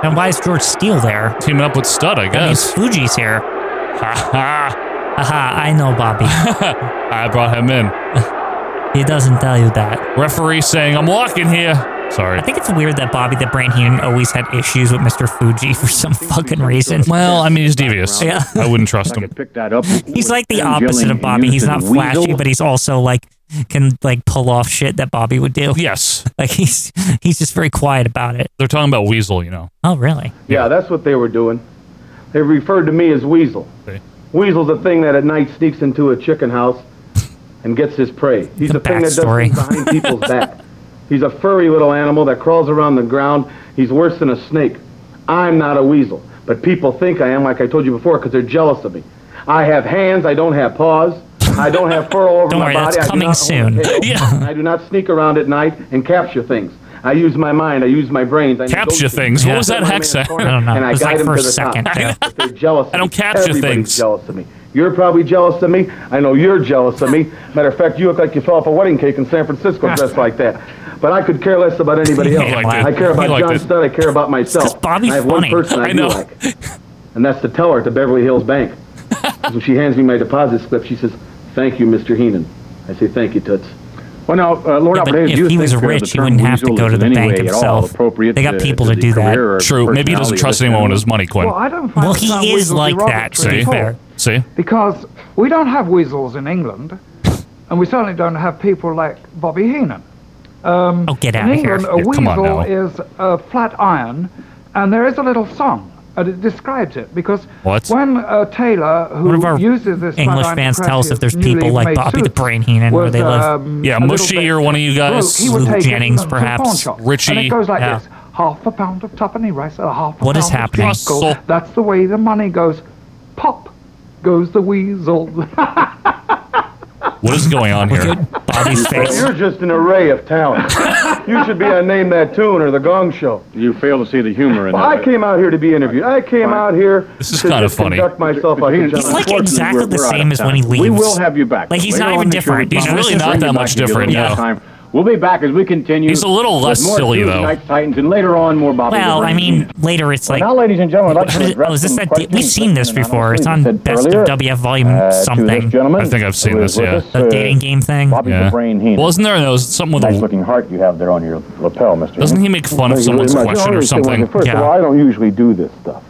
[SPEAKER 1] And why is George Steele there?
[SPEAKER 2] Teaming up with Stud, I
[SPEAKER 1] That means
[SPEAKER 2] guess.
[SPEAKER 1] Fuji's here.
[SPEAKER 2] Ha ha!
[SPEAKER 1] Aha, I know Bobby.
[SPEAKER 2] I brought him in.
[SPEAKER 1] he doesn't tell you that.
[SPEAKER 2] Referee saying, "I'm walking here." Sorry.
[SPEAKER 1] I think it's weird that Bobby the Brain Heenan always had issues with Mr. Fuji for some fucking reason.
[SPEAKER 2] Well, I mean, he's devious.
[SPEAKER 1] Yeah.
[SPEAKER 2] I wouldn't trust
[SPEAKER 17] I
[SPEAKER 2] him.
[SPEAKER 17] could pick that up.
[SPEAKER 1] He's like the
[SPEAKER 17] Jim
[SPEAKER 1] opposite
[SPEAKER 17] Gilling
[SPEAKER 1] of Bobby. He's
[SPEAKER 17] used
[SPEAKER 1] not
[SPEAKER 17] as Weasel.
[SPEAKER 1] flashy, but he's also like can like pull off shit that Bobby would do.
[SPEAKER 2] Yes.
[SPEAKER 1] Like he's he's just very quiet about it.
[SPEAKER 2] They're talking about Weasel, you know.
[SPEAKER 1] Oh really?
[SPEAKER 15] Yeah, that's what they were doing. They referred to me as Weasel. Weasel's a thing that at night sneaks into a chicken house and gets his prey. He's a thing that does
[SPEAKER 1] backstory.
[SPEAKER 15] things behind people's back. He's a furry little animal that crawls around the ground. He's worse than a snake. I'm not a weasel, but people think I am, like I told you before, because they're jealous of me. I have hands. I don't have paws. I don't have fur all over
[SPEAKER 1] Don't
[SPEAKER 15] my
[SPEAKER 1] worry,
[SPEAKER 15] body.
[SPEAKER 1] that's
[SPEAKER 15] I do
[SPEAKER 1] coming
[SPEAKER 15] not own a
[SPEAKER 1] soon.
[SPEAKER 15] tail. I do not sneak around at night and capture things. I use my mind. I use my brains. I
[SPEAKER 2] Capture
[SPEAKER 15] negotiate.
[SPEAKER 2] things? What was
[SPEAKER 15] I
[SPEAKER 2] that
[SPEAKER 15] set my
[SPEAKER 2] hex
[SPEAKER 15] man
[SPEAKER 2] at?
[SPEAKER 15] corner
[SPEAKER 2] I don't know.
[SPEAKER 15] And I
[SPEAKER 2] It was
[SPEAKER 15] guide
[SPEAKER 2] like
[SPEAKER 15] him
[SPEAKER 2] for
[SPEAKER 15] to
[SPEAKER 2] a
[SPEAKER 15] the
[SPEAKER 2] second,
[SPEAKER 15] top.
[SPEAKER 2] yeah.
[SPEAKER 15] If They're jealous. I
[SPEAKER 2] don't capture
[SPEAKER 15] Everybody's
[SPEAKER 2] things.
[SPEAKER 15] jealous of me. You're probably jealous of me. I know you're jealous of me. Matter of fact, you look like you fell off a wedding cake in San Francisco dressed like that. But I could care less about anybody
[SPEAKER 2] He
[SPEAKER 15] else.
[SPEAKER 2] liked it.
[SPEAKER 15] I care
[SPEAKER 2] He
[SPEAKER 15] about
[SPEAKER 2] liked
[SPEAKER 15] John
[SPEAKER 2] it.
[SPEAKER 15] Studd. I care about myself.
[SPEAKER 1] Bobby's
[SPEAKER 15] I have
[SPEAKER 1] funny.
[SPEAKER 15] one person I,
[SPEAKER 2] I know.
[SPEAKER 15] do like, and that's the teller at the Beverly Hills Bank. So when she hands me my deposit slip, she says, "Thank you, Mr. Heenan." I say, "Thank you, Toots."
[SPEAKER 17] Well, now, uh, Lord
[SPEAKER 1] Yeah, but
[SPEAKER 17] Opera Hayes,
[SPEAKER 1] if
[SPEAKER 17] do you
[SPEAKER 1] he
[SPEAKER 17] think,
[SPEAKER 1] was
[SPEAKER 17] uh, the
[SPEAKER 1] rich, he
[SPEAKER 17] term
[SPEAKER 1] wouldn't have to
[SPEAKER 17] weasel
[SPEAKER 1] go
[SPEAKER 17] is
[SPEAKER 1] to
[SPEAKER 17] in
[SPEAKER 1] the
[SPEAKER 17] any
[SPEAKER 1] bank
[SPEAKER 17] way at all
[SPEAKER 1] himself.
[SPEAKER 17] appropriate
[SPEAKER 1] They got
[SPEAKER 17] to-
[SPEAKER 1] people
[SPEAKER 17] to
[SPEAKER 1] to
[SPEAKER 17] the
[SPEAKER 1] do that.
[SPEAKER 17] career or
[SPEAKER 2] True. Maybe he doesn't
[SPEAKER 17] personality
[SPEAKER 2] trust
[SPEAKER 17] of this
[SPEAKER 2] anyone with
[SPEAKER 17] man.
[SPEAKER 2] his money, Quinn.
[SPEAKER 6] Well, I don't find
[SPEAKER 1] Well,
[SPEAKER 6] the
[SPEAKER 1] he
[SPEAKER 6] term
[SPEAKER 1] is
[SPEAKER 6] weasel
[SPEAKER 1] like
[SPEAKER 6] derogatory
[SPEAKER 1] that,
[SPEAKER 2] See?
[SPEAKER 6] at all,
[SPEAKER 2] See?
[SPEAKER 6] Because we don't have weasels in England, and we certainly don't have people like Bobby Heenan. Um,
[SPEAKER 1] Oh, get
[SPEAKER 6] in
[SPEAKER 1] outta here.
[SPEAKER 6] England, a
[SPEAKER 1] Yeah, come on
[SPEAKER 6] weasel
[SPEAKER 1] now.
[SPEAKER 6] is a flat iron, and there is a little song, and it describes it because
[SPEAKER 1] What?
[SPEAKER 6] when uh, Taylor,
[SPEAKER 1] One
[SPEAKER 6] who
[SPEAKER 1] of our
[SPEAKER 6] uses this flat
[SPEAKER 1] English
[SPEAKER 6] iron
[SPEAKER 1] fans
[SPEAKER 6] to
[SPEAKER 1] tell us
[SPEAKER 6] craft
[SPEAKER 1] if there's
[SPEAKER 6] his newly
[SPEAKER 1] people like
[SPEAKER 6] made
[SPEAKER 1] Bobby the
[SPEAKER 6] suits,
[SPEAKER 1] Brain Heenan where
[SPEAKER 6] was,
[SPEAKER 1] they live.
[SPEAKER 6] um,
[SPEAKER 2] Yeah,
[SPEAKER 6] a little
[SPEAKER 2] Mushy
[SPEAKER 6] bit
[SPEAKER 2] or one of you guys.
[SPEAKER 6] broke. He would
[SPEAKER 1] Lou
[SPEAKER 6] take it
[SPEAKER 1] Jennings,
[SPEAKER 6] to the
[SPEAKER 1] perhaps.
[SPEAKER 6] pawn shop, And
[SPEAKER 2] Richie,
[SPEAKER 6] it goes like
[SPEAKER 2] yeah.
[SPEAKER 6] this. Half a pound of tuppenny rice, a half a
[SPEAKER 1] What
[SPEAKER 6] pound
[SPEAKER 1] is happening?
[SPEAKER 6] of treacle. That's the way the money goes. Pop goes the weasel.
[SPEAKER 2] What is going on here?
[SPEAKER 1] Bobby's face.
[SPEAKER 15] You're just an array of talent. you should be on Name That Tune or The Gong Show.
[SPEAKER 17] You fail to see the humor in
[SPEAKER 15] Well,
[SPEAKER 17] that.
[SPEAKER 15] I came out here to be interviewed. I came out here
[SPEAKER 2] This is
[SPEAKER 15] to
[SPEAKER 2] kinda
[SPEAKER 15] just
[SPEAKER 2] funny.
[SPEAKER 15] conduct myself like a
[SPEAKER 1] He's
[SPEAKER 15] gentleman.
[SPEAKER 1] like exactly the same as when he leaves.
[SPEAKER 17] We will have you back.
[SPEAKER 1] Like, he's
[SPEAKER 17] Later
[SPEAKER 1] not
[SPEAKER 17] on
[SPEAKER 1] even
[SPEAKER 17] in the show,
[SPEAKER 1] different.
[SPEAKER 17] we
[SPEAKER 1] He's
[SPEAKER 17] promise to
[SPEAKER 1] really not
[SPEAKER 17] bring
[SPEAKER 1] that
[SPEAKER 17] you
[SPEAKER 1] much
[SPEAKER 17] back to give you a
[SPEAKER 1] different,
[SPEAKER 17] little
[SPEAKER 1] no.
[SPEAKER 17] time. We'll be back as we continue.
[SPEAKER 2] He's a little
[SPEAKER 17] with
[SPEAKER 2] less
[SPEAKER 17] more
[SPEAKER 2] silly,
[SPEAKER 17] Tuesday
[SPEAKER 2] though.
[SPEAKER 17] Night Titans, and later on, more Bobby.
[SPEAKER 1] Well,
[SPEAKER 17] Laverne.
[SPEAKER 1] I mean, later it's like.
[SPEAKER 18] now, ladies and gentlemen, I'd like
[SPEAKER 1] What
[SPEAKER 18] to
[SPEAKER 1] is,
[SPEAKER 18] address
[SPEAKER 1] oh, is this
[SPEAKER 18] some
[SPEAKER 1] that?
[SPEAKER 18] questions
[SPEAKER 1] We've seen this
[SPEAKER 18] that have been
[SPEAKER 1] before. It's on
[SPEAKER 18] anonymously said
[SPEAKER 1] Best
[SPEAKER 18] earlier,
[SPEAKER 1] of WF Volume
[SPEAKER 18] uh, to this
[SPEAKER 1] something.
[SPEAKER 18] gentleman
[SPEAKER 2] I think I've seen
[SPEAKER 18] who
[SPEAKER 2] this,
[SPEAKER 18] is with
[SPEAKER 2] yeah.
[SPEAKER 18] us,
[SPEAKER 1] The
[SPEAKER 18] uh,
[SPEAKER 1] dating game thing.
[SPEAKER 18] Bobby
[SPEAKER 2] Yeah.
[SPEAKER 18] the Brain Heenan.
[SPEAKER 2] Well, isn't there no, something with
[SPEAKER 18] nice
[SPEAKER 2] a.
[SPEAKER 18] looking heart you have there on your lapel, Mr.
[SPEAKER 2] Doesn't he
[SPEAKER 18] Heenan.
[SPEAKER 2] make fun of
[SPEAKER 18] Thank you very
[SPEAKER 2] someone's
[SPEAKER 18] much.
[SPEAKER 2] question
[SPEAKER 18] You
[SPEAKER 2] or
[SPEAKER 18] understand
[SPEAKER 2] something?
[SPEAKER 18] what you're- first of
[SPEAKER 2] Yeah.
[SPEAKER 18] all,
[SPEAKER 15] I don't usually do this stuff,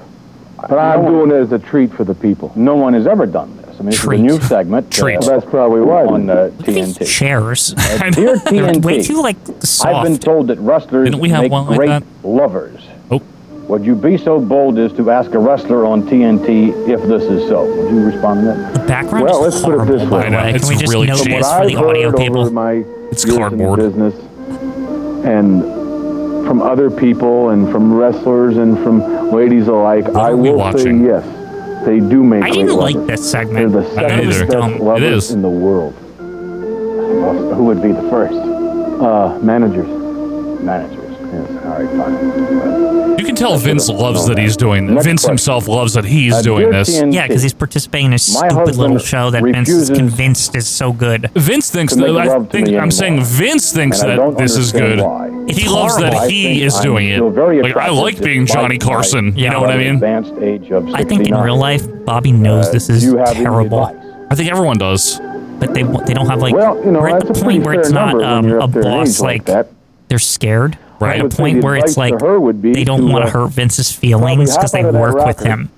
[SPEAKER 15] but I'm doing it as a treat for the people.
[SPEAKER 18] No one has ever done this. I mean, this
[SPEAKER 1] Treat.
[SPEAKER 18] is a new segment.
[SPEAKER 1] Treat.
[SPEAKER 18] that's probably why. On uh,
[SPEAKER 1] These
[SPEAKER 18] TNT.
[SPEAKER 1] chairs.
[SPEAKER 18] Uh, dear
[SPEAKER 1] They're
[SPEAKER 18] TNT,
[SPEAKER 1] way too, like,
[SPEAKER 18] I've been
[SPEAKER 1] soft.
[SPEAKER 18] told that wrestlers
[SPEAKER 1] Didn't we have
[SPEAKER 18] make
[SPEAKER 1] one like
[SPEAKER 18] great
[SPEAKER 1] that? Oh.
[SPEAKER 18] lovers. Would you be so bold as to ask a wrestler on TNT if this is so? Would you respond to that?
[SPEAKER 1] The background
[SPEAKER 18] Well,
[SPEAKER 1] is
[SPEAKER 18] let's put it
[SPEAKER 1] horrible,
[SPEAKER 18] this
[SPEAKER 1] by
[SPEAKER 18] way.
[SPEAKER 1] the
[SPEAKER 18] I know,
[SPEAKER 1] way. Can
[SPEAKER 18] it's
[SPEAKER 1] we just
[SPEAKER 18] really
[SPEAKER 1] note
[SPEAKER 18] cheap.
[SPEAKER 1] this for the
[SPEAKER 18] I've heard
[SPEAKER 1] audio
[SPEAKER 18] over
[SPEAKER 1] people?
[SPEAKER 15] My
[SPEAKER 2] It's
[SPEAKER 15] years in
[SPEAKER 2] cardboard.
[SPEAKER 15] business and from other people and from wrestlers and from ladies alike, I
[SPEAKER 2] we
[SPEAKER 15] will
[SPEAKER 2] watching?
[SPEAKER 15] say yes, they do make
[SPEAKER 1] I
[SPEAKER 15] great
[SPEAKER 1] didn't like
[SPEAKER 15] lovers.
[SPEAKER 1] this
[SPEAKER 15] They're
[SPEAKER 1] segment.
[SPEAKER 15] the
[SPEAKER 2] I don't
[SPEAKER 15] second
[SPEAKER 2] either.
[SPEAKER 15] best
[SPEAKER 2] Dumb. It
[SPEAKER 15] lovers
[SPEAKER 2] is.
[SPEAKER 15] in the world.
[SPEAKER 18] Who would be the first?
[SPEAKER 15] Uh, managers.
[SPEAKER 18] managers. Yes, all right, fine.
[SPEAKER 2] You can tell Vince loves that he's doing this. Vince himself loves that
[SPEAKER 15] Uh,
[SPEAKER 2] he's doing this.
[SPEAKER 1] Yeah, because he's participating in a stupid little show that Vince is convinced is so good.
[SPEAKER 2] Vince thinks
[SPEAKER 1] To make
[SPEAKER 2] that I
[SPEAKER 1] love to
[SPEAKER 2] think
[SPEAKER 1] me
[SPEAKER 2] I'm
[SPEAKER 1] anymore.
[SPEAKER 2] saying Vince thinks
[SPEAKER 1] And I
[SPEAKER 2] that
[SPEAKER 1] don't
[SPEAKER 2] this is
[SPEAKER 1] understand
[SPEAKER 2] good.
[SPEAKER 1] why.
[SPEAKER 2] He
[SPEAKER 1] It's
[SPEAKER 2] loves
[SPEAKER 1] horrible.
[SPEAKER 2] that
[SPEAKER 1] I
[SPEAKER 2] he
[SPEAKER 1] think
[SPEAKER 2] is
[SPEAKER 1] I'm
[SPEAKER 2] doing it.
[SPEAKER 1] still very
[SPEAKER 2] Like I
[SPEAKER 1] attractive
[SPEAKER 2] like being
[SPEAKER 1] despite
[SPEAKER 2] Johnny
[SPEAKER 1] my
[SPEAKER 2] Carson. You
[SPEAKER 1] young
[SPEAKER 2] know what I mean?
[SPEAKER 18] Advanced age of
[SPEAKER 1] I think in
[SPEAKER 18] 69.
[SPEAKER 1] real life, Bobby knows
[SPEAKER 18] Uh,
[SPEAKER 1] this is
[SPEAKER 18] you have any
[SPEAKER 1] terrible.
[SPEAKER 18] advice?
[SPEAKER 2] I think everyone does.
[SPEAKER 1] But they they don't have like
[SPEAKER 18] Well, you know,
[SPEAKER 1] we're at
[SPEAKER 18] that's
[SPEAKER 1] the point
[SPEAKER 18] a pretty
[SPEAKER 1] where it's
[SPEAKER 18] fair
[SPEAKER 1] not
[SPEAKER 18] number when
[SPEAKER 1] um,
[SPEAKER 18] you're
[SPEAKER 1] a
[SPEAKER 18] up there in
[SPEAKER 1] boss
[SPEAKER 18] age like
[SPEAKER 1] like, they're scared. We're
[SPEAKER 18] I
[SPEAKER 1] at a
[SPEAKER 18] would say
[SPEAKER 1] point
[SPEAKER 18] the
[SPEAKER 1] where it's
[SPEAKER 18] advice
[SPEAKER 1] like
[SPEAKER 18] to her would be
[SPEAKER 1] they don't
[SPEAKER 18] to,
[SPEAKER 1] want
[SPEAKER 18] uh,
[SPEAKER 1] to hurt Vince's feelings because they
[SPEAKER 18] hop out of that
[SPEAKER 1] work with
[SPEAKER 18] racket.
[SPEAKER 1] him.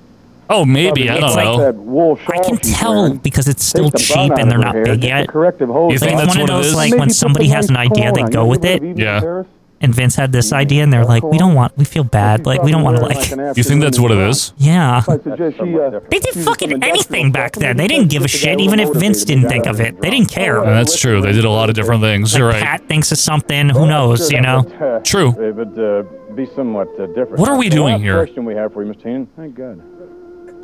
[SPEAKER 2] Oh, maybe I
[SPEAKER 1] It's
[SPEAKER 2] don't
[SPEAKER 1] like-
[SPEAKER 2] know.
[SPEAKER 1] I can tell because it's still
[SPEAKER 18] the bun
[SPEAKER 1] cheap
[SPEAKER 18] out
[SPEAKER 1] and
[SPEAKER 18] of
[SPEAKER 1] they're
[SPEAKER 18] her
[SPEAKER 1] not
[SPEAKER 18] hair,
[SPEAKER 1] big
[SPEAKER 18] take
[SPEAKER 1] yet.
[SPEAKER 18] the corrective hose
[SPEAKER 1] it's
[SPEAKER 18] off.
[SPEAKER 1] like
[SPEAKER 18] You think
[SPEAKER 1] one of
[SPEAKER 18] that's what it
[SPEAKER 1] those
[SPEAKER 18] is?
[SPEAKER 1] like
[SPEAKER 18] Maybe
[SPEAKER 1] when
[SPEAKER 18] put
[SPEAKER 1] somebody
[SPEAKER 18] the
[SPEAKER 1] has an
[SPEAKER 18] right
[SPEAKER 1] idea, they
[SPEAKER 18] cologne on.
[SPEAKER 1] go
[SPEAKER 18] You
[SPEAKER 1] with
[SPEAKER 18] never
[SPEAKER 1] it.
[SPEAKER 18] even
[SPEAKER 2] Yeah.
[SPEAKER 1] And Vince had this idea, and they're like, "We don't want. We feel bad. Like we don't want to like."
[SPEAKER 2] You think that's what it is?
[SPEAKER 1] Yeah.
[SPEAKER 18] suggest she, uh,
[SPEAKER 1] They did fucking anything back then. They didn't give a shit, even if Vince didn't think of it. They didn't care.
[SPEAKER 2] And that's true. They did a lot of different things. You're right.
[SPEAKER 1] Pat thinks of something. Who knows? You know.
[SPEAKER 2] True.
[SPEAKER 18] It would uh, be somewhat uh, different.
[SPEAKER 1] What are we
[SPEAKER 18] The
[SPEAKER 1] doing
[SPEAKER 18] last
[SPEAKER 1] here?
[SPEAKER 18] question we have for you, Mr. Heenan. Thank God.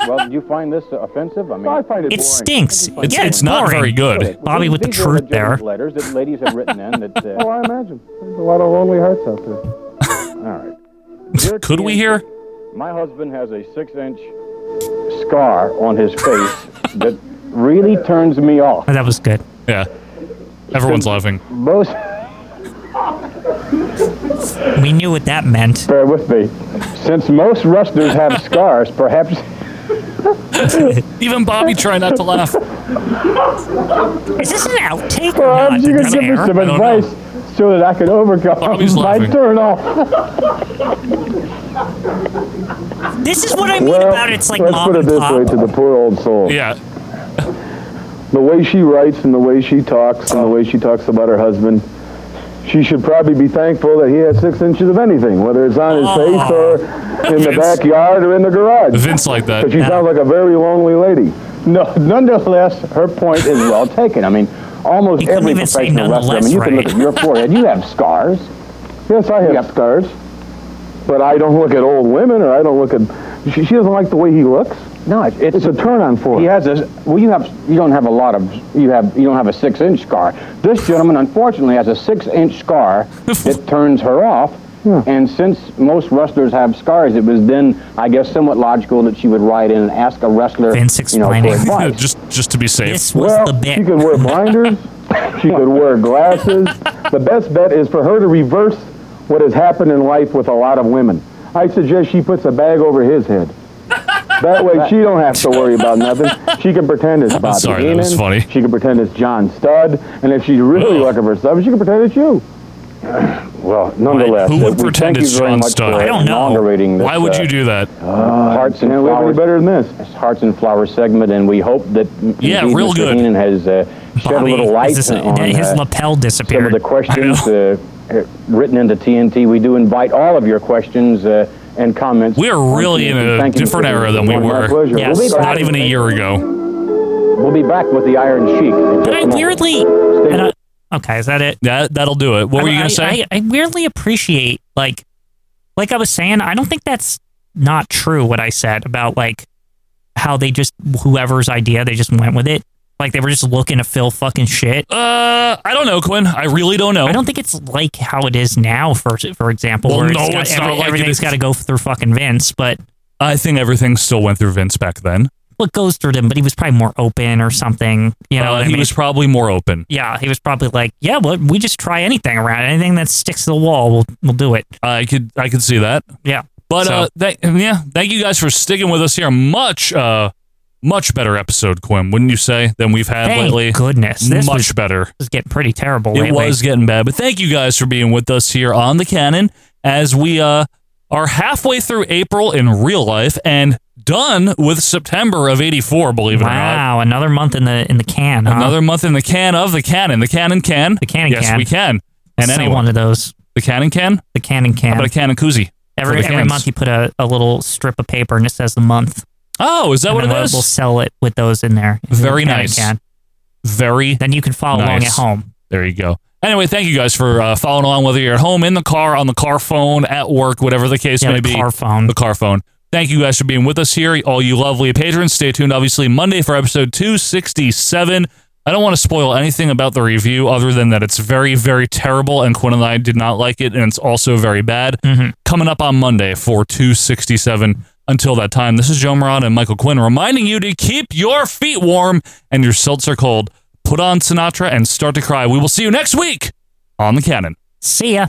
[SPEAKER 18] Well, did you find this uh, offensive? I mean, I find
[SPEAKER 1] It stinks. It's- Yeah, it's it's not boring. very good. Bobby with the
[SPEAKER 18] These are
[SPEAKER 1] truth
[SPEAKER 18] legitimate
[SPEAKER 1] there.
[SPEAKER 18] Letters that ladies have written in that. Uh,
[SPEAKER 15] Oh, I imagine. There's a lot of lonely hearts out there.
[SPEAKER 18] all right.
[SPEAKER 2] Could we hear?
[SPEAKER 18] My husband has a six-inch scar on his face that really turns me off.
[SPEAKER 1] Oh, That was good.
[SPEAKER 2] Yeah. Everyone's laughing.
[SPEAKER 18] Both.
[SPEAKER 1] We knew what that meant.
[SPEAKER 18] Bear with me. Since most rustlers have scars, perhaps.
[SPEAKER 2] Even Bobby trying not to laugh.
[SPEAKER 1] Is this an outtake?
[SPEAKER 18] Perhaps you
[SPEAKER 1] Did
[SPEAKER 18] could
[SPEAKER 1] that
[SPEAKER 18] give me
[SPEAKER 1] air?
[SPEAKER 18] some
[SPEAKER 1] I don't Oh,
[SPEAKER 18] advice so that I could overcome
[SPEAKER 2] Bobby's
[SPEAKER 18] my
[SPEAKER 2] laughing.
[SPEAKER 18] turn off.
[SPEAKER 1] This is what I mean
[SPEAKER 18] Well,
[SPEAKER 1] about it's like
[SPEAKER 15] Let's
[SPEAKER 1] mom
[SPEAKER 15] put it
[SPEAKER 1] and
[SPEAKER 15] this way
[SPEAKER 1] pop.
[SPEAKER 15] to the poor old soul.
[SPEAKER 2] Yeah.
[SPEAKER 15] The way she writes and the way she talks and the way she talks about her husband, she should probably be thankful that he has six inches of anything, whether it's on his
[SPEAKER 1] Oh.
[SPEAKER 15] face or in the
[SPEAKER 2] Vince.
[SPEAKER 15] backyard or in the garage.
[SPEAKER 2] Vince like that.
[SPEAKER 15] But she sounds like a very lonely lady.
[SPEAKER 18] No, nonetheless, her point is well taken. I mean, almost
[SPEAKER 1] You couldn't
[SPEAKER 18] every
[SPEAKER 1] even say
[SPEAKER 18] professional wrestler. I mean,
[SPEAKER 1] nonetheless,
[SPEAKER 18] you can look
[SPEAKER 1] right?
[SPEAKER 18] at your forehead. You have scars.
[SPEAKER 15] Yes, I have scars, but I don't look at old women or I don't look at. She, she doesn't like the way he looks.
[SPEAKER 18] No, it's, it's,
[SPEAKER 15] It's a turn on for
[SPEAKER 18] He
[SPEAKER 15] her.
[SPEAKER 18] has a well. You have you don't have a lot of you have you don't have a six inch scar. This gentleman unfortunately has a six inch scar that turns her off. And since most wrestlers have scars, it was then I guess somewhat logical that she would write in and ask a wrestler,
[SPEAKER 1] Vince
[SPEAKER 18] you know, for
[SPEAKER 1] explaining.
[SPEAKER 18] advice.
[SPEAKER 2] just just to be safe.
[SPEAKER 1] This was
[SPEAKER 15] well,
[SPEAKER 1] the bit.
[SPEAKER 15] she could wear blinders. she could wear glasses. The best bet is for her to reverse what has happened in life with a lot of women. I suggest she puts a bag over his head. That way she don't have to worry about nothing. She can pretend it's Bobby
[SPEAKER 2] sorry, that
[SPEAKER 15] Heenan.
[SPEAKER 2] was funny.
[SPEAKER 15] She can pretend it's John Studd. And if she's really looking for something, she can pretend it's you.
[SPEAKER 18] Well, nonetheless,
[SPEAKER 2] Who would
[SPEAKER 18] we
[SPEAKER 2] pretend
[SPEAKER 18] thank you
[SPEAKER 2] it's
[SPEAKER 18] very
[SPEAKER 2] John
[SPEAKER 18] much
[SPEAKER 2] Studd?
[SPEAKER 18] for
[SPEAKER 2] I don't know.
[SPEAKER 18] inaugurating this,
[SPEAKER 2] Why would
[SPEAKER 18] uh,
[SPEAKER 2] you do that?
[SPEAKER 18] hearts and
[SPEAKER 15] Can't live any
[SPEAKER 18] flowers.
[SPEAKER 15] better than this.
[SPEAKER 18] Hearts and Flowers segment, and we hope that m-
[SPEAKER 2] Yeah,
[SPEAKER 18] indeed
[SPEAKER 2] real
[SPEAKER 18] Mr.
[SPEAKER 2] good.
[SPEAKER 18] Heenan has uh, shed a
[SPEAKER 1] Bobby,
[SPEAKER 18] little light
[SPEAKER 1] this is-
[SPEAKER 18] on
[SPEAKER 1] his
[SPEAKER 18] uh,
[SPEAKER 1] lapel
[SPEAKER 18] some
[SPEAKER 1] disappeared.
[SPEAKER 18] of the questions uh, uh, written into TNT. We do invite all of your questions uh, and comments.
[SPEAKER 2] We are
[SPEAKER 18] on
[SPEAKER 2] really in
[SPEAKER 18] TNT.
[SPEAKER 2] a
[SPEAKER 18] Thank you
[SPEAKER 2] different
[SPEAKER 18] for
[SPEAKER 2] era than we
[SPEAKER 18] your- My
[SPEAKER 2] were.
[SPEAKER 18] pleasure.
[SPEAKER 1] Yes,
[SPEAKER 18] We'll be
[SPEAKER 2] Not
[SPEAKER 18] back.
[SPEAKER 2] even a year ago.
[SPEAKER 18] We'll be back with the Iron Sheik. in just
[SPEAKER 1] But
[SPEAKER 18] a
[SPEAKER 1] I
[SPEAKER 18] moment.
[SPEAKER 1] weirdly, and I- okay, is that it?
[SPEAKER 2] That that'll do it. What were you
[SPEAKER 1] I-
[SPEAKER 2] gonna
[SPEAKER 1] I-
[SPEAKER 2] say?
[SPEAKER 1] I, I weirdly appreciate like, like I was saying, I don't think that's not true. What I said about like how they just whoever's idea they just went with it. Like they were just looking to fill fucking shit.
[SPEAKER 2] uh, I don't know, Quinn. I really don't know.
[SPEAKER 1] I don't think it's like how it is now. For for example,
[SPEAKER 2] Well,
[SPEAKER 1] where
[SPEAKER 2] no,
[SPEAKER 1] got-
[SPEAKER 2] it's not like it
[SPEAKER 1] everything's
[SPEAKER 2] is.
[SPEAKER 1] got to go through fucking Vince, but
[SPEAKER 2] I think everything still went through Vince back then.
[SPEAKER 1] well, it goes through them. But he was probably more open or something. You know,
[SPEAKER 2] Uh,
[SPEAKER 1] what I
[SPEAKER 2] he
[SPEAKER 1] mean?
[SPEAKER 2] was probably more open.
[SPEAKER 1] yeah, he was probably like, yeah, well, we just try anything around anything that sticks to the wall, we'll we'll do it.
[SPEAKER 2] I could I could see that.
[SPEAKER 1] Yeah,
[SPEAKER 2] But
[SPEAKER 1] So-
[SPEAKER 2] uh, thank yeah, thank you guys for sticking with us here. Much uh, much better episode, Quinn, wouldn't you say, than we've had
[SPEAKER 1] Thank
[SPEAKER 2] lately?
[SPEAKER 1] goodness, this
[SPEAKER 2] much
[SPEAKER 1] was,
[SPEAKER 2] better.
[SPEAKER 1] was getting pretty terrible.
[SPEAKER 2] It
[SPEAKER 1] lately.
[SPEAKER 2] was getting bad, but thank you guys for being with us here on the Cannon as we uh, are halfway through April in real life and done with September of '84. Believe it or not.
[SPEAKER 1] wow, another month in the in the can. huh?
[SPEAKER 2] Another month in the can of the cannon. The cannon can. The
[SPEAKER 1] cannon
[SPEAKER 2] yes,
[SPEAKER 1] can.
[SPEAKER 2] we can. And
[SPEAKER 1] Sell
[SPEAKER 2] anyone.
[SPEAKER 1] one of those.
[SPEAKER 2] The cannon can?
[SPEAKER 1] The cannon can.
[SPEAKER 2] How about a cannon koozie?
[SPEAKER 1] every
[SPEAKER 2] For the
[SPEAKER 1] every
[SPEAKER 2] cans.
[SPEAKER 1] month you put a, a little strip of paper and it says the month.
[SPEAKER 2] Oh, is that
[SPEAKER 1] and
[SPEAKER 2] what
[SPEAKER 1] then
[SPEAKER 2] it
[SPEAKER 1] we'll-
[SPEAKER 2] is?
[SPEAKER 1] We'll sell it with those in there.
[SPEAKER 2] Very
[SPEAKER 1] Cannon
[SPEAKER 2] nice. Very
[SPEAKER 1] Then you can follow along
[SPEAKER 2] nice.
[SPEAKER 1] at home.
[SPEAKER 2] There you go. Anyway, thank you guys for uh, following along, whether you're at home, in the car, on the car phone, at work, whatever the case
[SPEAKER 1] Yeah,
[SPEAKER 2] may
[SPEAKER 1] the
[SPEAKER 2] be.
[SPEAKER 1] car phone.
[SPEAKER 2] The car phone. Thank you guys for being with us here, all you lovely patrons. Stay tuned, obviously, Monday for episode 267. I don't want to spoil anything about the review other than that it's very, very terrible, and Quinn and I did not like it, and it's also very bad. Coming up on Monday for 267. Until that time, this is Joe Morata and Michael Quinn reminding you to keep your feet warm and your seltzer cold. Put on Sinatra and start to cry. We will see you next week on The Cannon.
[SPEAKER 1] See ya.